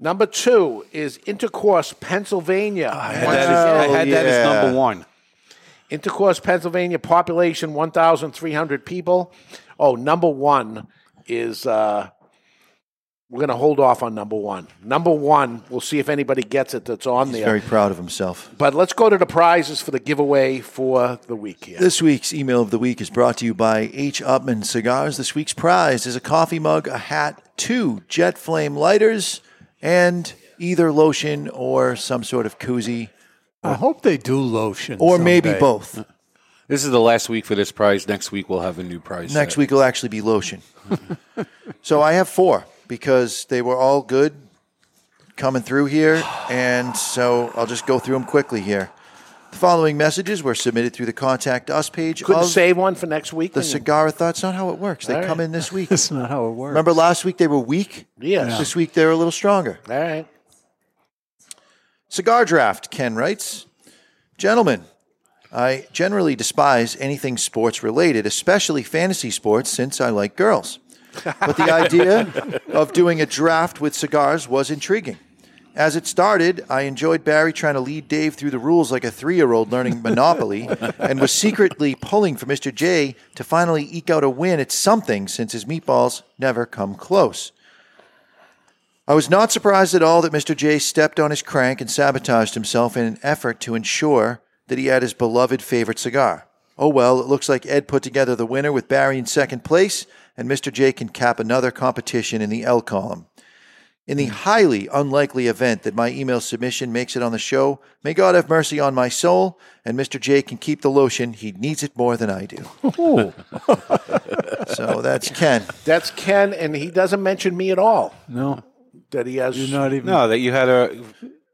S1: Number two is Intercourse, Pennsylvania. Once
S3: I
S1: again.
S3: had that as number one.
S1: Intercourse, Pennsylvania, population 1,300 people. Oh, number one is uh, we're going to hold off on number one. Number one, we'll see if anybody gets it that's on
S2: He's
S1: there.
S2: very proud of himself.
S1: but let's go to the prizes for the giveaway for the week here.
S2: This week's email of the week is brought to you by H. Upman Cigars. This week's prize is a coffee mug, a hat, two jet flame lighters, and either lotion or some sort of koozie.
S4: I hope they do lotion.
S2: Or maybe both.
S3: Uh, This is the last week for this prize. Next week, we'll have a new prize.
S2: Next week will actually be lotion. so I have four because they were all good. coming through here, and so I'll just go through them quickly here. The following messages were submitted through the Contact Us page.
S1: Couldn't
S2: of
S1: save one for next week.
S2: The
S1: and-
S2: Cigar Thoughts. Not how it works. They
S1: All right.
S2: come in this
S4: [LAUGHS]
S2: week.
S4: That's not how it works.
S2: Remember last week they were weak?
S1: Yes.
S2: This week they're a little stronger.
S1: All right.
S2: Cigar Draft, Ken writes Gentlemen, I generally despise anything sports related, especially fantasy sports, since I like girls.
S1: [LAUGHS]
S2: But the [LAUGHS] idea of doing a draft with cigars was intriguing. As it started, I enjoyed Barry trying to lead Dave through the rules like a three year old learning Monopoly and was secretly pulling for Mr. J to finally eke out a win at something since his meatballs never come close. I was not surprised at all that Mr. J stepped on his crank and sabotaged himself in an effort to ensure that he had his beloved favorite cigar. Oh well, it looks like Ed put together the winner with Barry in second place, and Mr. J can cap another competition in the L column. In the highly unlikely event that my email submission makes it on the show, may God have mercy on my soul, and Mr. J can keep the lotion. He needs it more than I do. so that's Ken.
S1: That's Ken, and he doesn't mention me at all.
S4: No.
S1: That he has. You're not even.
S3: No, that you had a.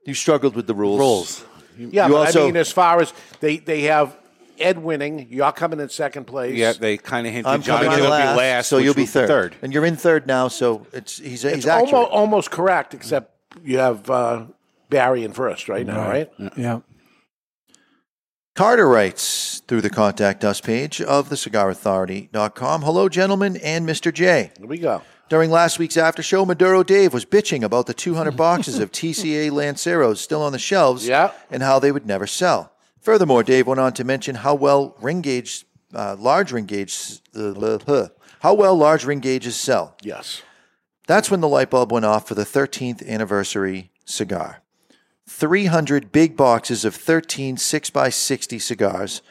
S2: You struggled with the rules.
S3: Rules.
S1: Yeah,
S3: You
S1: but I
S3: also-
S1: mean, as far as they, they have Ed winning, you're coming in second place.
S3: Yeah, they kind of hinted
S2: I'm
S3: John
S2: coming
S3: will
S2: in
S3: be
S2: last,
S3: last,
S2: so
S3: which
S2: you'll be
S3: would
S2: third. and you're in third now. So it's he's
S1: It's
S2: he's accurate.
S1: almost, almost correct, except you have uh, Barry in first right now, right?
S4: Yeah.
S2: Carter writes through the contact us page of thecigarauthority.com. Hello, gentlemen, and Mr. J.
S1: Here we go.
S2: During last week's after show, Maduro Dave was bitching about the 200 boxes of TCA Lanceros still on the shelves and how they would never sell. Furthermore, Dave went on to mention how well ring gauge, uh, large ring gauge, uh, blah, blah, how well large ring gauges sell.
S1: Yes.
S2: That's when the light bulb went off for the 13th anniversary cigar. 300 big boxes of 13 6x60 cigars.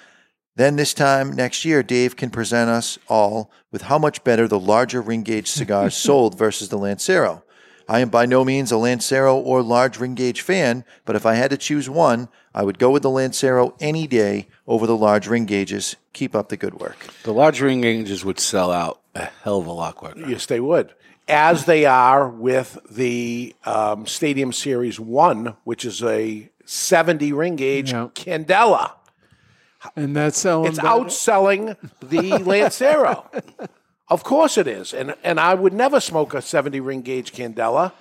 S2: Then, this time next year, Dave can present us all with how much better the larger ring gauge cigars sold versus the Lancero. I am by no means a Lancero or large ring gauge fan, but if I had to choose one, I would go with the Lancero any day over the large ring gauges. Keep up the good work.
S3: The large ring ranges would sell out a hell of a lot quicker.
S1: Yes, they would. As they are with the um, Stadium Series 1, which is a 70 ring gauge Candela.
S4: And that's selling.
S1: It's
S4: better?
S1: outselling the Lancero. Of course it is. And, and I would never smoke a 70 ring gauge Candela,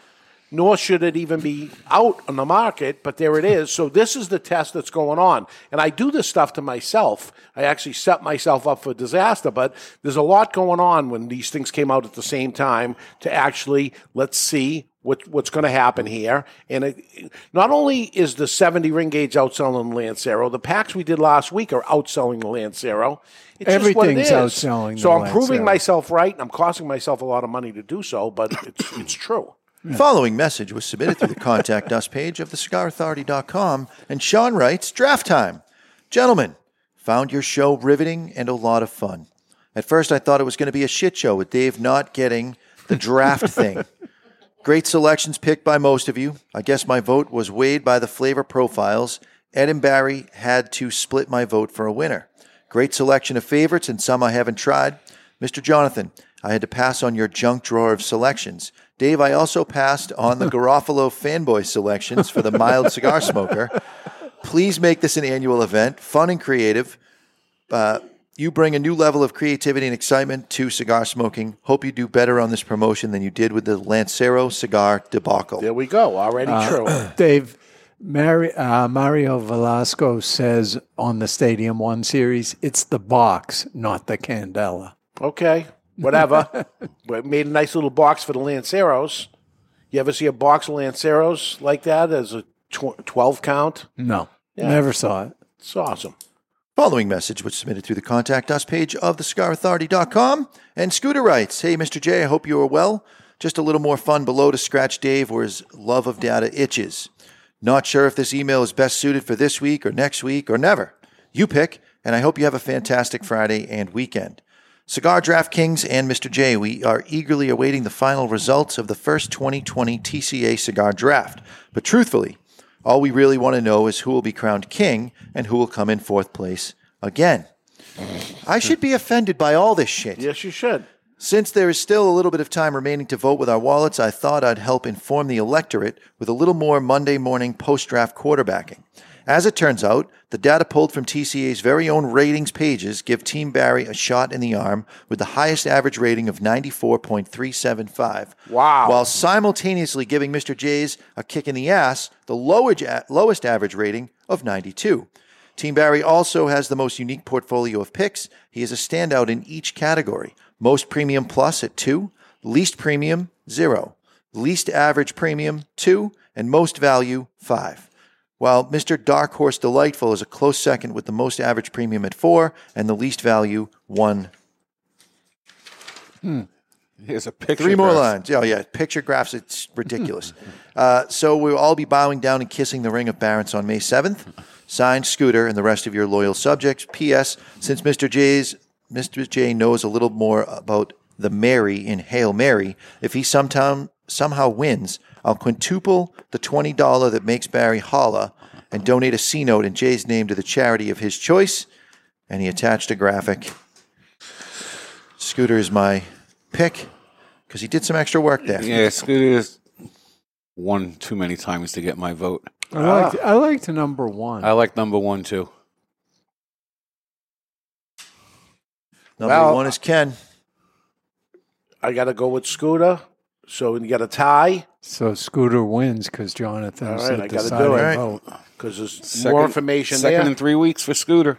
S1: nor should it even be out on the market, but there it is. So this is the test that's going on. And I do this stuff to myself. I actually set myself up for disaster, but there's a lot going on when these things came out at the same time to actually let's see what, what's going to happen here. And it, not only is the 70 ring gauge outselling the Lancero, the packs we did last week are outselling the Lancero. It's just what it
S4: Everything's
S1: is.
S4: outselling
S1: So
S4: the
S1: I'm proving
S4: Lancero.
S1: myself right, and I'm costing myself a lot of money to do so, but it's, it's true.
S2: The following message was submitted
S3: [LAUGHS]
S2: through the contact us page of thecigarauthority.com, and Sean writes, Draft time. Gentlemen, found your show riveting and a lot of fun. At first, I thought it was going to be a shit show with Dave not getting the draft thing. Great selections picked by most of you. I guess my vote was weighed by the flavor profiles. Ed and Barry had to split my vote for a winner. Great selection of favorites and some I haven't tried. Mr. Jonathan, I had to pass on your junk drawer of selections. Dave, I also passed on the Garofalo fanboy selections for the mild cigar smoker. Please make this an annual event, fun and creative. Uh, you bring a new level of creativity and excitement to cigar smoking. Hope you do better on this promotion than you did with the Lancero cigar debacle.
S1: There we go. Already
S4: Uh,
S1: true.
S4: Dave, Mari- uh, Mario Velasco says on the Stadium One series, it's the box, not the Candela.
S1: Okay,
S4: [LAUGHS]
S1: whatever. but made a nice little box for the Lanceros. You ever see a box of Lanceros like that as a tw- 12 count?
S4: [CLEARS THROAT] No,
S1: Yeah.
S4: never saw it.
S1: It's awesome.
S2: Following message was submitted through the Contact Us page of thecigarauthority.com. And Scooter writes, Hey, Mr. J, I hope you are well. Just a little more fun below to scratch Dave where his love of data itches. Not sure if this email is best suited for this week or next week or never. You pick, and I hope you have a fantastic Friday and weekend. Cigar Draft Kings and Mr. J, we are eagerly awaiting the final results of the first 2020 TCA cigar draft. But truthfully, all we really want to know is who will be crowned king and who will come in fourth place again. I should be offended by all this shit.
S1: Yes, you should.
S2: Since there is still a little bit of time remaining to vote with our wallets, I thought I'd help inform the electorate with a little more Monday morning post draft quarterbacking. As it turns out, the data pulled from TCA's very own ratings pages give Team Barry a shot in the arm with the highest average rating of 94.375. Wow. While simultaneously giving Mr. J's a kick in the ass, the lowage, lowest average rating of 92. Team Barry also has the most unique portfolio of picks. He is a standout in each category. Most premium plus at two, least premium zero, least average premium two, and most value five. While Mr. Dark Horse Delightful is a close second with the most average premium at four and the least value one.
S3: Here's a picture.
S2: Three more
S3: Chris.
S2: lines. Oh, yeah. Picture graphs, it's ridiculous. uh, so we'll all be bowing down and kissing the ring of Barents on May 7th. Signed, Scooter, and the rest of your loyal subjects. P.S. Since Mr. J's Mr. J knows a little more about the Mary in Hail Mary, if he sometime somehow wins, I'll quintuple the twenty dollar that makes Barry holla and donate a C note in Jay's name to the charity of his choice. And he attached a graphic. Scooter is my pick because he did some extra work there.
S3: Yeah, Scooter is one too many times to get my vote.
S4: I liked, I liked number one.
S3: I like number one too.
S2: Number one is Ken.
S1: I got to go with Scooter. So you got a tie.
S4: So Scooter wins because Jonathan's
S1: All right,
S4: the
S1: I gotta do
S4: deciding
S1: it.
S4: vote.
S1: Because there's more information
S3: Second
S1: there.
S3: in three weeks for Scooter.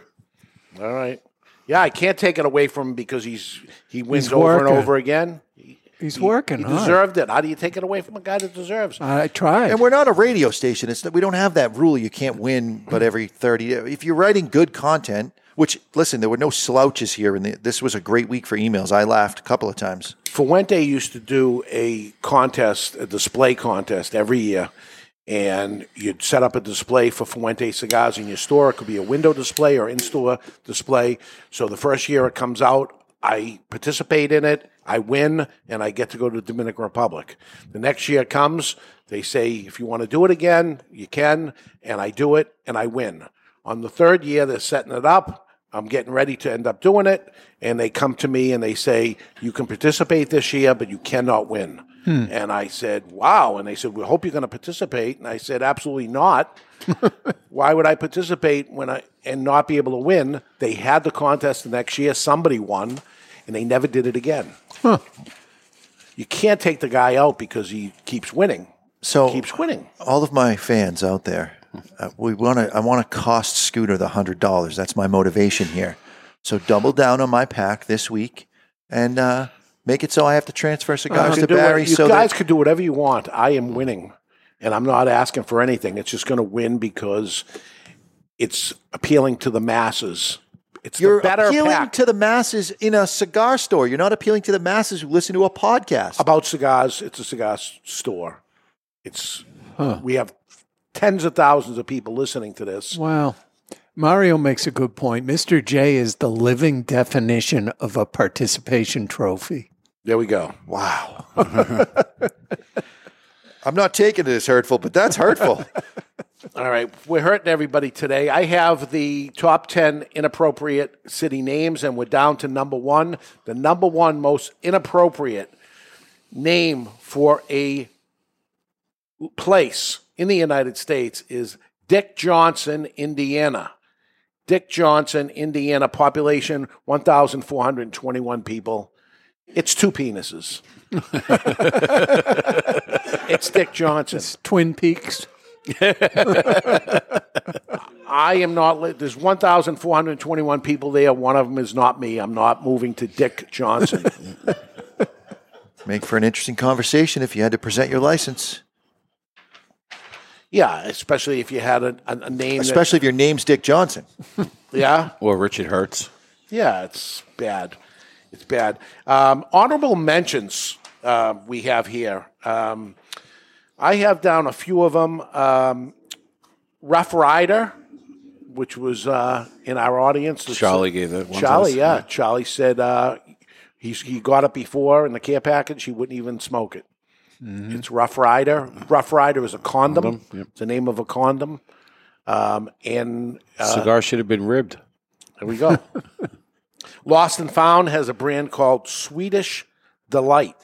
S1: All right. Yeah, I can't take it away from him because he's he wins
S4: He's
S1: over and
S4: working.
S1: over again.
S4: He's
S1: He-
S4: working.
S1: He
S4: hard.
S1: deserved it. How do you take it away from a guy that deserves? it?
S4: I tried.
S2: And we're not a radio station. It's we don't have that rule. You can't win, but every thirty. If you're writing good content, which listen, there were no slouches here, and this was a great week for emails. I laughed a couple of times.
S1: Fuente used to do a contest, a display contest every year, and you'd set up a display for Fuente cigars in your store. It could be a window display or in-store display. So the first year it comes out, I participate in it, I win, and I get to go to the Dominican Republic. The next year comes, they say if you want to do it again, you can, and I do it, and I win. On the third year, they're setting it up. I'm getting ready to end up doing it. And they come to me and they say, You can participate this year, but you cannot win.
S19: Hmm.
S1: And I said, Wow. And they said, We hope you're going to participate. And I said, Absolutely not. Why would I participate when I and not be able to win? They had the contest the next year. Somebody won, and they never did it again. You can't take the guy out because he keeps winning.
S2: So
S1: keeps winning.
S2: all of my fans out there, uh, we want to. I want to cost Scooter the hundred dollars. That's my motivation here. So double down on my pack this week and uh, make it so I have to transfer
S4: Uh-huh.
S2: cigars
S1: Uh-huh. You
S2: to
S1: can do what-
S2: Barry.
S1: you
S2: so
S1: guys
S2: that,
S1: can do whatever you want. I am winning, and I'm not asking for anything. It's just going to win because it's appealing to the masses. It's the
S2: you're
S1: better
S2: appealing
S1: pack
S2: to the masses in a cigar store. You're not appealing to the masses who listen to a podcast.
S1: about cigars. It's a cigar s- store. It's we have tens of thousands of people listening to this.
S4: Wow. Mario makes a good point. Mr. J is the living definition of a participation trophy.
S1: There we go.
S2: Wow. [LAUGHS] I'm not taking it as hurtful, but that's hurtful.
S1: All right, we're hurting everybody today. I have the top 10 inappropriate city names, and we're down to number one. The number one most inappropriate name for a place in the United States is Dick Johnson, Indiana. Dick Johnson, Indiana, population 1,421 people. It's
S4: [LAUGHS]
S1: two penises. it's Dick Johnson.
S4: Twin Peaks.
S1: I am not. Li- there's 1,421 people there. One of them is not me. I'm not moving to Dick Johnson.
S2: [LAUGHS] Make for an interesting conversation if you had to present your license,
S1: yeah, especially if you had a, a, a name. that-
S2: especially if your name's Dick Johnson.
S1: yeah,
S3: Or Richard Hertz.
S1: yeah, it's bad. It's bad. Um, honorable mentions uh, we have here. Um, I have down a few of them. Um, Rough Rider, which was uh, in our audience.
S3: Charlie gave it. one to
S1: Charlie,
S3: us.
S1: yeah. Charlie said uh, he's, he got it before in the care package. He wouldn't even smoke it. It's Rough Rider. Rough Rider is a condom.
S3: Mm-hmm. Condom, yep.
S1: It's the name of a condom. Um, and uh,
S3: Cigar should have been ribbed. [LAUGHS]
S1: There we go. Lost and Found has a brand called Swedish the light,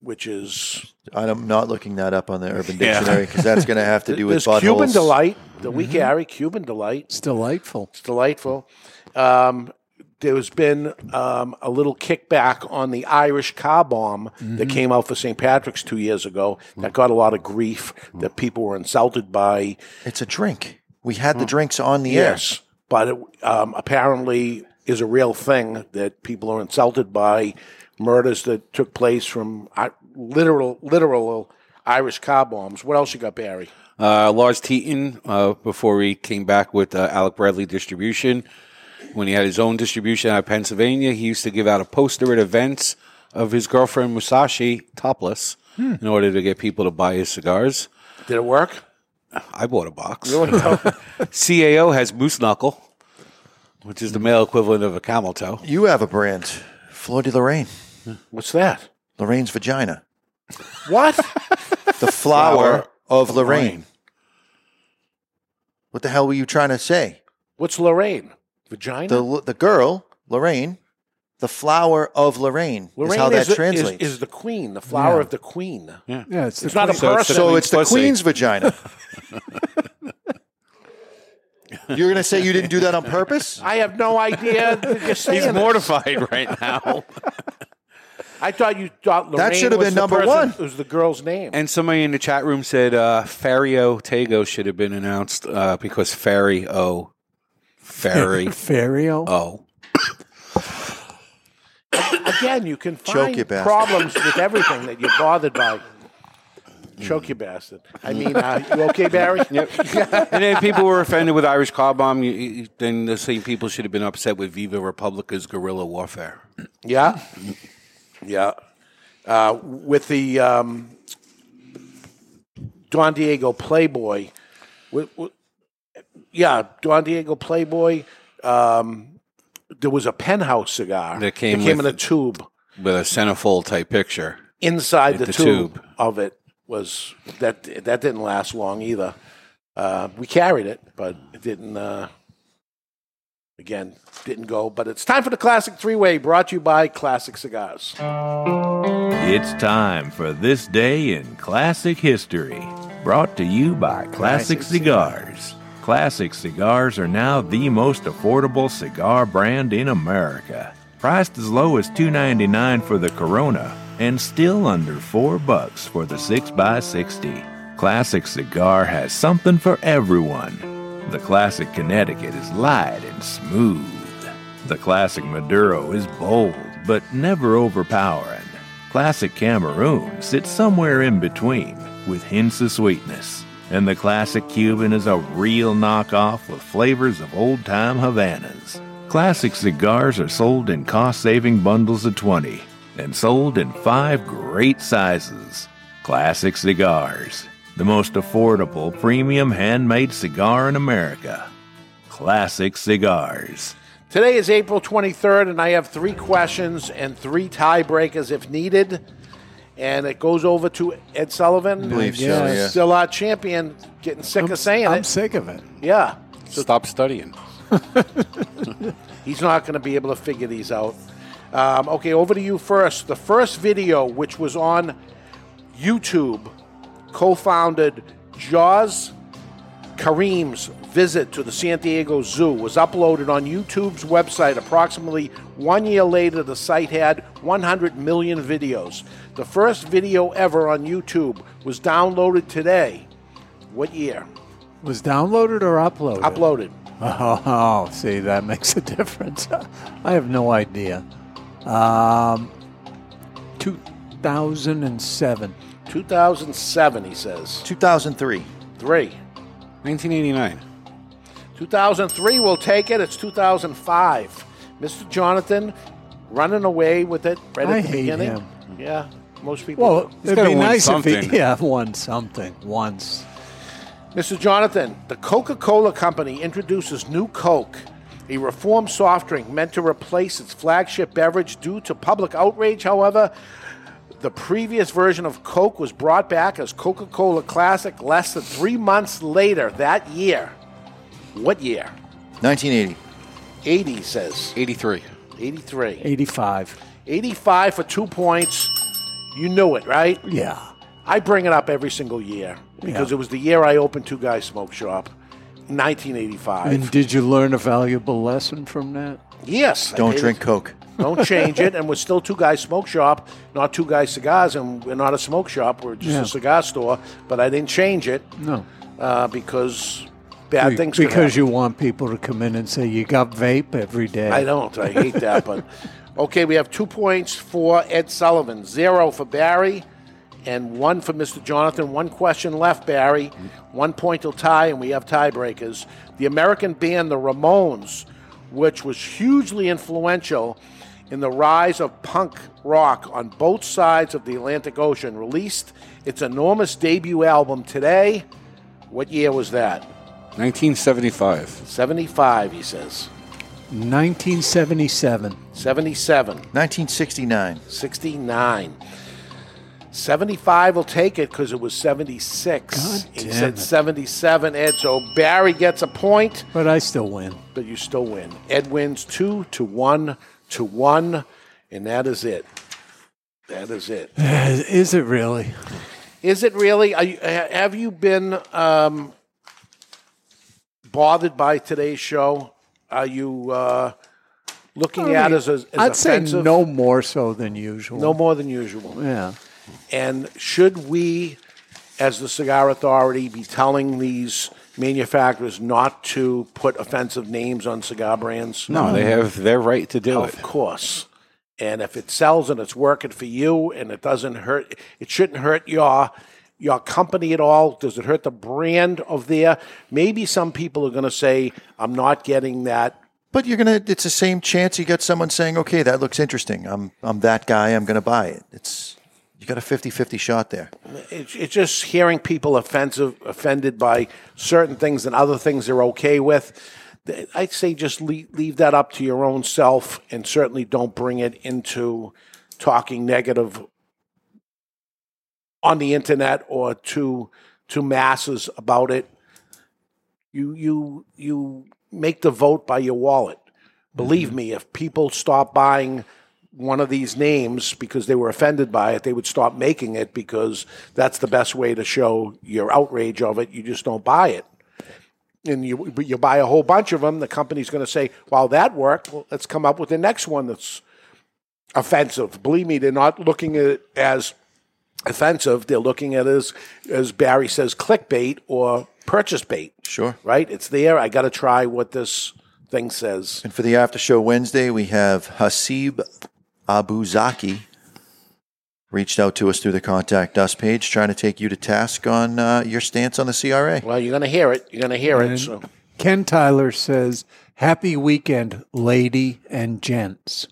S1: which is
S2: I'm not looking that up on the Urban Dictionary because that's going to
S1: [LAUGHS]
S2: have to do with
S1: There's Cuban
S2: buttholes.
S1: delight that we
S2: Mhm.
S1: carry. Cuban delight. It's
S4: delightful.
S1: It's delightful. Um, there's been um, a little kickback on the Irish car bomb that
S2: Mhm.
S1: came out for St. Patrick's two years ago. That got a lot of grief that people were insulted by.
S2: It's a drink. We had the drinks on the
S1: Hmm. yes,
S2: air.
S1: but it um, apparently is a real thing that people are insulted by murders that took place from I literal literal Irish car bombs. What else you got, Barry?
S3: Uh, Lars Teton, uh, before he came back with uh, Alec Bradley Distribution, when he had his own distribution out of Pennsylvania, he used to give out a poster at events of his girlfriend Musashi topless
S1: Hmm.
S3: in order to get people to buy his cigars.
S1: Did it work?
S3: I bought a box. [LAUGHS]
S1: Really?
S3: CAO has Moose Knuckle, which is the male equivalent of a camel toe.
S2: You have a brand, Fleur de Lorraine.
S1: What's that?
S2: Lorraine's vagina.
S1: What?
S2: [LAUGHS] The flower of Lorraine. What the hell were you trying to say?
S1: What's Lorraine? Vagina.
S2: The the girl Lorraine, the flower of Lorraine, is how that
S1: the-
S2: translates.
S1: Is, the queen, the flower
S2: Yeah.
S1: of the queen.
S3: Yeah,
S4: Yeah, it's the
S1: not a
S2: queen. So it's
S1: person.
S2: the So it's the queen's pussy. queen's [LAUGHS] vagina. You're gonna say you didn't do that on
S1: [LAUGHS]
S2: purpose?
S1: I have no idea. that you're saying
S3: He's
S1: this.
S3: mortified right now.
S1: I thought you thought Lorraine
S3: That should have
S1: was
S3: been
S1: the
S3: number
S1: person-
S3: one.
S1: It was the girl's name.
S3: And somebody in the chat room said uh, Fario Tego should have been announced uh, because Ferry O.
S4: [LAUGHS]
S3: Ferry.
S4: Fario?
S3: O.
S1: Again, you can
S3: Choke
S1: find
S3: you bastard.
S1: problems with everything that you're bothered by. Choke you bastard. I mean, uh, you okay, Barry?
S3: [LAUGHS] Yep. and then people were offended with Irish car bomb. You, you, then the same people should have been upset with Viva Republica's guerrilla warfare.
S1: Yeah. Yeah. Uh, with the um, Don Diego Playboy. Wi- wi- yeah, Don Diego Playboy. Um, there was a penthouse cigar
S3: That came
S1: in
S3: with-
S1: a tube.
S3: With a centerfold type picture.
S1: Inside
S3: With
S1: the,
S3: the
S1: tube,
S3: tube.
S1: of it was that that didn't last long either. Uh, we carried it, but it didn't. Uh, again, didn't go. But it's time for the classic three way, brought to you by Classic Cigars.
S19: [LAUGHS] It's time for This Day in Classic History, brought to you by Classic
S1: Classic
S19: Cigars. Classic Cigars are now the most affordable cigar brand in America. Priced as low as $2.99 for the Corona and still under 4 bucks for the 6x60. Classic Cigar has something for everyone. The Classic Connecticut is light and smooth. The Classic Maduro is bold but never overpowering. Classic Cameroon sits somewhere in between with hints of sweetness. And the classic Cuban is a real knockoff with flavors of old time Havanas. Classic cigars are sold in cost saving bundles of 20 and sold in five great sizes. Classic Cigars, the most affordable premium handmade cigar in America. Classic Cigars.
S1: Today is April 23rd, and I have three questions and three tiebreakers if needed. And it goes over to Ed Sullivan.
S2: I believe so, Yes. yeah.
S1: Still our champion, getting sick of saying it.
S4: I'm sick of it.
S1: Yeah.
S3: Stop studying.
S1: He's not going to be able to figure these out. Um, okay, over to you first. The first video, which was on YouTube, co founded Jaws Kareem's visit to the San Diego Zoo, was uploaded on YouTube's website approximately one year later. The site had 100 million videos. The first video ever on YouTube was downloaded today. What year?
S4: Was downloaded or uploaded?
S1: Uploaded.
S4: Oh, [LAUGHS] see, that makes a difference. [LAUGHS] I have no idea. Um, 2007.
S1: 2007, he says.
S2: 2003.
S1: Three.
S3: 1989.
S1: 2003 will take it. It's 2005. Mr. Jonathan running away with it right at
S4: I
S1: the
S4: hate
S1: beginning.
S4: him.
S1: Yeah, most people.
S4: Well, it'd be nice if he [LAUGHS] yeah, won something once.
S1: Mr. Jonathan, the Coca Cola Company introduces New Coke, a reformed soft drink meant to replace its flagship beverage due to public outrage. However, the previous version of Coke was brought back as Coca Cola Classic less than three months later that year. What year?
S2: 1980.
S1: 80 says.
S3: 83.
S1: 83.
S4: 85.
S1: 85 for two points. You knew it, right?
S10: Yeah.
S1: I bring it up every single year because
S4: Yeah.
S1: it was the year I opened Two Guys Smoke Shop, 1985.
S4: And did you learn a valuable lesson from that?
S1: yes. I
S4: Don't
S1: did.
S4: drink Coke.
S1: Don't change it. And we're still Two Guys Smoke Shop, not Two Guys Cigars, and we're not a smoke shop. We're just
S4: Yeah.
S1: a cigar store. But I didn't change it
S4: No.
S1: uh, because bad
S4: Be-
S1: things could
S4: Because you
S1: happen.
S4: want people to come in and say, you got vape every day.
S1: I don't. I [LAUGHS] hate that. But okay, we have two points for Ed Sullivan, zero for Barry, and one for Mr. Jonathan. One question left, Barry. One point till tie, and we have tiebreakers. The American band, the Ramones, which was hugely influential in the rise of punk rock on both sides of the Atlantic Ocean, released its enormous debut album today. What year was that?
S3: 1975.
S1: 75, he says. [LAUGHS]
S4: 1977.
S1: 77.
S2: 1969.
S1: 69. 75 will take it because it was 76. he
S4: damn
S1: said
S4: it.
S1: 77, Ed. So Barry gets a point,
S4: But I still win.
S1: but you still win. Ed wins two to one to one, and that is it. That is it.
S4: Is it really?
S1: Is it really? Are you, ha- have you been um, bothered by today's show? Are you uh, looking
S4: I
S1: at
S4: mean,
S1: us as, as
S4: I'd
S1: offensive?
S4: say no more so than usual.
S1: No more than usual.
S4: Yeah.
S1: And should we, as the cigar authority, be telling these manufacturers not to put offensive names on cigar brands?
S3: No, they have their right to do it.
S1: Of course. And if it sells and it's working for you and it doesn't hurt, it shouldn't hurt your your company at all. Does it hurt the brand of there? Maybe some people are going to say, "I'm not getting that."
S2: But you're gonna. It's the same chance you get someone saying, "Okay, that looks interesting. I'm I'm that guy. I'm gonna buy it." It's you got a 50-50 shot there.
S1: It's, it's just hearing people offensive, offended by certain things and other things they're okay with. Th- I'd say just leave, leave that up to your own self, and certainly don't bring it into talking negative on the internet or to to masses about it. You you you make the vote by your wallet. Believe me, if people stop buying one of these names because they were offended by it, they would stop making it because that's the best way to show your outrage of it. You just don't buy it. And you, but you buy a whole bunch of them, the company's going to say, well, that worked. Well, let's come up with the next one that's offensive. Believe me, they're not looking at it as offensive. They're looking at it as, as Barry says, clickbait or purchase bait.
S2: Sure.
S1: Right? It's there. I got to try what this thing says.
S2: And for the after show Wednesday, we have Hasib Abuzaki reached out to us through the contact us page, trying to take you to task on uh, your stance on the CRA.
S1: Well, you're going to hear it. You're going to hear it.
S4: And-
S1: So.
S4: Ken Tyler says, Happy weekend, lady and gents.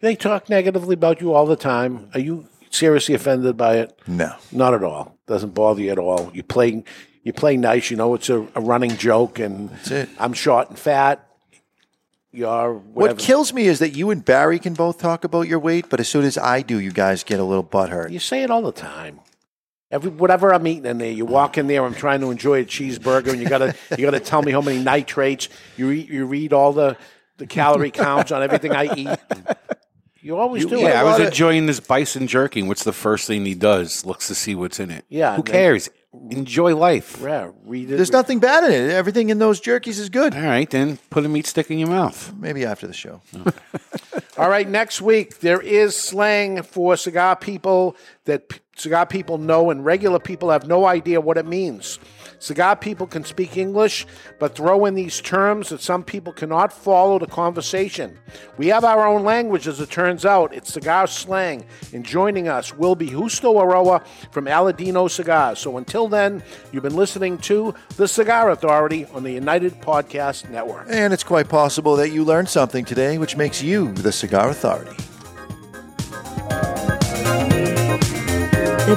S1: They talk negatively about you all the time. Are you seriously offended by it?
S2: No.
S1: Not at all. Doesn't bother you at all. You play you play nice, you know it's a, a running joke and
S2: it.
S1: I'm short and fat. You're whatever.
S2: What kills me is that you and Barry can both talk about your weight, but as soon as I do, you guys get a little butthurt.
S1: you say it all the time. Every whatever I'm eating in there, you walk in there. I'm trying to enjoy a cheeseburger, and you gotta you gotta tell me how many nitrates you eat. You read all the the calorie counts on everything I eat. You always do. it.
S3: yeah, I was enjoying this bison jerking. What's the first thing he does? Looks to see what's in it.
S1: Yeah,
S3: who
S1: and then-
S3: cares? Enjoy life.
S1: Yeah, read it.
S2: There's nothing bad in it. Everything in those jerkies is good.
S3: All right, then put a meat stick in your mouth. Oh.
S2: Maybe after the show.
S1: All right, next week there is slang for cigar people that p- cigar people know and regular people have no idea what it means. Cigar people can speak English, but throw in these terms that some people cannot follow the conversation. We have our own language, as it turns out. It's cigar slang, and joining us will be Justo Aroa from Aladino Cigars. So until then, you've been listening to The Cigar Authority on the United Podcast Network.
S2: And it's quite possible that you learned something today, which makes you the cigar authority.
S6: The